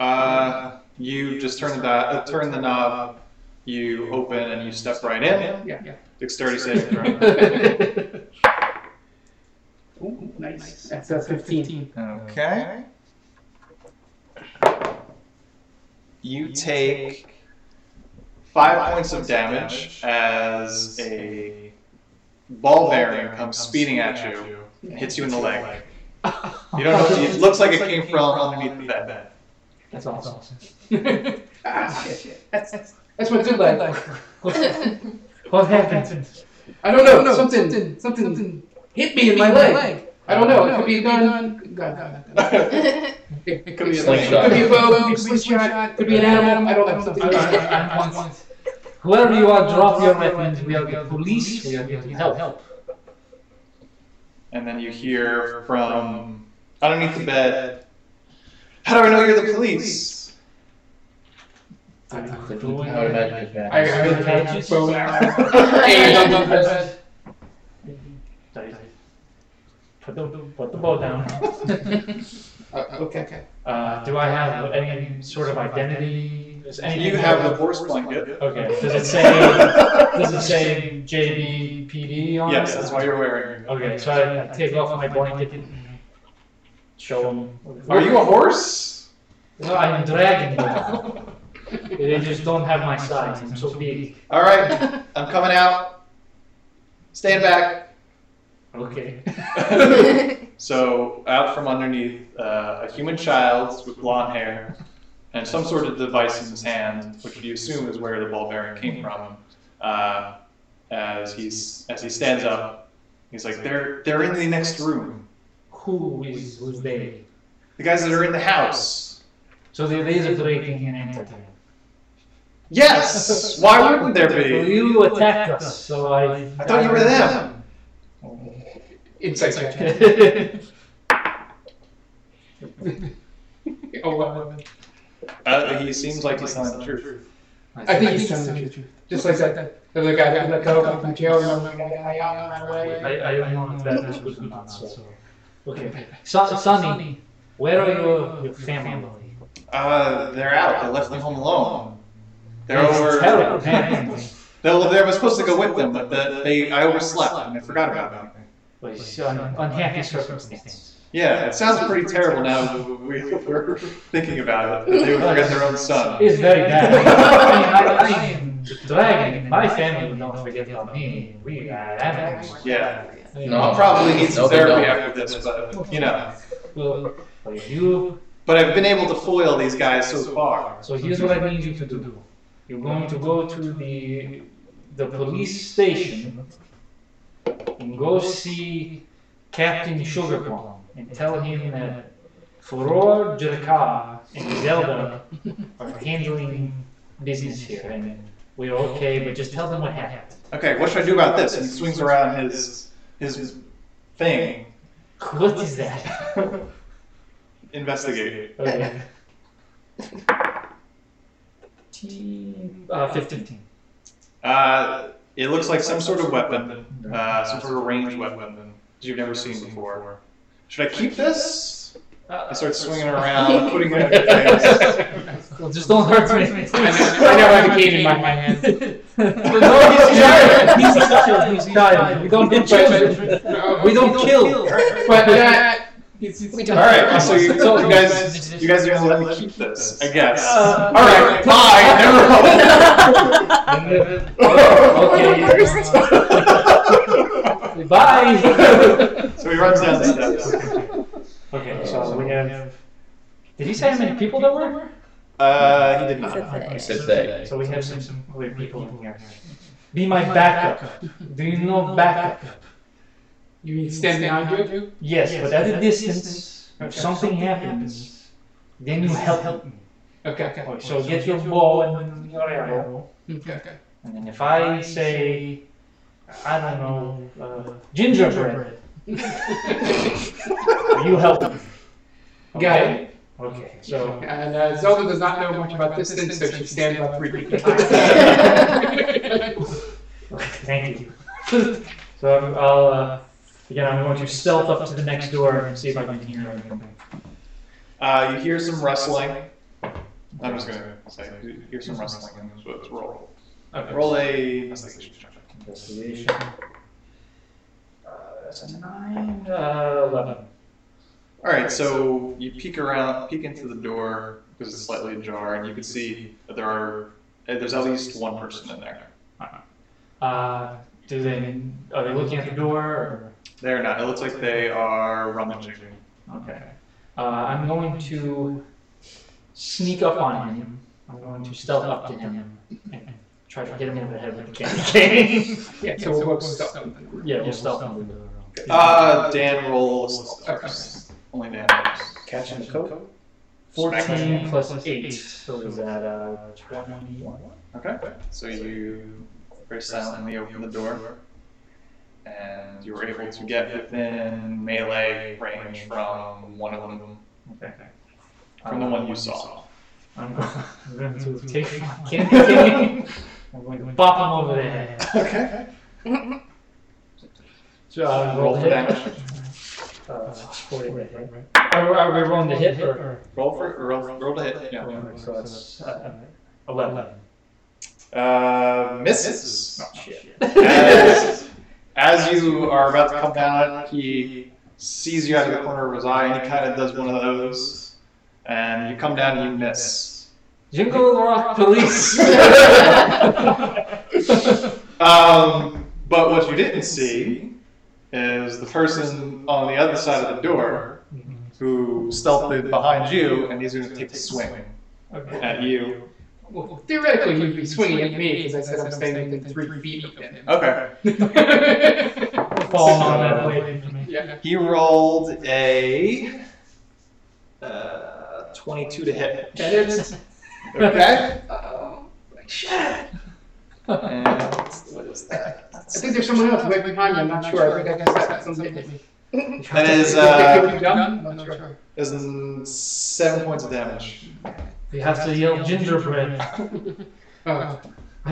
[SPEAKER 1] Uh, you just turn the uh, turn the knob, you open and you step right in.
[SPEAKER 4] Yeah, yeah.
[SPEAKER 1] Dexterity saving throw.
[SPEAKER 4] Ooh, Nice. That's a 15.
[SPEAKER 1] Okay. You take five points of damage as a ball bearing comes speeding at you and hits you in the leg. You don't know. It looks like it came from underneath the bed.
[SPEAKER 5] That's awesome.
[SPEAKER 4] Ah, shit, shit. That's, that's what good leg.
[SPEAKER 5] What happened?
[SPEAKER 4] I don't know. something, something, hit me in my leg. I don't know. It could be a gun. God, God, God. It it could be a
[SPEAKER 2] Slingshot.
[SPEAKER 4] It could be a bow. It could be a slingshot. Could be an animal. I don't know. Something.
[SPEAKER 5] I- I- I want- Whoever you are, drop your weapons. We are the police. We are here to help.
[SPEAKER 1] And then you hear from underneath the bed. How do I know you're the police?
[SPEAKER 5] I'm
[SPEAKER 2] I would
[SPEAKER 5] going.
[SPEAKER 2] imagine it's bad.
[SPEAKER 4] I, I really
[SPEAKER 5] Okay,
[SPEAKER 4] have
[SPEAKER 5] just-
[SPEAKER 4] a bow now.
[SPEAKER 3] Hey,
[SPEAKER 4] And I'm not-
[SPEAKER 5] Put the, put the bow down.
[SPEAKER 4] Uh, okay, okay.
[SPEAKER 5] Uh, do I have any sort of identity? Is anything-
[SPEAKER 1] You have the horse blanket.
[SPEAKER 5] Okay. Does it say? Does it say JBPD on it?
[SPEAKER 1] Yes, that's why you're wearing. it.
[SPEAKER 5] Okay, so I, I take off my blanket and show them.
[SPEAKER 1] Are you a horse?
[SPEAKER 5] No, I'm dragging them. they just don't have my size. I'm so big.
[SPEAKER 1] All right, I'm coming out. Stand back.
[SPEAKER 5] Okay.
[SPEAKER 1] so out from underneath uh, a human child with blonde hair and some sort of device in his hand, which you assume is where the ball bearing came from. Uh, as he's as he stands up, he's like, "They're they're in the next room.
[SPEAKER 5] Who is who's they?
[SPEAKER 1] The guys that are in the house."
[SPEAKER 5] So they're laser breaking and entering.
[SPEAKER 1] Yes. Why wouldn't there
[SPEAKER 5] So
[SPEAKER 1] be?
[SPEAKER 5] you attacked us. So I.
[SPEAKER 1] I thought you were them.
[SPEAKER 4] Insight check. Oh, wow.
[SPEAKER 1] Uh, he seems like he's telling the truth.
[SPEAKER 4] I think he's telling the truth. Just like that. The other guy that let go from jail. Remember that guy out on my way?
[SPEAKER 5] I, I don't know if that was good or not. So. Okay. So, Sonny, where are your, your family?
[SPEAKER 1] Uh, they're out. They left me home alone. They're
[SPEAKER 5] It's
[SPEAKER 1] over.
[SPEAKER 5] terrible, man.
[SPEAKER 1] They, they were supposed to go with them, but the, they I overslept and I forgot about them.
[SPEAKER 5] Well, it's an unhappy circumstance.
[SPEAKER 1] Yeah, it sounds pretty terrible now that we were thinking about it. That they would forget their own son.
[SPEAKER 5] It's very bad. I mean, I, I am the dragon. My family don't forget about me. We are animals.
[SPEAKER 1] Yeah,
[SPEAKER 2] No.
[SPEAKER 1] I'll probably need some
[SPEAKER 2] No, they
[SPEAKER 1] therapy
[SPEAKER 2] don't.
[SPEAKER 1] after this, but you know.
[SPEAKER 5] Well, for you,
[SPEAKER 1] But I've been able to foil these guys so far.
[SPEAKER 5] so here's what I need you to do. You're going to go to the the police station and go see Captain Sugarplum and tell him that Furor Jirka and Zelda are handling business here and we're okay, but just tell them what happened.
[SPEAKER 1] Okay, what should I do about this? And he swings around his his thing.
[SPEAKER 5] What is that?
[SPEAKER 1] Investigate.
[SPEAKER 5] Okay. Uh, 15.
[SPEAKER 1] Uh, it looks like some sort of weapon, uh, some sort of ranged weapon that you've never seen before. Should I keep this?
[SPEAKER 5] Uh,
[SPEAKER 1] I start swinging around, putting it in your face.
[SPEAKER 5] Just don't hurt me.
[SPEAKER 4] I know- I know I have a cane in my, my hand.
[SPEAKER 5] He's a child. He's a child. We don't hit children. We don't kill.
[SPEAKER 4] But that. We
[SPEAKER 1] All right, so you, you guys, you guys are gonna let me keep this, I guess.
[SPEAKER 5] Uh,
[SPEAKER 1] All right, fine. Never mind.
[SPEAKER 5] Okay. Bye.
[SPEAKER 1] so he runs down the steps.
[SPEAKER 5] Okay, so we have. Did he say how many people there were?
[SPEAKER 1] Uh, he did
[SPEAKER 3] That's
[SPEAKER 1] not.
[SPEAKER 3] it.
[SPEAKER 2] I said they.
[SPEAKER 5] So we have some, some other people in here. Be my backup. Do you know backup?
[SPEAKER 4] You mean stand behind you?
[SPEAKER 5] Yes, but at a distance, if something happens, then you help me.
[SPEAKER 4] Okay, okay.
[SPEAKER 5] Okay, so get your bow and your arrow.
[SPEAKER 4] Okay, okay.
[SPEAKER 5] And then if I say, I don't know, uh, gingerbread, you help me.
[SPEAKER 4] Got it.
[SPEAKER 5] Okay, so.
[SPEAKER 4] And uh, Zelda does not know much about distance, so she stands up three feet.
[SPEAKER 5] Thank you. so I'm- I'll, uh, again, I'm going to stealth up to the next door and see if I can hear anything.
[SPEAKER 1] Uh, you hear some rustling. I'm just gonna say, you hear some rustling, and so let's roll.
[SPEAKER 5] Okay.
[SPEAKER 1] Roll a investigation check.
[SPEAKER 5] Investigation. Uh, That's a nine, uh, eleven.
[SPEAKER 1] All right, so you peek around, peek into the door because it's slightly ajar, and you can see that there are uh, there's at least one person in there.
[SPEAKER 5] Uh, do they, are they looking at the door or?
[SPEAKER 1] They're not. It looks like they are rummaging.
[SPEAKER 5] Okay. Uh, I'm going to sneak up on him. I'm going to stealth up to him and try to get him over the head with the candy cane.
[SPEAKER 4] Yeah, so we'll both stealth. Okay.
[SPEAKER 5] yeah, we'll stealth him.
[SPEAKER 1] Uh, Dan rolls first. Only Dan. Rolls.
[SPEAKER 2] Catching the coat.
[SPEAKER 5] 14 plus 8, so is that uh, 21?
[SPEAKER 1] Okay. So you very silently open the door, and you were able to get within melee range from one of them,
[SPEAKER 5] Okay.
[SPEAKER 1] from the one you saw.
[SPEAKER 5] I'm going to take my candy cane. I'm going to bop him over the head.
[SPEAKER 1] Okay.
[SPEAKER 5] So uh,
[SPEAKER 1] Roll for
[SPEAKER 5] hit.
[SPEAKER 1] damage.
[SPEAKER 5] Uh, 40, right? Are, are we rolling the hit or?
[SPEAKER 1] Roll for roll, roll to hit. Yeah.
[SPEAKER 5] So that's uh, 11.
[SPEAKER 1] Uh, misses.
[SPEAKER 5] Shit.
[SPEAKER 1] As, as you are about to come down, he sees you out of the corner of his eye, and he kind of does one of those, and you come down and you miss.
[SPEAKER 5] Jingle Rock Police.
[SPEAKER 1] Um, but what you didn't see is the person on the other side of the door who stealthed behind you, and he's going to take a swing
[SPEAKER 5] okay.
[SPEAKER 1] at you.
[SPEAKER 4] Well, theoretically, he'd be swinging at me because I said I'm standing within three feet of him.
[SPEAKER 1] Okay.
[SPEAKER 5] Falling on that blade for me.
[SPEAKER 4] yeah.
[SPEAKER 1] He rolled a uh, 22 to hit.
[SPEAKER 4] That is.
[SPEAKER 1] Okay.
[SPEAKER 4] Oh, shit.
[SPEAKER 1] And what is that?
[SPEAKER 4] I think there's someone else right behind me. I'm not sure. I think I just got somebody hit me.
[SPEAKER 1] That is
[SPEAKER 4] Could
[SPEAKER 1] uh,
[SPEAKER 4] be done. I'm not sure.
[SPEAKER 1] is mm, seven points of damage.
[SPEAKER 5] You have to yell gingerbread.
[SPEAKER 4] Oh.
[SPEAKER 5] I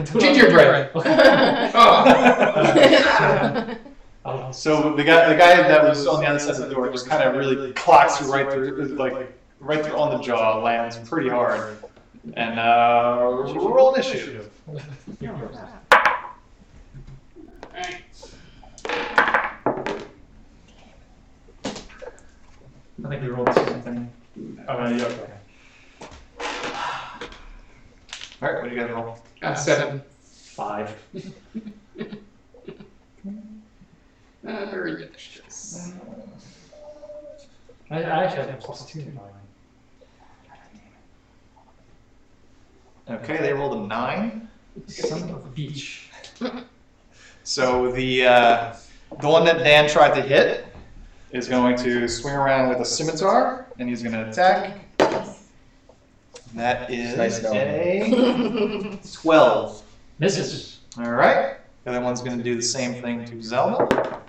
[SPEAKER 5] don't know.
[SPEAKER 4] Gingerbread. Oh.
[SPEAKER 5] Oh,
[SPEAKER 1] So the guy, the guy that was on the other side of the door, just kind of really clocks you right through, like right through on the jaw, lands pretty hard, and uh, roll initiative.
[SPEAKER 5] I think we rolled the same thing. Oh, no, yeah, okay.
[SPEAKER 1] All right, what do you guys roll?
[SPEAKER 4] Uh, seven.
[SPEAKER 5] Five.
[SPEAKER 4] Uh, very delicious.
[SPEAKER 5] I, I actually have plus two. in mine.
[SPEAKER 1] Okay, they rolled a nine.
[SPEAKER 5] Son of a beach.
[SPEAKER 1] So the uh, the one that Dan tried to hit is going to swing around with a scimitar, and he's going to attack. And That is
[SPEAKER 2] Nice knowing.
[SPEAKER 1] a twelve.
[SPEAKER 5] Misses.
[SPEAKER 1] All right. The other one's going to do the same thing to Zelda.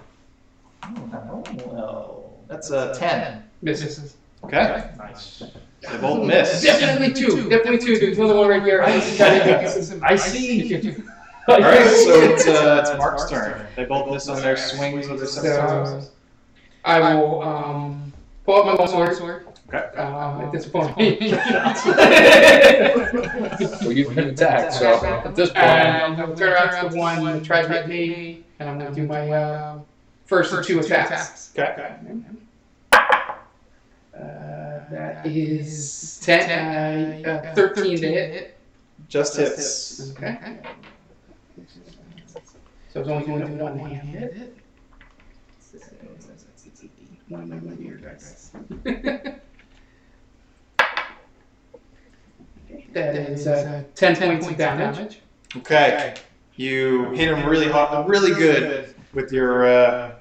[SPEAKER 1] Oh, no. No. That's a 10.
[SPEAKER 4] Misses.
[SPEAKER 1] Okay.
[SPEAKER 5] Nice.
[SPEAKER 1] They both miss.
[SPEAKER 4] Definitely two. Definitely two. There's another one right here. I
[SPEAKER 5] I see.
[SPEAKER 1] All right, so it's, uh, it's Mark's turn. They both miss on their swings with their
[SPEAKER 4] So,
[SPEAKER 1] scimitars.
[SPEAKER 4] I will um, pull out my long sword.
[SPEAKER 1] Okay.
[SPEAKER 4] Um, at this point.
[SPEAKER 5] uh,
[SPEAKER 2] Well, you've been attacked, so at this point,
[SPEAKER 4] and I'll turn around to the one that tried to hit me, and I'm going to do my uh, first two attacks.
[SPEAKER 1] Okay.
[SPEAKER 4] Uh, that is 10, uh, uh, 13 to hit.
[SPEAKER 1] Just hits.
[SPEAKER 4] Okay. So I was only going to do one hand hit. One of my linear dice. That is uh, 10 points of damage.
[SPEAKER 1] Okay. You hit him really hard, really good with your, uh,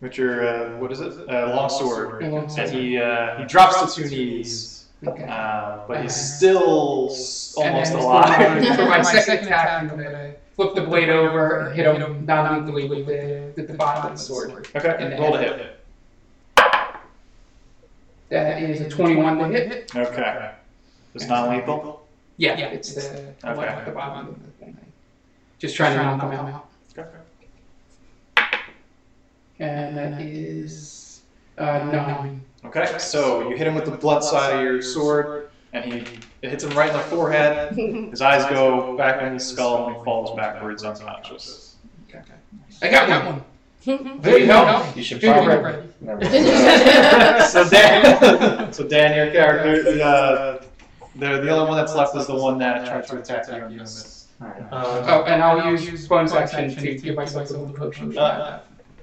[SPEAKER 1] with your, uh, what is it? Uh, long sword. And he, uh, he drops to two knees,
[SPEAKER 4] Okay.
[SPEAKER 1] uh, but he's still s- almost
[SPEAKER 4] And then
[SPEAKER 1] alive.
[SPEAKER 4] For my second attack, I'm gonna flip the blade over, hit him non-lethally with the, with the bottom of the sword.
[SPEAKER 1] Okay, roll to hit.
[SPEAKER 4] That is a 21 to hit.
[SPEAKER 1] Okay. It's non lethal?
[SPEAKER 4] Yeah, it's the,
[SPEAKER 1] Okay.
[SPEAKER 4] the bottom of the thing. Just trying to knock him out.
[SPEAKER 1] Okay.
[SPEAKER 4] And that is uh, nine.
[SPEAKER 1] Okay, so you hit him with the blunt side of your sword, and he it hits him right in the forehead. His eyes go back in his skull, and he falls backwards unconscious.
[SPEAKER 4] I got one. Very helpful.
[SPEAKER 2] You should
[SPEAKER 4] Do the
[SPEAKER 2] probably.
[SPEAKER 4] right.
[SPEAKER 2] Never mind.
[SPEAKER 3] Didn't
[SPEAKER 1] so Dan, so Dan, your character, uh, the the only one that's left is the one that tried to attack you and missed.
[SPEAKER 5] Uh,
[SPEAKER 4] Oh, and I'll use bonus action to give myself a little potion.
[SPEAKER 1] Uh,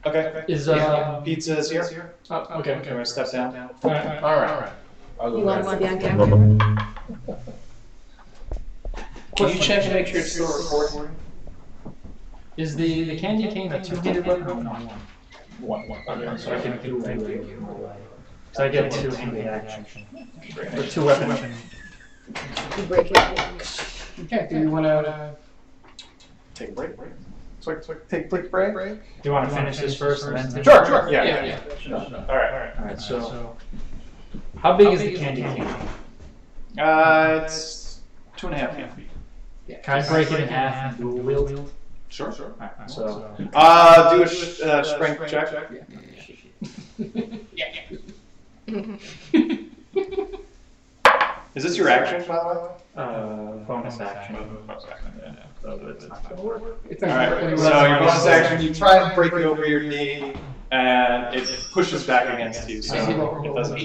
[SPEAKER 1] okay.
[SPEAKER 5] Is, uh,
[SPEAKER 1] Pizza is here.
[SPEAKER 5] oh, okay. Uh,
[SPEAKER 1] I'm gonna step down.
[SPEAKER 5] All right.
[SPEAKER 2] All right. All right. I'll
[SPEAKER 3] you?
[SPEAKER 2] go
[SPEAKER 3] you want
[SPEAKER 2] back.
[SPEAKER 3] to be on camera?
[SPEAKER 2] Can you check to make sure it's still recording?
[SPEAKER 5] Is the, the candy cane a two-handed weapon? or one?
[SPEAKER 2] One, one.
[SPEAKER 5] Okay, so I can do it. So I get two-handed action. Or two weapon.
[SPEAKER 3] You break it.
[SPEAKER 4] Okay, do you want to?
[SPEAKER 1] Take a break. Quick, quick, take a quick break.
[SPEAKER 5] Do you want to finish this first and then?
[SPEAKER 1] Sure, sure. Yeah.
[SPEAKER 4] yeah.
[SPEAKER 1] All right.
[SPEAKER 5] All right, so how big is the candy cane?
[SPEAKER 1] Uh, it's two and a half feet.
[SPEAKER 5] Can I break it in half and dual wield?
[SPEAKER 1] Sure, sure.
[SPEAKER 5] All right, so
[SPEAKER 1] Uh, do a sh- uh, strength check. Is this your action, by the way?
[SPEAKER 5] uh, bonus action.
[SPEAKER 4] It's
[SPEAKER 1] All
[SPEAKER 4] not
[SPEAKER 1] right.
[SPEAKER 4] really
[SPEAKER 1] So
[SPEAKER 4] well-
[SPEAKER 1] your bonus action, you try and break it over your knee, and it pushes back against you. So it doesn't.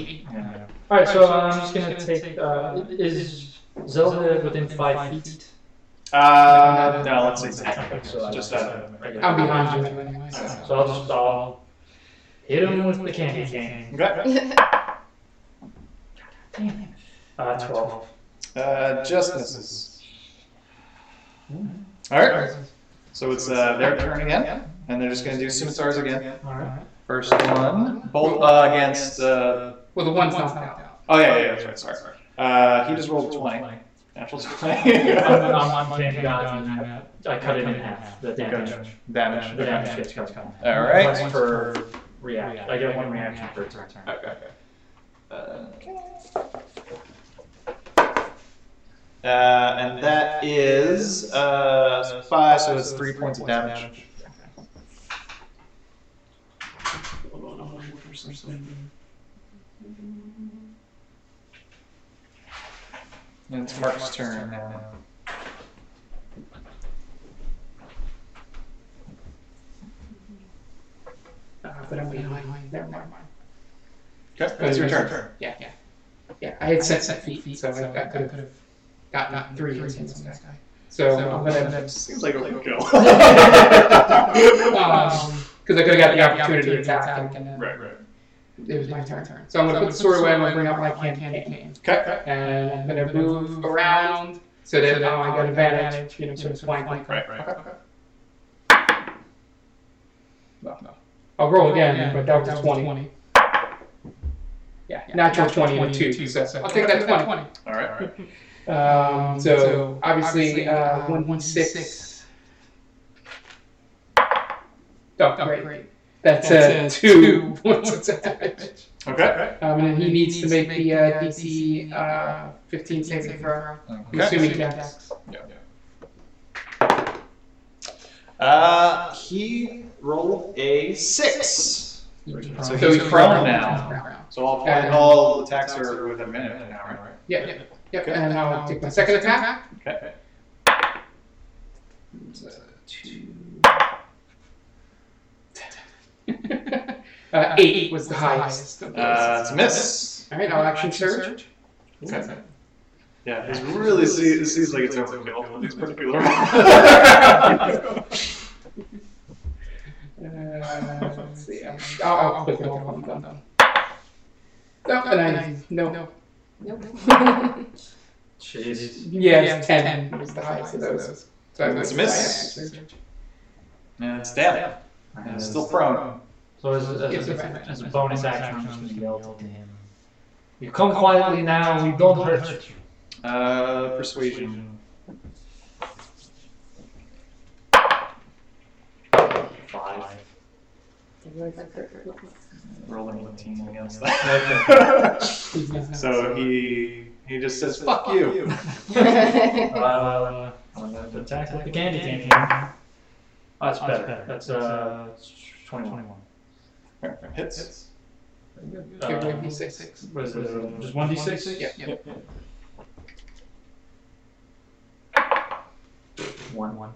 [SPEAKER 5] All right, so uh, I'm just gonna take. Uh, is Zelda within five feet?
[SPEAKER 1] Uh, no, let's see. Just uh,
[SPEAKER 4] I'm behind you anyway. so-
[SPEAKER 5] So I'll just I'll hit him with the candy cane.
[SPEAKER 1] okay.
[SPEAKER 5] Uh, twelve.
[SPEAKER 1] Uh, just misses. All right. So it's uh, their turn again, and they're just going to do scimitars again.
[SPEAKER 5] All right.
[SPEAKER 1] First one, both uh, against. Uh,
[SPEAKER 4] Well, the one's knocked out.
[SPEAKER 1] oh yeah, yeah, yeah, that's right. Sorry. Uh, he just rolled a twenty. Natural
[SPEAKER 5] I'm,
[SPEAKER 1] twenty.
[SPEAKER 5] I'm, I'm thank God, and I, I cut it in half. The damage. The
[SPEAKER 1] Damage.
[SPEAKER 5] damage gets cut. down.
[SPEAKER 1] All right.
[SPEAKER 5] Once per react. I get one reaction per turn.
[SPEAKER 1] Okay. Uh, and that is uh, five, so it's three points of damage. And it's Mark's turn now.
[SPEAKER 4] Uh, But I'm behind. Never mind.
[SPEAKER 1] Okay, it's your turn.
[SPEAKER 4] Yeah, yeah. Yeah, I had set set feet, so I I could have gotten three hits on this guy. So I'm gonna um,
[SPEAKER 1] Seems like a kill.
[SPEAKER 4] Because I could have got the opportunity to attack, and then
[SPEAKER 1] right, right.
[SPEAKER 4] it was my turn. So I'm going to put the sword away, I'm going to bring out my hand candy cane.
[SPEAKER 1] Okay.
[SPEAKER 4] And I'm going to move around so that now I got advantage, you know, sort of swank like
[SPEAKER 1] Right, right.
[SPEAKER 4] I'll roll again, but that was a 20. Yeah, natural 20 and a 2, so I'll take that 20.
[SPEAKER 1] All right.
[SPEAKER 4] Um, so obviously, uh, 1d6. Oh, great. That's uh, 2 points of damage.
[SPEAKER 1] Okay.
[SPEAKER 4] Um, and then he needs to make the uh, DC uh, 15 saving throw. I'm
[SPEAKER 1] Okay.
[SPEAKER 4] assuming dex.
[SPEAKER 1] Uh, he rolled a six. So
[SPEAKER 4] So
[SPEAKER 1] he's
[SPEAKER 4] he's
[SPEAKER 1] prone
[SPEAKER 4] prone
[SPEAKER 1] now.
[SPEAKER 4] now.
[SPEAKER 1] So all, all attacks are with a minute now, right?
[SPEAKER 4] Yeah, yeah, yeah. And I'll take my second attack.
[SPEAKER 1] Okay.
[SPEAKER 4] uh, eight was the highest. of those.
[SPEAKER 1] Uh, it's a miss.
[SPEAKER 4] All right, I'll action surge.
[SPEAKER 1] Okay. Yeah, it really se- it seems like it's overkill on these particular.
[SPEAKER 4] Uh, let's see. I'll, I'll, I'll click it off. I'm done. done. No, Oh, and I, no, no.
[SPEAKER 3] Nope.
[SPEAKER 5] Jeez.
[SPEAKER 4] Yeah, it's 10 was the highest of those. So I
[SPEAKER 1] It's a
[SPEAKER 4] was-
[SPEAKER 1] miss.
[SPEAKER 4] I action surge.
[SPEAKER 1] and it's down. And it's still prone.
[SPEAKER 5] So as, as,
[SPEAKER 4] Yes,
[SPEAKER 5] as,
[SPEAKER 4] if I-
[SPEAKER 5] a, as a bonus action, I'm just going to yell to him. You come quietly now, we don't hurt you.
[SPEAKER 1] Uh, persuasion.
[SPEAKER 5] Five.
[SPEAKER 1] Rolling 18 against that.
[SPEAKER 4] He's not-
[SPEAKER 1] so he he just says, "Fuck you."
[SPEAKER 5] Uh, I'm going to attack with the candy cane. here. Oh, that's better. That's uh, 21.
[SPEAKER 1] Hits.
[SPEAKER 4] Give me
[SPEAKER 5] Uh,
[SPEAKER 4] a D6.
[SPEAKER 5] what is it? uh, Just 1d6?
[SPEAKER 4] Yeah, yeah.
[SPEAKER 5] One, one.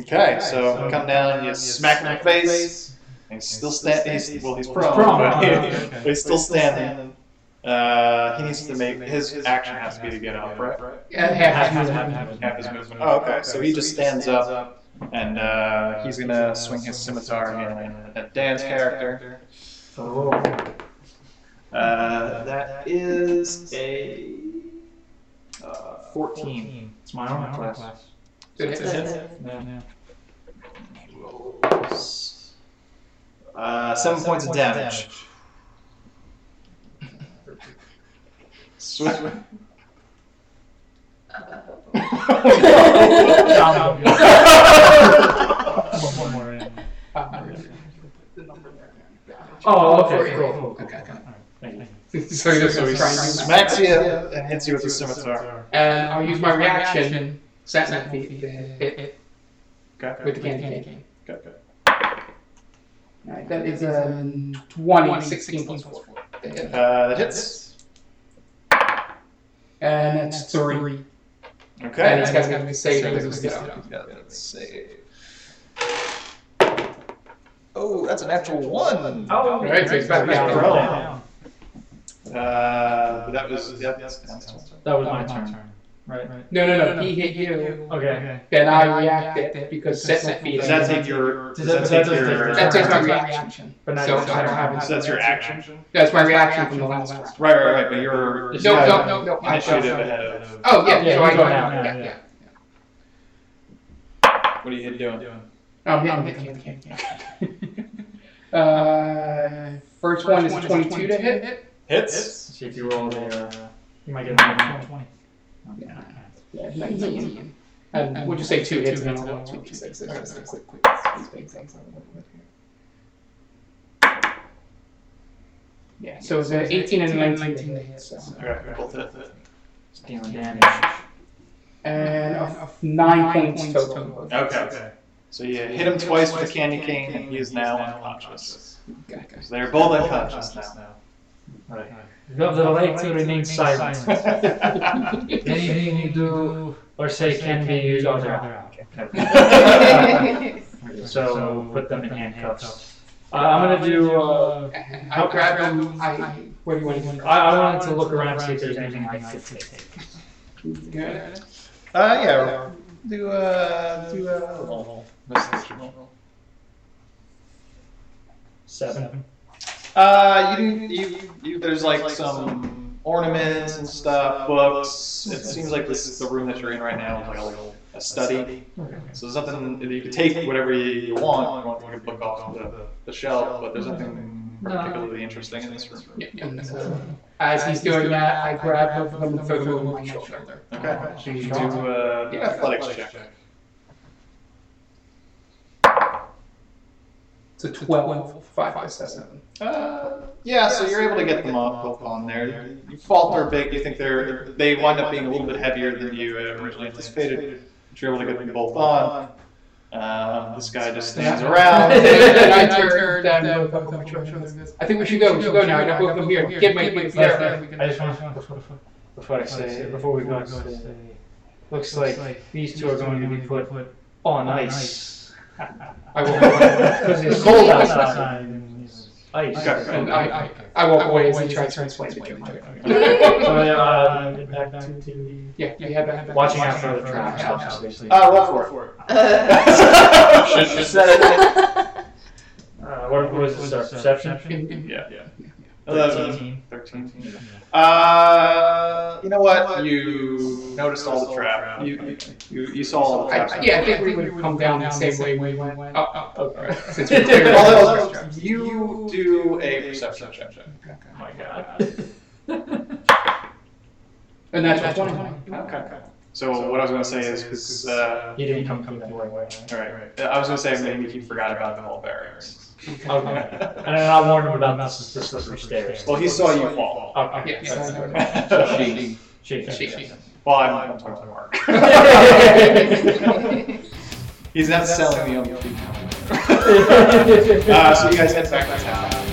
[SPEAKER 1] Okay, so come down, you smack my face, he's still standing. He's, well, he's prone.
[SPEAKER 5] prone,
[SPEAKER 1] but,
[SPEAKER 5] okay.
[SPEAKER 1] but he's still standing. Uh, he needs to make his action has to be to get up, right?
[SPEAKER 4] Yeah, half,
[SPEAKER 5] Half
[SPEAKER 4] half,
[SPEAKER 5] his
[SPEAKER 4] half,
[SPEAKER 5] movement.
[SPEAKER 1] Half his movement. Oh, okay. So he just stands up, and uh, he's gonna swing his scimitar and at Dan's character.
[SPEAKER 5] Oh.
[SPEAKER 1] Uh, that is a uh, fourteen.
[SPEAKER 5] It's my armor class.
[SPEAKER 4] Good hit.
[SPEAKER 3] That's it.
[SPEAKER 5] Yeah, yeah.
[SPEAKER 1] rolls. Uh, seven points of damage. Swi-
[SPEAKER 5] Down. One more in.
[SPEAKER 4] Uh, the number there.
[SPEAKER 5] Oh, okay.
[SPEAKER 4] Okay,
[SPEAKER 5] Cool,
[SPEAKER 4] cool.
[SPEAKER 5] cool, cool.
[SPEAKER 4] Okay,
[SPEAKER 5] Thank you.
[SPEAKER 4] okay. so you're
[SPEAKER 1] so he
[SPEAKER 4] just trying
[SPEAKER 1] smacks you and hits you with his scimitar.
[SPEAKER 4] And I'll use my reaction, Satnam feet, to hit it
[SPEAKER 1] Okay.
[SPEAKER 4] with the candy cane.
[SPEAKER 1] Okay, okay.
[SPEAKER 4] Alright, that is um, a 20, 16 plus 4. And
[SPEAKER 1] Uh, that hits.
[SPEAKER 4] that's 3. And
[SPEAKER 1] Okay.
[SPEAKER 4] this guy's going to be saving his wisdom.
[SPEAKER 1] Yeah, let's save. Oh, that's a natural one.
[SPEAKER 5] Oh,
[SPEAKER 4] Alright, so he's back
[SPEAKER 1] Yeah.
[SPEAKER 4] down.
[SPEAKER 5] down.
[SPEAKER 1] Uh, that was yeah, that's, that's
[SPEAKER 5] That was my turn. Right. right.
[SPEAKER 4] No, no, no, he hit you.
[SPEAKER 5] Okay.
[SPEAKER 4] Then I reacted because Satnam feet.
[SPEAKER 1] Does that take your? Does that
[SPEAKER 5] That-
[SPEAKER 1] take
[SPEAKER 5] that does
[SPEAKER 1] your?
[SPEAKER 5] take-
[SPEAKER 4] That's just my reaction.
[SPEAKER 5] But now
[SPEAKER 4] So
[SPEAKER 5] you-
[SPEAKER 4] I don't have
[SPEAKER 1] So that's your action.
[SPEAKER 4] That's my reaction from the last round.
[SPEAKER 1] Right, right, right. But you're
[SPEAKER 4] No, no, no, no. I-
[SPEAKER 1] initiative ahead of.
[SPEAKER 4] Oh, yeah,
[SPEAKER 5] Yeah,
[SPEAKER 4] so
[SPEAKER 5] you
[SPEAKER 4] I
[SPEAKER 5] go
[SPEAKER 4] go
[SPEAKER 5] now,
[SPEAKER 4] now.
[SPEAKER 5] yeah,
[SPEAKER 4] Yeah, yeah.
[SPEAKER 1] What are you doing?
[SPEAKER 4] Um, yeah, I'm hitting the Uh, first one is 22 to hit.
[SPEAKER 1] Hits.
[SPEAKER 5] See if you roll the. Uh, you might get a 20.
[SPEAKER 4] Yeah, 19. And would you say two hits? and then I'll roll two d6s. That's a quick, quick, these big things I'm working with here. Yeah, so it's a 18 and a 19 to hit. So.
[SPEAKER 1] Okay, both hit.
[SPEAKER 5] Dealing damage.
[SPEAKER 4] And a 9 points total.
[SPEAKER 1] Okay. So you hit him twice with a candy cane, and he is now unconscious.
[SPEAKER 4] Okay, okay.
[SPEAKER 1] So they're both unconscious now.
[SPEAKER 5] Right. You have the right to remain silent. Anything you do or say can be used on their So put them in handcuffs. Uh, I'm gonna do. Uh,
[SPEAKER 4] I'll grab them. I, what do you want to do?
[SPEAKER 5] I, I wanted to look around and see if there's anything I could take.
[SPEAKER 4] Good.
[SPEAKER 1] Uh, yeah. Do uh, do uh, roll.
[SPEAKER 5] Seven.
[SPEAKER 1] Uh, you, you, you, there's like some ornaments and stuff, books. It seems like this is the room that you're in right now, is like a, little- a study. So there's nothing, you can take whatever you, you want. You want to take a book off the, the shelf, but there's nothing particularly interesting in this room.
[SPEAKER 4] Yeah, and so, as he's doing that, I grab them and throw them over my shoulder.
[SPEAKER 1] Okay, so you do uh, an athletics check.
[SPEAKER 4] To 12, 5 by 7.
[SPEAKER 1] Uh, yeah, so you're able to get them up up on there. You falter a bit. You think they're they wind up being a little bit heavier than you uh, originally anticipated. But you're able to get them both on. Uh, this guy just stands around.
[SPEAKER 4] and I
[SPEAKER 1] I
[SPEAKER 4] turned and both over my shoulder and goes, I think we should go, we should go now. I don't both of them here. Get my get my
[SPEAKER 5] Left,
[SPEAKER 4] there.
[SPEAKER 5] I just want to before, before I say before we go on, say, looks like these two are going to be put on ice
[SPEAKER 4] I walk
[SPEAKER 5] because it's cold outside. and it's Ice.
[SPEAKER 1] Okay.
[SPEAKER 4] away. I, I, I walk away as he tries to explain it to
[SPEAKER 5] So
[SPEAKER 4] me.
[SPEAKER 5] uh, back to the
[SPEAKER 4] Yeah, you had that.
[SPEAKER 5] watching out for the traps, obviously. Uh,
[SPEAKER 1] Uh, roll for it. should,
[SPEAKER 5] Uh, what what was this? Our perception? Oh,
[SPEAKER 1] Yeah, yeah.
[SPEAKER 5] Thirteen.
[SPEAKER 1] 13. Uh, you know what? You noticed all the trap. You you, you saw all the
[SPEAKER 4] I,
[SPEAKER 1] traps.
[SPEAKER 4] I- yeah, I think we would have come down the same way we went up. up,
[SPEAKER 5] oh,
[SPEAKER 4] up. Since we cleared all those
[SPEAKER 1] Although
[SPEAKER 4] traps.
[SPEAKER 1] you do a perception check.
[SPEAKER 5] Oh my god.
[SPEAKER 4] And that's one. All
[SPEAKER 1] Okay. So what I was gonna say is because uh,
[SPEAKER 5] You didn't come come that way, right?
[SPEAKER 1] all right, I was gonna say maybe he forgot about the whole barriers.
[SPEAKER 5] Okay. And then I warned him about this, the slippery stairs.
[SPEAKER 1] Well, he saw you fall.
[SPEAKER 5] Okay.
[SPEAKER 4] Yes, I know.
[SPEAKER 1] she.
[SPEAKER 5] She- she-
[SPEAKER 4] She-
[SPEAKER 1] Well, I'm, I'm talking to Mark. Ah, He's not selling me on the. uh, so you guys head back to town.